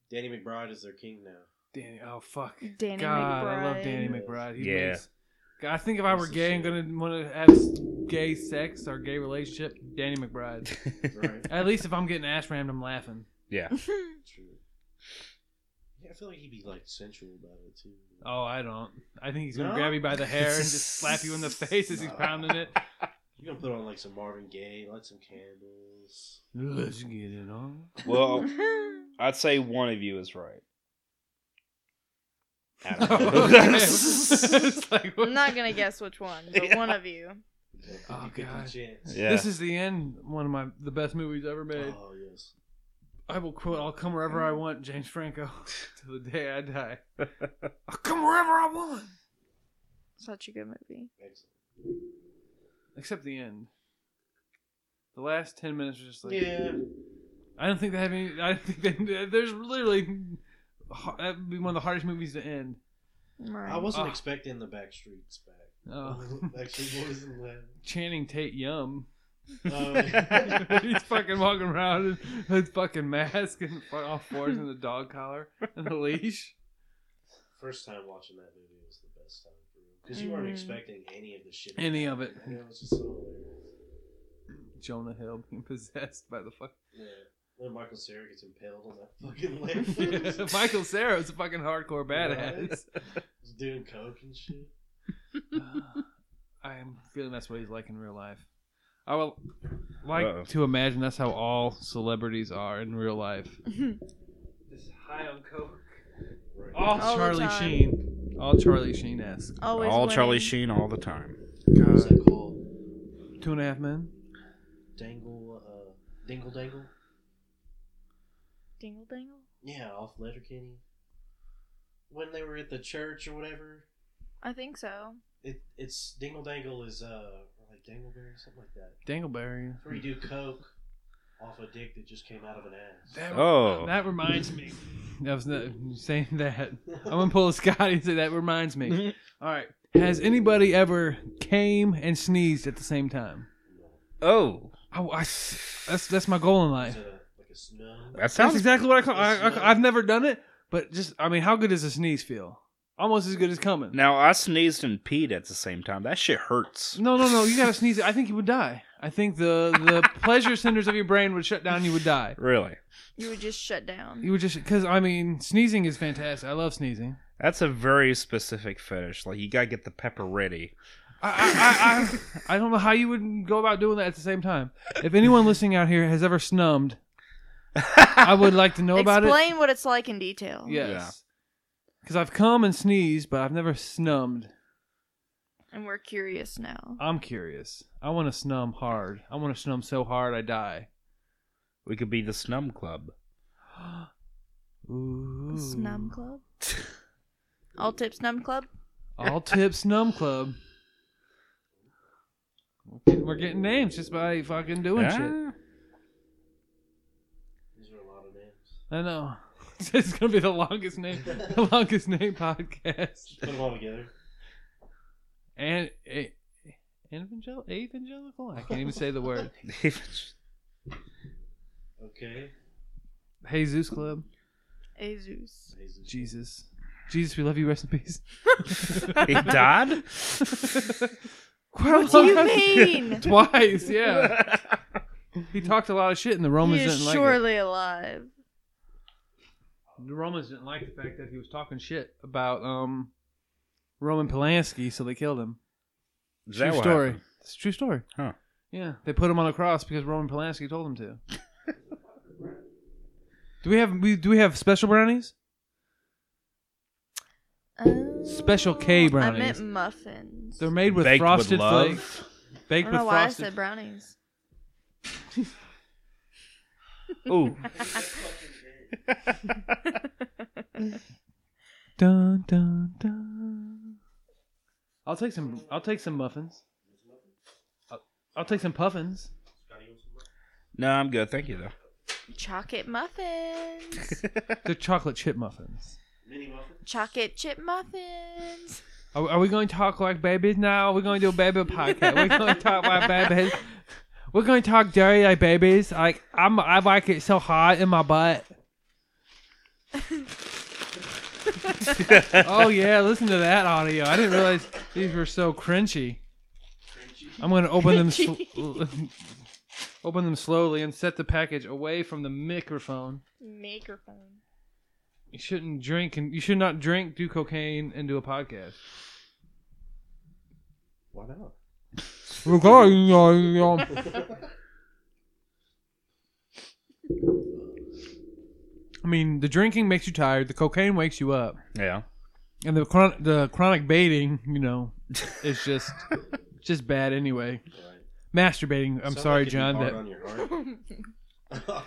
Danny McBride is their king now.
<laughs> Danny. Oh fuck.
Danny
God, I love
McBride.
Danny
<laughs>
McBride. He
Yeah.
Makes, God, I think if I were
Piece of
gay and
shit.
gonna want to have s- gay sex or gay relationship, Danny
<laughs>
McBride.
Right.
At least if I'm getting ass rammed, I'm laughing.
yeah.
True. Yeah, I feel like he'd be like sensual about it too.
Oh, I don't. I think he's gonna
No?
grab you by the hair and just
<laughs>
slap you in the face as he's
No.
pounding it.
You're gonna put on like some Marvin Gaye, light some candles.
Let's get it
<laughs>
on. <laughs>
Well, I'd say one of you is right.
<laughs> Oh,
<laughs>
it's like, what-
I'm not gonna guess which one,
<laughs>
but one of you.
Oh,
50-50
God.
chance.
yeah.
This is the end. One of my the best movies ever made.
Oh yes.
I will quote, "I'll come wherever I want," James Franco, <laughs> till the day I
<laughs>
die. I'll come wherever I want,
Such a good movie.
Excellent.
except the end. The last ten minutes are just like
yeah.
I don't think they have any. I don't think they, there's literally that would be one of the hardest movies to end.
Right.
I wasn't
Ah.
expecting the Backstreets back. <laughs>
Oh.
Actually,
<laughs>
wasn't that?
Channing Tate Yum. <laughs>
Um,
He's fucking walking around in his fucking mask and fu- all fours and the dog collar and the leash.
first time watching that movie was the best time for me because you weren't
Mhm.
expecting any of the shit.
Mm. Any of it.
And it was just so hilarious.
Jonah Hill being possessed by the fuck. <laughs>
Yeah. When Michael Cera gets impaled on that fucking lamp.
Michael Sarah was a fucking hardcore badass.
He's doing coke and shit.
<sighs> I am feeling that's what he's like in real life. I will like
Uh-oh.
to imagine that's how all celebrities are in real life. Just high on coke.
Right.
All,
All the
Charlie
time.
Sheen. All Charlie Sheen esque.
Always
all
winning.
Charlie Sheen all the time.
Oh.
What's that called?
Two and a half men.
Dangle, uh, Dingle Dangle?
Dingle Dangle.
Yeah, off Letterkenny. When they were at the church or whatever,
I think so.
it, it's Dingle Dangle is, uh, or like Dangleberry, something like that.
Dingleberry.
Where you do coke off a dick that just came out of an ass.
That,
Oh.
that reminds me. That was not, saying that. I'm gonna pull a Scotty and say that reminds
<laughs>
me. All right. Has anybody ever came and sneezed at the same time?
Oh,
Oh, I, that's that's my goal in life.
Is it a, like a snow?
that
That's
sounds
exactly what I call. I, I, I've never done it, but just I mean, how good does a sneeze feel? Almost as good as coming.
Now I sneezed and peed at the same time. That shit hurts.
<laughs> No, no, no. You gotta sneeze. I think you would die. I think the the pleasure centers of your brain would shut down. You would die.
Really?
You would just shut down.
You would just because I mean, sneezing is fantastic. I love sneezing.
That's a very specific fetish. Like you gotta get the pepper ready.
I, I, I, I don't know how you would go about doing that at the same time. If anyone listening out here has ever snubbed, I would like to know about it.
Explain what it's like in detail.
Yes. Because I've come and sneezed, but I've never snubbed.
And we're curious now.
I'm curious. I want to snum hard. I want to snum so hard I die.
<laughs> We could be the Snum Club. <laughs>
Ooh.
The Snum Club? <laughs> All Tips Snum Club?
All tips Snum Club. We're getting- We're getting names just by fucking doing shit.
Ah.
These are a lot of names.
I know. <laughs> It's gonna be the longest
<laughs>
name, the longest name podcast.
Put them all together.
And a, evangel- evangelical? I can't even say the
<laughs>
word.
Okay.
Jesus Club.
<laughs> Jesus.
Jesus.
Jesus. Jesus, we love you. Rest in peace.
<laughs>
he died.
<laughs> What do you
<laughs>
mean?
Twice, yeah. He talked a lot of shit, and the Romans
He is
didn't like it.
surely alive.
The Romans didn't like the fact that he was talking shit about um Roman Polanski, so they killed him.
Is that
True
what
story.
happened?
It's a true story.
Huh.
Yeah, they put him on a cross because Roman Polanski told him to. <laughs> do we have we do we have special brownies?
Oh,
Special K
I
brownies.
meant muffins.
They're made with
Baked with
frosted
love.
flakes.
I
Baked
don't
with
know why I
frosted.
said brownies.
Ooh.
Dun dun dun. I'll take some. I'll take some muffins. I'll, I'll take some puffins.
No, I'm good. Thank you though.
<laughs>
Chocolate muffins.
They're chocolate chip muffins.
Mini muffin.
Chocolate chip muffins.
Are, are we going to talk like babies now? We're going to do a baby podcast. We're going to talk like babies. We're going to talk dirty like babies. Like I'm. I like it so hot in my butt. oh yeah, listen to that audio. I didn't realize these were so crunchy. I'm gonna open them, sl- <laughs> open them slowly, and set the package away from the microphone.
Microphone.
You shouldn't drink, and you should not drink, do cocaine, and do a podcast.
Why not?
I mean, the drinking makes you tired. The cocaine wakes you up,
Yeah.
and the chron- the chronic baiting, you know, is
<laughs>
just just bad anyway.
Right.
Masturbating. I'm
Sounds
sorry,
like it'd be
John.
hard
That
on your heart.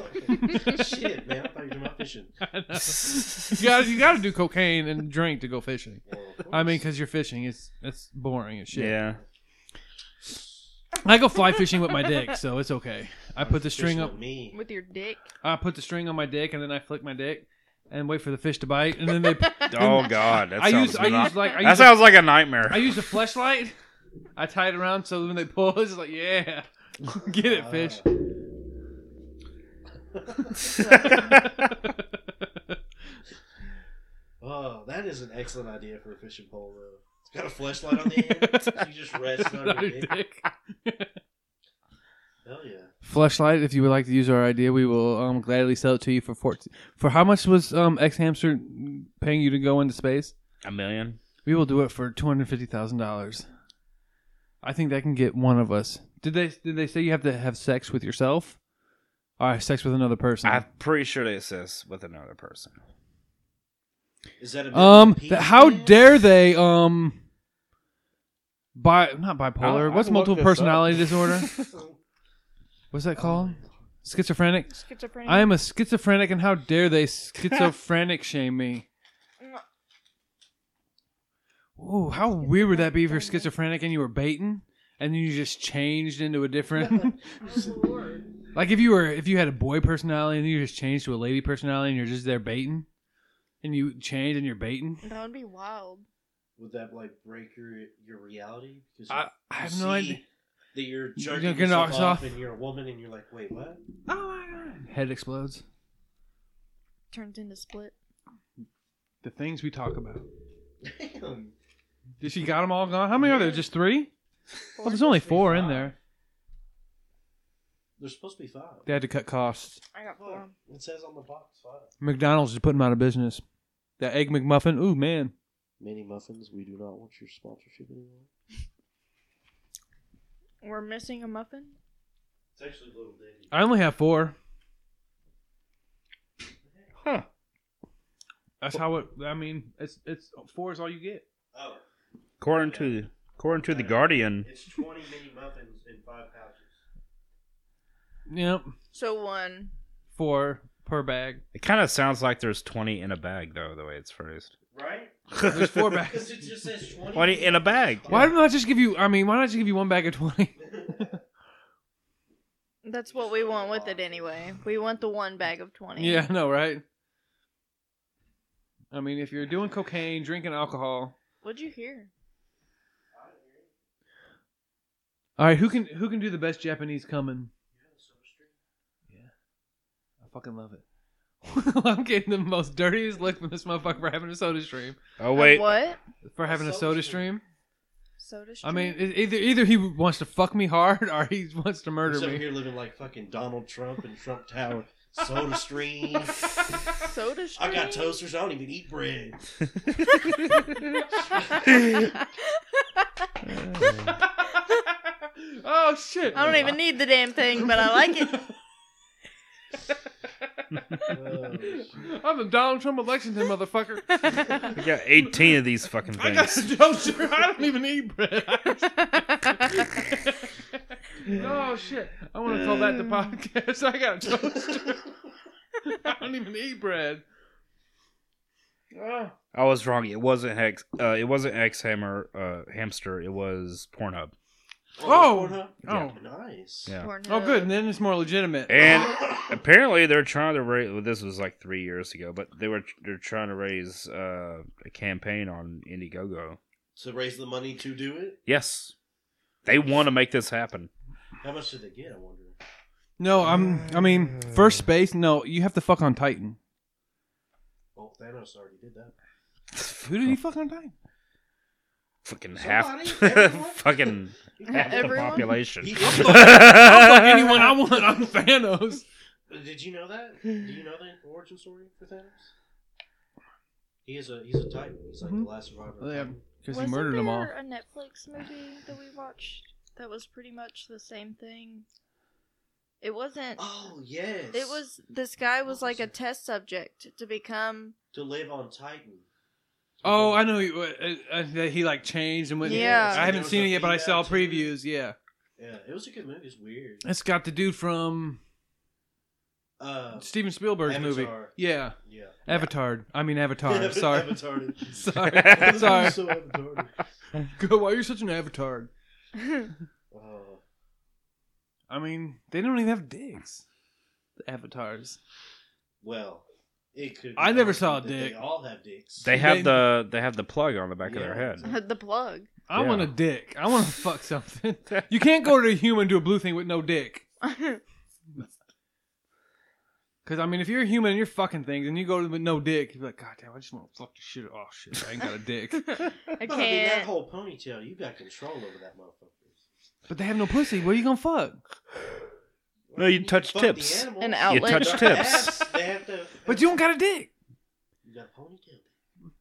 <laughs> Shit, man! I thought you were talking about fishing.
<laughs> you got you got to do cocaine and drink to go fishing.
Well, of
I mean,
course.
because you're fishing, it's it's boring as shit.
Yeah.
I go fly fishing with my dick, so it's okay. I put the string
Fishing
up.
with Me.
With your dick.
I put the string on my dick, and then I flick my dick, and wait for the fish to bite, and then
<laughs>
they.
Oh God, that
I
sounds
use I
mono-
use like I
that
use,
sounds
a,
like a nightmare.
I use a flashlight. I tie it around so when they pull, it's like yeah, <laughs> get it, fish. <laughs>
Ah.
<laughs>
<laughs>
Oh, that is an excellent idea for a fishing pole, though. It's got a flashlight on the
<laughs>
end. you just rest on your dick. Hell yeah.
Flashlight. If you would like to use our idea, we will um, gladly sell it to you for fourteen. For how much was um, X Hamster paying you to go into space?
a million.
We will do it for two hundred fifty thousand dollars. I think that can get one of us. Did they did they say you have to have sex with yourself? Or have sex with another person.
I'm pretty sure they assist with another person.
Is that a
um
bit
th- how
penis?
dare they um bi not bipolar.
I'll-
What's
I'll look
multiple
this
personality
up. <laughs>
disorder? What's that called? Schizophrenic?
Schizophrenia.
I am a schizophrenic and how dare they schizophrenic shame me. Ooh, how weird would that be if you're schizophrenic and you were baiting and then you just changed into a different <laughs> Like if you were if you had a boy personality and then you just changed to a lady personality and you're just there baiting and you change and you're baiting.
That would be wild.
Would that, like, break your, your reality? Because
I,
you
I have no idea.
see That you're
You're
jerking
getting
yourself
knocked
off
off.
and you're a woman and you're like, wait, what? <laughs>
Oh my god. Head explodes.
Turns into split.
The things we talk about.
Damn.
Did she got them all gone? How many are there? Just three? Well, there's only four in there.
There's supposed to be five.
They had to cut costs.
I got four.
It says on the box five.
McDonald's is putting them out of business. That egg McMuffin. Ooh man,
Mini Muffins, we do not want your sponsorship anymore.
We're missing a muffin.
It's actually Little Diddy.
I only have four.
Huh.
That's how it. I mean, it's it's four is all you get.
Oh,
According to according to the Guardian,
it's 20 Mini Muffins in five pouches.
Yep,
So one.
four per bag.
it kind of sounds like there's 20 in a bag though, the way it's phrased.
Right?
There's
<laughs>
four
Because
bags.
it just says 20.
20 in a bag.
<laughs> Why didn't I just give you? I mean, why not just give you one bag of twenty?
That's what we want with it anyway. We want the one bag of twenty.
Yeah, I know, right? I mean, if you're doing cocaine, drinking alcohol,
What'd you hear?
all right, who can who can do the best Japanese coming? Yeah, I fucking love it. <laughs> I'm getting the most dirtiest look from this motherfucker for having a soda stream.
Oh wait.
What?
For having a soda stream.
Soda
I mean, it- either either he wants to fuck me hard or he <laughs> wants to
He's
murder
over
me.
here living like fucking Donald Trump and Trump Tower, Soda Stream.
soda
I got toasters. I don't even eat bread.
<laughs>
<laughs> oh shit!
I don't even need the damn thing, but I like
<laughs>
it.
I'm the Donald Trump of Lexington, motherfucker.
<laughs>
We got 18 of these fucking
I got
things.
a toaster. I don't even eat bread. <laughs> oh shit! I want to call that the podcast. I got a toaster. <laughs> I don't even eat bread. Oh.
I was wrong. It wasn't Hex uh it wasn't X Hammer uh hamster. It was Pornhub.
Oh.
Yeah.
Nice.
Yeah.
Oh, good. And then it's more legitimate.
<laughs>
And apparently they're trying to raise well, this was like 3 years ago, but they were they're trying to raise uh a campaign on Indiegogo.
So raise the money to do it.
Yes. They want to make this happen.
How much did they get? I wonder.
No, I'm. I mean, first space. No, you have to fuck on Titan.
Well, Thanos already did that.
Who did he fuck on Titan?
Fucking <laughs>
Somebody, everyone.
half
<laughs>
fucking half the
<laughs>
Everyone?
population.
He-
Fuck
<laughs>
anyone I want. I'm Thanos.
Did you know that? Do you know the origin story for Thanos? He is a he's a titan. He's like
Mhm.
the last survivor. of
Well, yeah.
Titan.
Because he murdered them all.
a Netflix movie that we watched that was pretty much the same thing? It wasn't.
Oh yes.
It was this guy was
What
like
was
a
it?
test subject to <laughs> become.
to live on Titan.
Oh, I know. you- uh, uh, That he like changed and went.
Yeah.
I
There
haven't
was
seen
a
it yet, but I
female
saw
too.
previews. Yeah.
Yeah, it was a good movie. It's weird.
It's got the dude from
Uh,
Steven Spielberg's movie.
Avatar.
Yeah.
yeah. <laughs>
Avatar. I mean Avatar. Sorry.
Avatar.
Sorry. <laughs>
<laughs>
Sorry.
so Avatar.
Go. Why you're such an avatar?
Oh.
I mean, they don't even have dicks. The avatars.
Well, it could.
I
be
never saw a
that They
dick.
all have dicks.
They
They-
have the they have the plug on the back
Yeah.
of their head.
the plug.
I
Yeah.
want a dick. I want to fuck something. You can't go to a human do a blue thing with no dick. Because I mean, if you're a human and you're fucking things, and you go with no dick, you're like, God damn, I just want to fuck the shit. Oh shit, I ain't got a dick.
I
I mean, that
can't. <laughs>
whole ponytail, you got control over that motherfucker.
but they have no pussy. Where you gonna fuck?
No, you touch
Fuck the
tips.
animals.
An
You
outlet.
touch tips.
Ass, They have to.
But you don't got a dick.
You got a ponytail.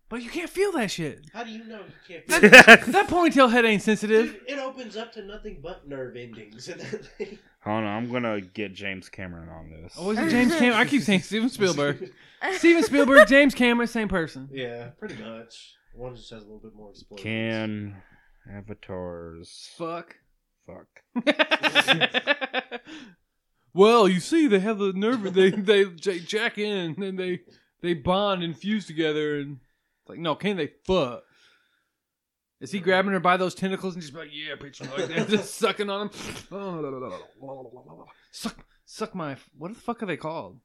But you can't feel that
<laughs>
shit.
How do you know you can't?
<laughs>
feel it?
Hold
That ponytail head ain't sensitive.
Dude, it opens up to nothing but nerve endings in that thing.
on, I'm gonna get James Cameron on this.
Oh, is it James Cameron? I keep saying Steven Spielberg. Steven Spielberg, James Cameron, same person.
Yeah, pretty much. One just has a little bit more explosion.
Can avatars
Fuck.
fuck?
<laughs> well, you see, they have the nerve. They they j- jack in and they they bond and fuse together. And it's like, no, can they fuck? Is he grabbing her by those tentacles and just be like, yeah, bitch, you like that? just sucking on them. <laughs> suck, suck my. What the fuck are they called?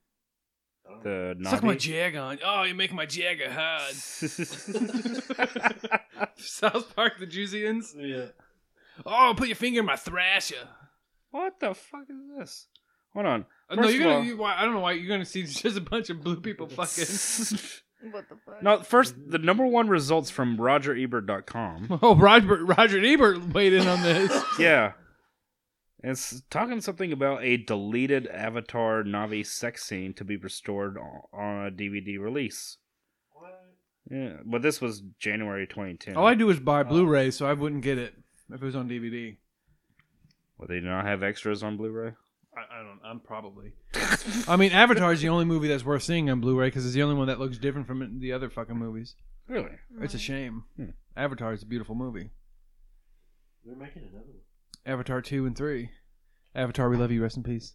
I don't know.
The
Suck my
naughty.
jag on. Oh, you're making my jagger hard. <laughs> South Park, the Jusians.
Yeah.
Oh, put your finger in my thrasher.
<laughs> what the fuck is this? Hold on.
Uh, no,
First
you're
of
gonna.
all-
You, why, I don't know why you're gonna see <laughs> just a bunch of blue people fucking.
What the fuck?
<laughs> No, first the number one results
<laughs>
from RogerEbert.com.
oh, Roger Roger Ebert weighed in on this.
yeah. It's talking something about a deleted Avatar Navi sex scene to be restored o- on a DVD release.
What?
Yeah, but this was January 2010.
<laughs> All Oh, I do is buy Blu-ray, so I wouldn't get it if it was on DVD.
Well, they do not have extras on Blu-ray.
I, I don't. I'm probably. <laughs> I mean, Avatar is the only movie that's worth seeing on Blu-ray because it's the only one that looks different from the other fucking movies.
Really?
It's a shame.
Hmm.
Avatar is a beautiful movie.
They're making another one.
Avatar two and three. Avatar, we love you. Rest in peace.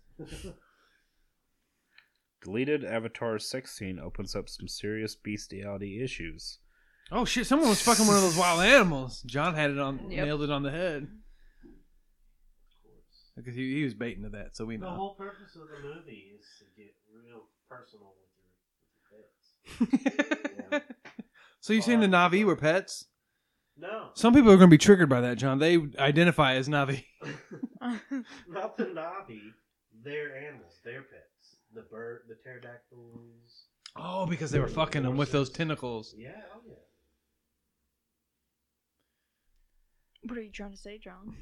Deleted Avatar sex scene opens up some serious bestiality
<laughs>
issues.
Oh shit! Someone was fucking one of those wild animals. John had it on,
Yep.
nailed it on the head. Because he, he was baiting to that, so we
The
know.
whole purpose of the movie is to get real personal with your, with your pets.
<laughs> so you're saying the Navi were pets?
No,
Some people are going to be triggered by that, John. They identify as Navi.
not the Navi. They're animals. They're pets. The bird, the pterodactyls.
Oh, because they were fucking them with those tentacles.
Yeah, oh yeah.
What are you trying to say, John?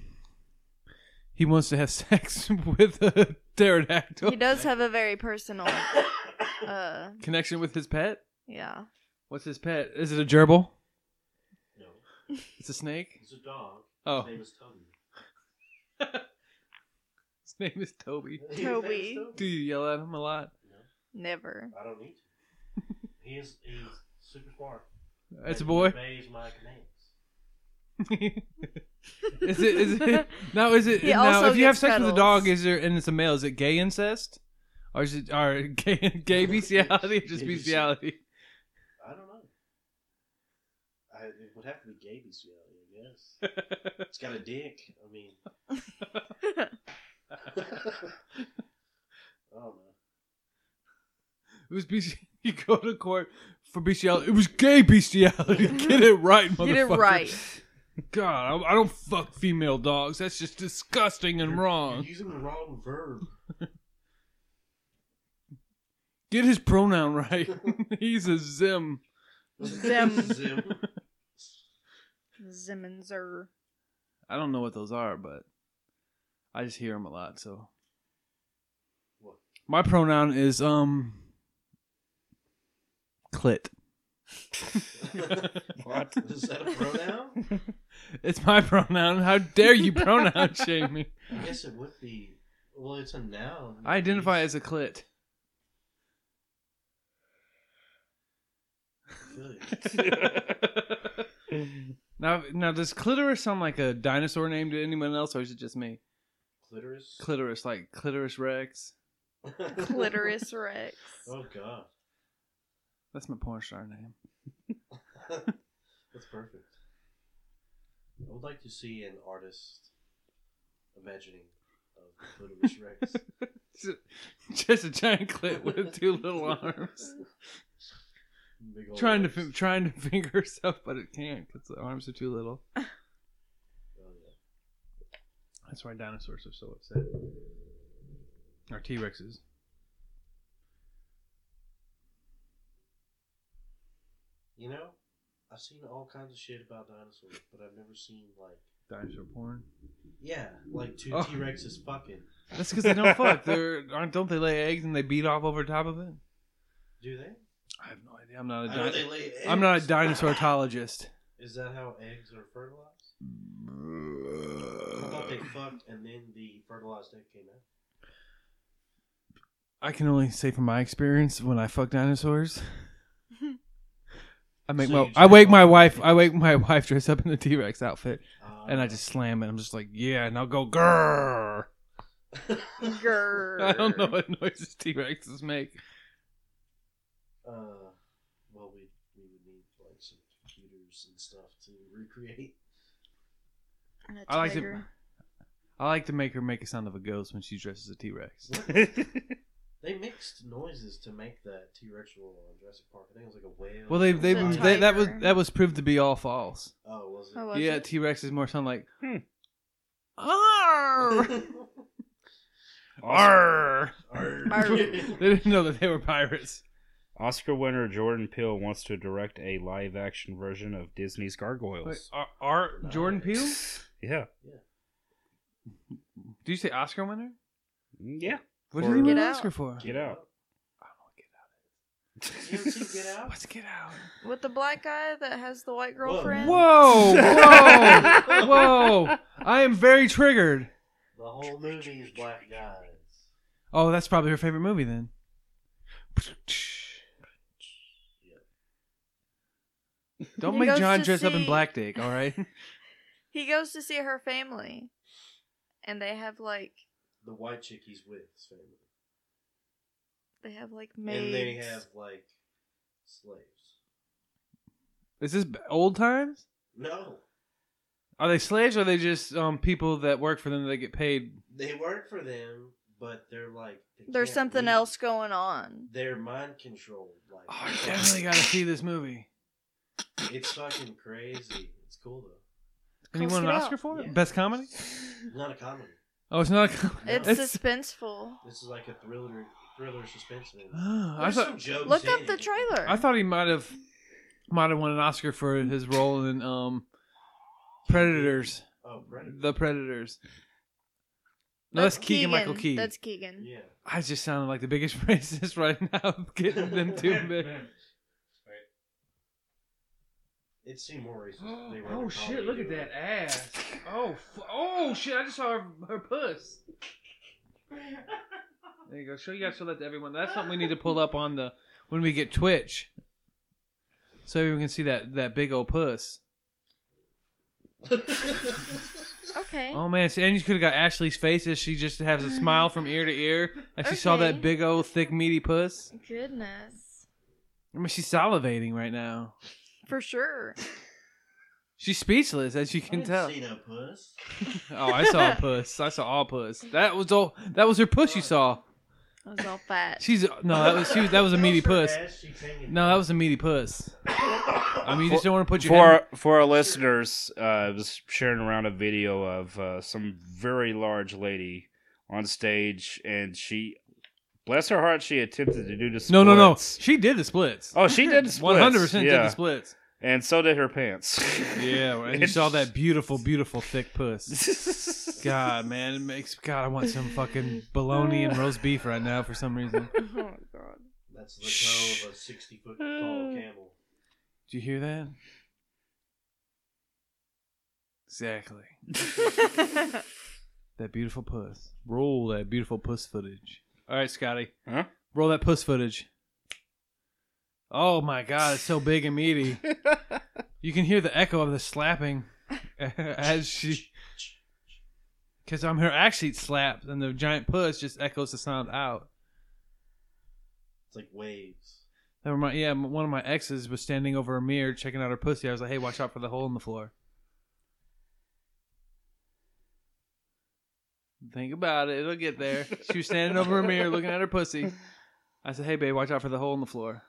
He wants to have <laughs> sex with a pterodactyl.
He does have a very personal, uh,
Connection with his pet?
yeah.
What's his pet? Is it a gerbil?
No,
It's a snake?
it's a dog.
Oh,
His name is Toby.
his name is Toby.
His name is
Toby.
Do you yell at him a lot?
Never.
I don't need to. He is he's super smart.
It's a
and
boy.
He obeys my commands.
<laughs> is it? Is it? Now is it?
He
now
also
if you have
gets
sex with a
cuddles.
dog, is there and it's a male? Is it gay incest, or is it are gay gay bestiality or just
Gay
bestiality?
I don't know. I, it would have to be gay bestiality, I guess.
<laughs>
it's got a dick. I mean, <laughs> I don't know.
It was besti- <laughs> You go to court for bestiality. It was gay
<laughs>
bestiality. Get it right, motherfucker.
Get it right.
<laughs> God, I, I don't fuck female dogs. That's just disgusting and
You're
wrong.
using the wrong verb.
Get his pronoun right. <laughs> He's a zim.
Zim.
<laughs>
<laughs>
Zim.
Zimminzer.
I don't know what those are, but I just hear them a lot. So
What?
my pronoun is um clit.
What?
Is that a pronoun?
<laughs> It's my pronoun. How dare you pronoun <laughs> shame me?
I guess it would be. Well, it's a noun.
I identify as a clit.
Good.
<laughs> now, now does clitoris sound like a dinosaur name to anyone else, or is it just me?
Clitoris.
Clitoris, like clitoris rex.
Clitoris Rex.
Oh god,
That's my porn star name. <laughs>
that's perfect. I would like to see an artist imagining of Clitoris
<laughs>
Rex.
Just a giant clit with two little arms.
Big old
trying to
arms.
fi- trying to <laughs> finger herself, but it can't because the arms are too little.
Oh, yeah.
That's why dinosaurs are so upset. Or T Rexes.
You know, I've seen all kinds of shit about dinosaurs, but I've never seen like
Dinosaur porn.
yeah, like two
Oh.
T Rexes fucking.
That's because they don't fuck. They're aren't don't they lay eggs and they beat off over top of it?
Do they?
I have no idea. I'm not a
I know
di-
they lay
I'm not a
eggs. <laughs>
dinosaurologist.
Is that how eggs are fertilized? I
Uh.
thought they fucked and then the fertilized egg came out.
I can only say from my experience when I fuck dinosaurs.
<laughs>
I make
So you
my
just
I wake
make
my
all the
wife I
eggs.
wake my <laughs> wife dressed up in the T Rex outfit <laughs> and I
Ah.
just slam it. I'm just like yeah, and I'll go grrr.
Grr.
<laughs> I don't know what noises T Rexes make.
<laughs> Uh, well, we we would need like some computers and stuff to
<laughs>
recreate.
And a
I like to.
tiger.
I like to make her make a sound of a ghost when she dresses a T Rex.
They mixed noises to make that T Rex roll on Jurassic Park. I think it was like a whale.
Well, they they,
It's a
they that was
tiger.
that was proved to be all false.
Oh, was it?
Oh,
Oh,
was
<laughs>
yeah,
it?
T Rex is more sound like
Hmm.
arr arr.
<laughs>
<laughs>
Arr.
<laughs> they didn't know that they were pirates.
Oscar winner Jordan Peele wants to direct a live action version of Disney's Gargoyles.
Wait, uh, ar, ar, Jordan Peele?
Yeah.
Do you say Oscar winner?
Yeah.
What
For-
did he win
Get
an
Out.
Oscar for?
Get out.
You ever see
<laughs>
Get Out?
Let's get out.
With the black guy that has the white girlfriend.
Whoa, whoa, <laughs> whoa! I am very triggered.
The whole movie is black guys.
Oh, that's probably her favorite movie
<laughs>
then. Don't
He
make
goes
John
to
dress up in
see-
black dick, all
<laughs>
right?
He goes to see her family, and they have like
The white chick he's with his family.
they have like
And
maids.
they have like slaves.
Is this b- old times?
No.
Are they slaves or are they just um, people that work for them that get paid?
They work for them, but they're like they
There's
can't
something
leave.
else going on.
They're mind controlled. Like
Oh, I definitely got to see this movie.
it's fucking crazy. It's cool though.
And you
Let's
won an
get out.
Oscar for it?
Yeah.
Best comedy?
Not a comedy.
Oh, it's not a com-
It's
It's-
suspenseful.
This is like a thriller, thriller suspense movie.
<gasps> I
There's some
thought
jokes
Look
in
up the
it.
trailer.
I thought he might have might have won an Oscar for his role in um, Predators,
Oh, Predator.
The Predators. No, that's, Keegan Michael Key.
That's Keegan.
Yeah.
I just sounded like the biggest <laughs> racist right now, <laughs> getting <laughs> them
<laughs>
<laughs>
two big.
It seemed more
<gasps>
racist. if they were
oh
to
shit!
probably
Look
do
at
it.
that ass. Oh, f- oh shit! I just saw her, her puss. There you go. Show you guys show that to everyone. That's something we need to pull up on the when we get Twitch, so everyone can see that that big old puss.
Okay.
Oh man! see, And you could have got Ashley's face as she just has a smile from ear to ear as she saw
Okay.
that big old thick meaty puss.
Goodness.
I mean, she's salivating right now.
For sure.
She's speechless, as you
I
can
didn't
tell.
See no puss.
Oh, I saw a puss. I saw all puss. That was all. That was her puss. You saw.
I was all
<laughs>
fat.
She's no. That was she. Was, that was a meaty
Her
puss.
ass, she's hanging
No, that was a meaty puss. I mean, you just don't want to put your
for
hand-
for our listeners, uh, I was sharing around a video of uh, some very large lady on stage, and she, bless her heart, she attempted to do the
No, no, no.
splits.
She did the splits.
Oh, she did the splits.
<laughs> One hundred percent did
yeah.
the splits.
and so did her pants. <laughs>
Yeah, and you saw that beautiful, beautiful thick puss.
<laughs>
God, man, it makes God. I want some fucking bologna and roast beef right now for some reason.
oh my god.
That's the toe of a sixty
<sighs>
foot tall camel.
Did you hear that? <laughs> Exactly. That beautiful puss. Roll that beautiful puss footage. All right, Scotty.
Huh?
Roll that puss footage. Oh my God, it's so big and meaty. you can hear the echo of the slapping <laughs> as she. Because um, her act sheet slaps and the giant puss just echoes the sound out.
It's like
<laughs>
waves.
That remind, yeah, m- one of my exes was standing over a mirror checking out her pussy. I was like, hey, watch out for the hole in the floor. Think about it. It'll get there. She was standing over a mirror looking at her pussy. I said, hey, babe, watch out for the hole in the floor.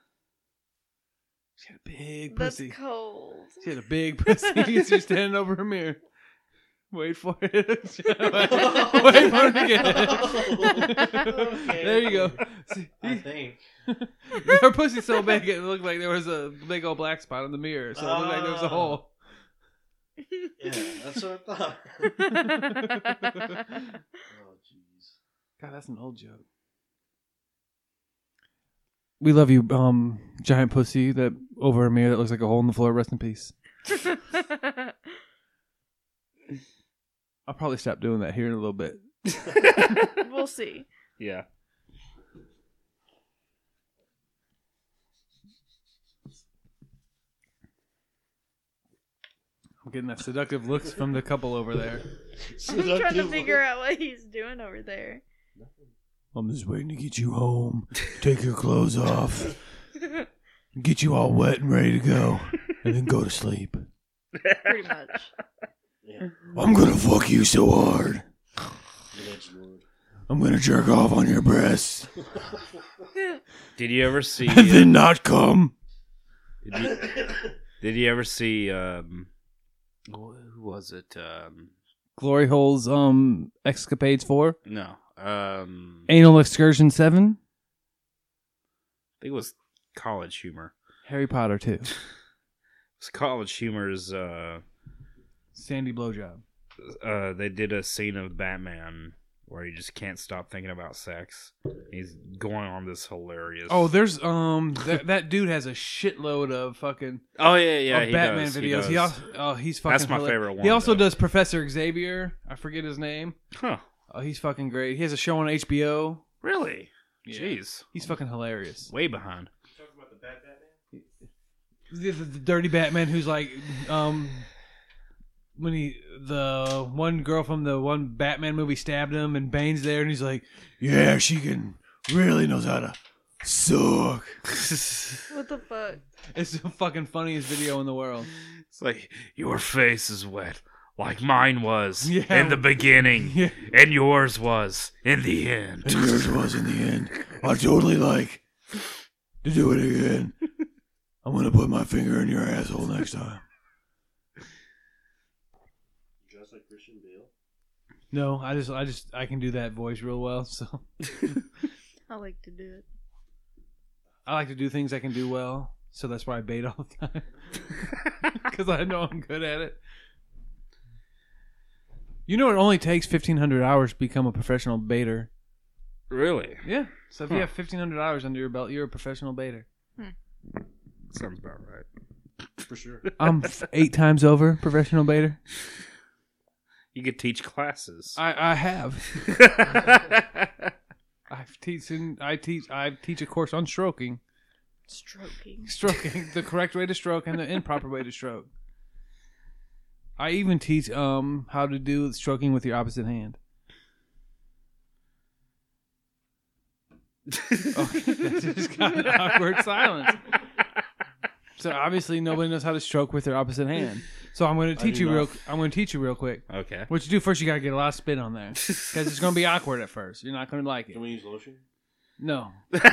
She had a big
That's
pussy.
<laughs> cold.
She had a big <laughs> pussy. She was standing over a mirror. Wait for it. <laughs> Wait for it again. there <laughs> you go. See,
I think.
her pussy's so big it looked like there was a big old black spot in the mirror, so it looked like there was a
Ah.
hole.
Yeah, that's what
<laughs>
I thought.
God,
oh jeez.
that's an old joke. We love you, um, giant pussy that over a mirror that looks like a hole in the floor. Rest in peace. I'll probably stop doing that here in a little bit.
we'll see.
yeah.
I'm getting that seductive looks from the couple over there.
I'm trying to figure out what he's doing over there.
I'm just waiting to get you home. Take your clothes off. Get you all wet and ready to go. And then go to sleep.
Pretty much.
Yeah.
I'm gonna fuck you so hard.
The next word.
I'm gonna jerk off on your breasts.
Did you ever see?
And <laughs> then not come.
uh,
Did you, did you ever see? Um, wh- who was it? Um,
Glory holes, um, escapades four,
no, um, I
anal excursion seven,
think it was College Humor.
Harry Potter two,
It was College Humor's. Uh,
Sandy blowjob.
uh, they did a scene of Batman
where he just can't stop thinking about sex. He's going on this hilarious.
Oh, there's um that, that dude has a shitload of fucking
oh yeah, yeah.
of
he
Batman
does,
videos.
he
He,
does.
also oh he's fucking
That's my
hilarious.
favorite one.
He also
though.
does Professor Xavier. I forget his name.
Huh?
Oh, he's fucking great. He has a show on HBO.
Really?
Yeah.
Jeez,
He's fucking hilarious.
way behind.
Talking about the bad Batman.
The, the, the dirty Batman who's like um when he the one girl from the one Batman movie stabbed him and Bane's there and he's like, "Yeah, she can really knows how to suck." <laughs>
it's
What the fuck?
It's the fucking funniest video in the world. <laughs>
like your face is wet, like mine
<laughs>
was
Yeah.
in the beginning,
Yeah.
and yours was in the end.
<laughs> was in the end. I totally like to do it again. I'm gonna put my finger in your asshole next time.
Just like Christian Bale.
No, I just, I just, I can do that voice real well. So
I like to do it.
I like to do things I can do well. So that's why I bait all the time <laughs> because I know I'm good at it. You know, it only takes 1,500 hours to become a professional baiter.
really?
Yeah. So if you
Huh.
have 1,500 hours under your belt, you're a professional baiter.
Sounds about right.
For sure.
I'm f- eight times over professional baiter.
You could
<laughs>
teach classes. Oh,
I, I have. I've teaching. I teach. I teach a course on stroking,
Stroking.
stroking the correct way to stroke and the improper way to stroke. I even teach um how to do stroking with your opposite hand. <laughs> Okay, Oh, that's just got an awkward silence. So obviously nobody knows how to stroke with their opposite hand. So I'm going to teach
do
you
not.
real. I'm going to teach you real quick. <laughs>
okay.
What you do first, you got to get a lot of spin on there because it's going to be awkward at first. You're not going to like it.
Can we use lotion?
No, It's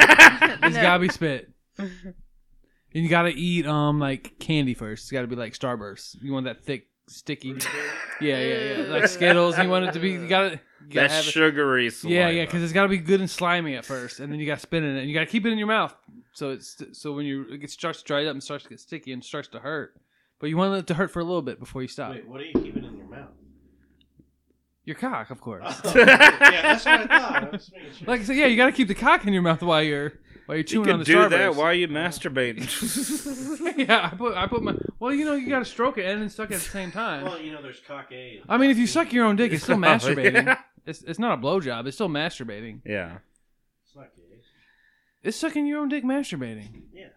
No.
gotta be spit. And you gotta eat um like candy first. It's gotta be like Starburst. You want that thick, sticky. Yeah, yeah, yeah. Like Skittles. You want it to be. You gotta. You gotta
That's
have it.
sugary saliva.
Yeah, yeah, because it's gotta be good and slimy at first, and then you gotta spin in it, and you gotta keep it in your mouth. So it's so when you it starts to dry up and starts to get sticky and starts to hurt, but you want it to hurt for a little bit before you stop.
Wait, what are you keeping in your
<laughs>
mouth? Oh,
Your cock, of course.
Ah.
yeah, that's what I thought. I was making sure.
Like I said, yeah, you gotta keep the cock in your mouth while you're while you're
you
chewing on
can
the
do
Starburst.
that while you
<laughs>
masturbate.
yeah, I put I put my well, you know, you gotta stroke it and then suck it at the same time.
well, you know, there's cock A. and
I mean, if you
cock B.
suck your own dick, it's still
Yeah.
masturbating. <laughs> It's it's not a blowjob. It's still masturbating.
yeah.
It's not gay.
It's sucking your own dick masturbating.
Yeah.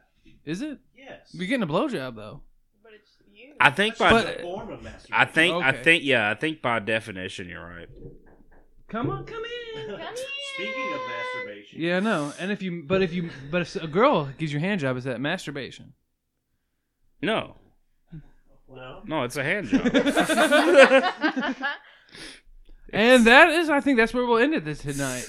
Is it?
Yes.
You're getting a blowjob though.
But it's you.
I think by
But-
It's a form of masturbation.
I think I
Okay.
think yeah, I think by definition you're right.
Come on, come in.
<laughs> Speaking of masturbation,
Yeah, no. And if you, but if you, but if a girl gives you a hand job, is that masturbation?
No.
No.
No, it's a hand job.
and that is, I think, that's where we'll end it this tonight.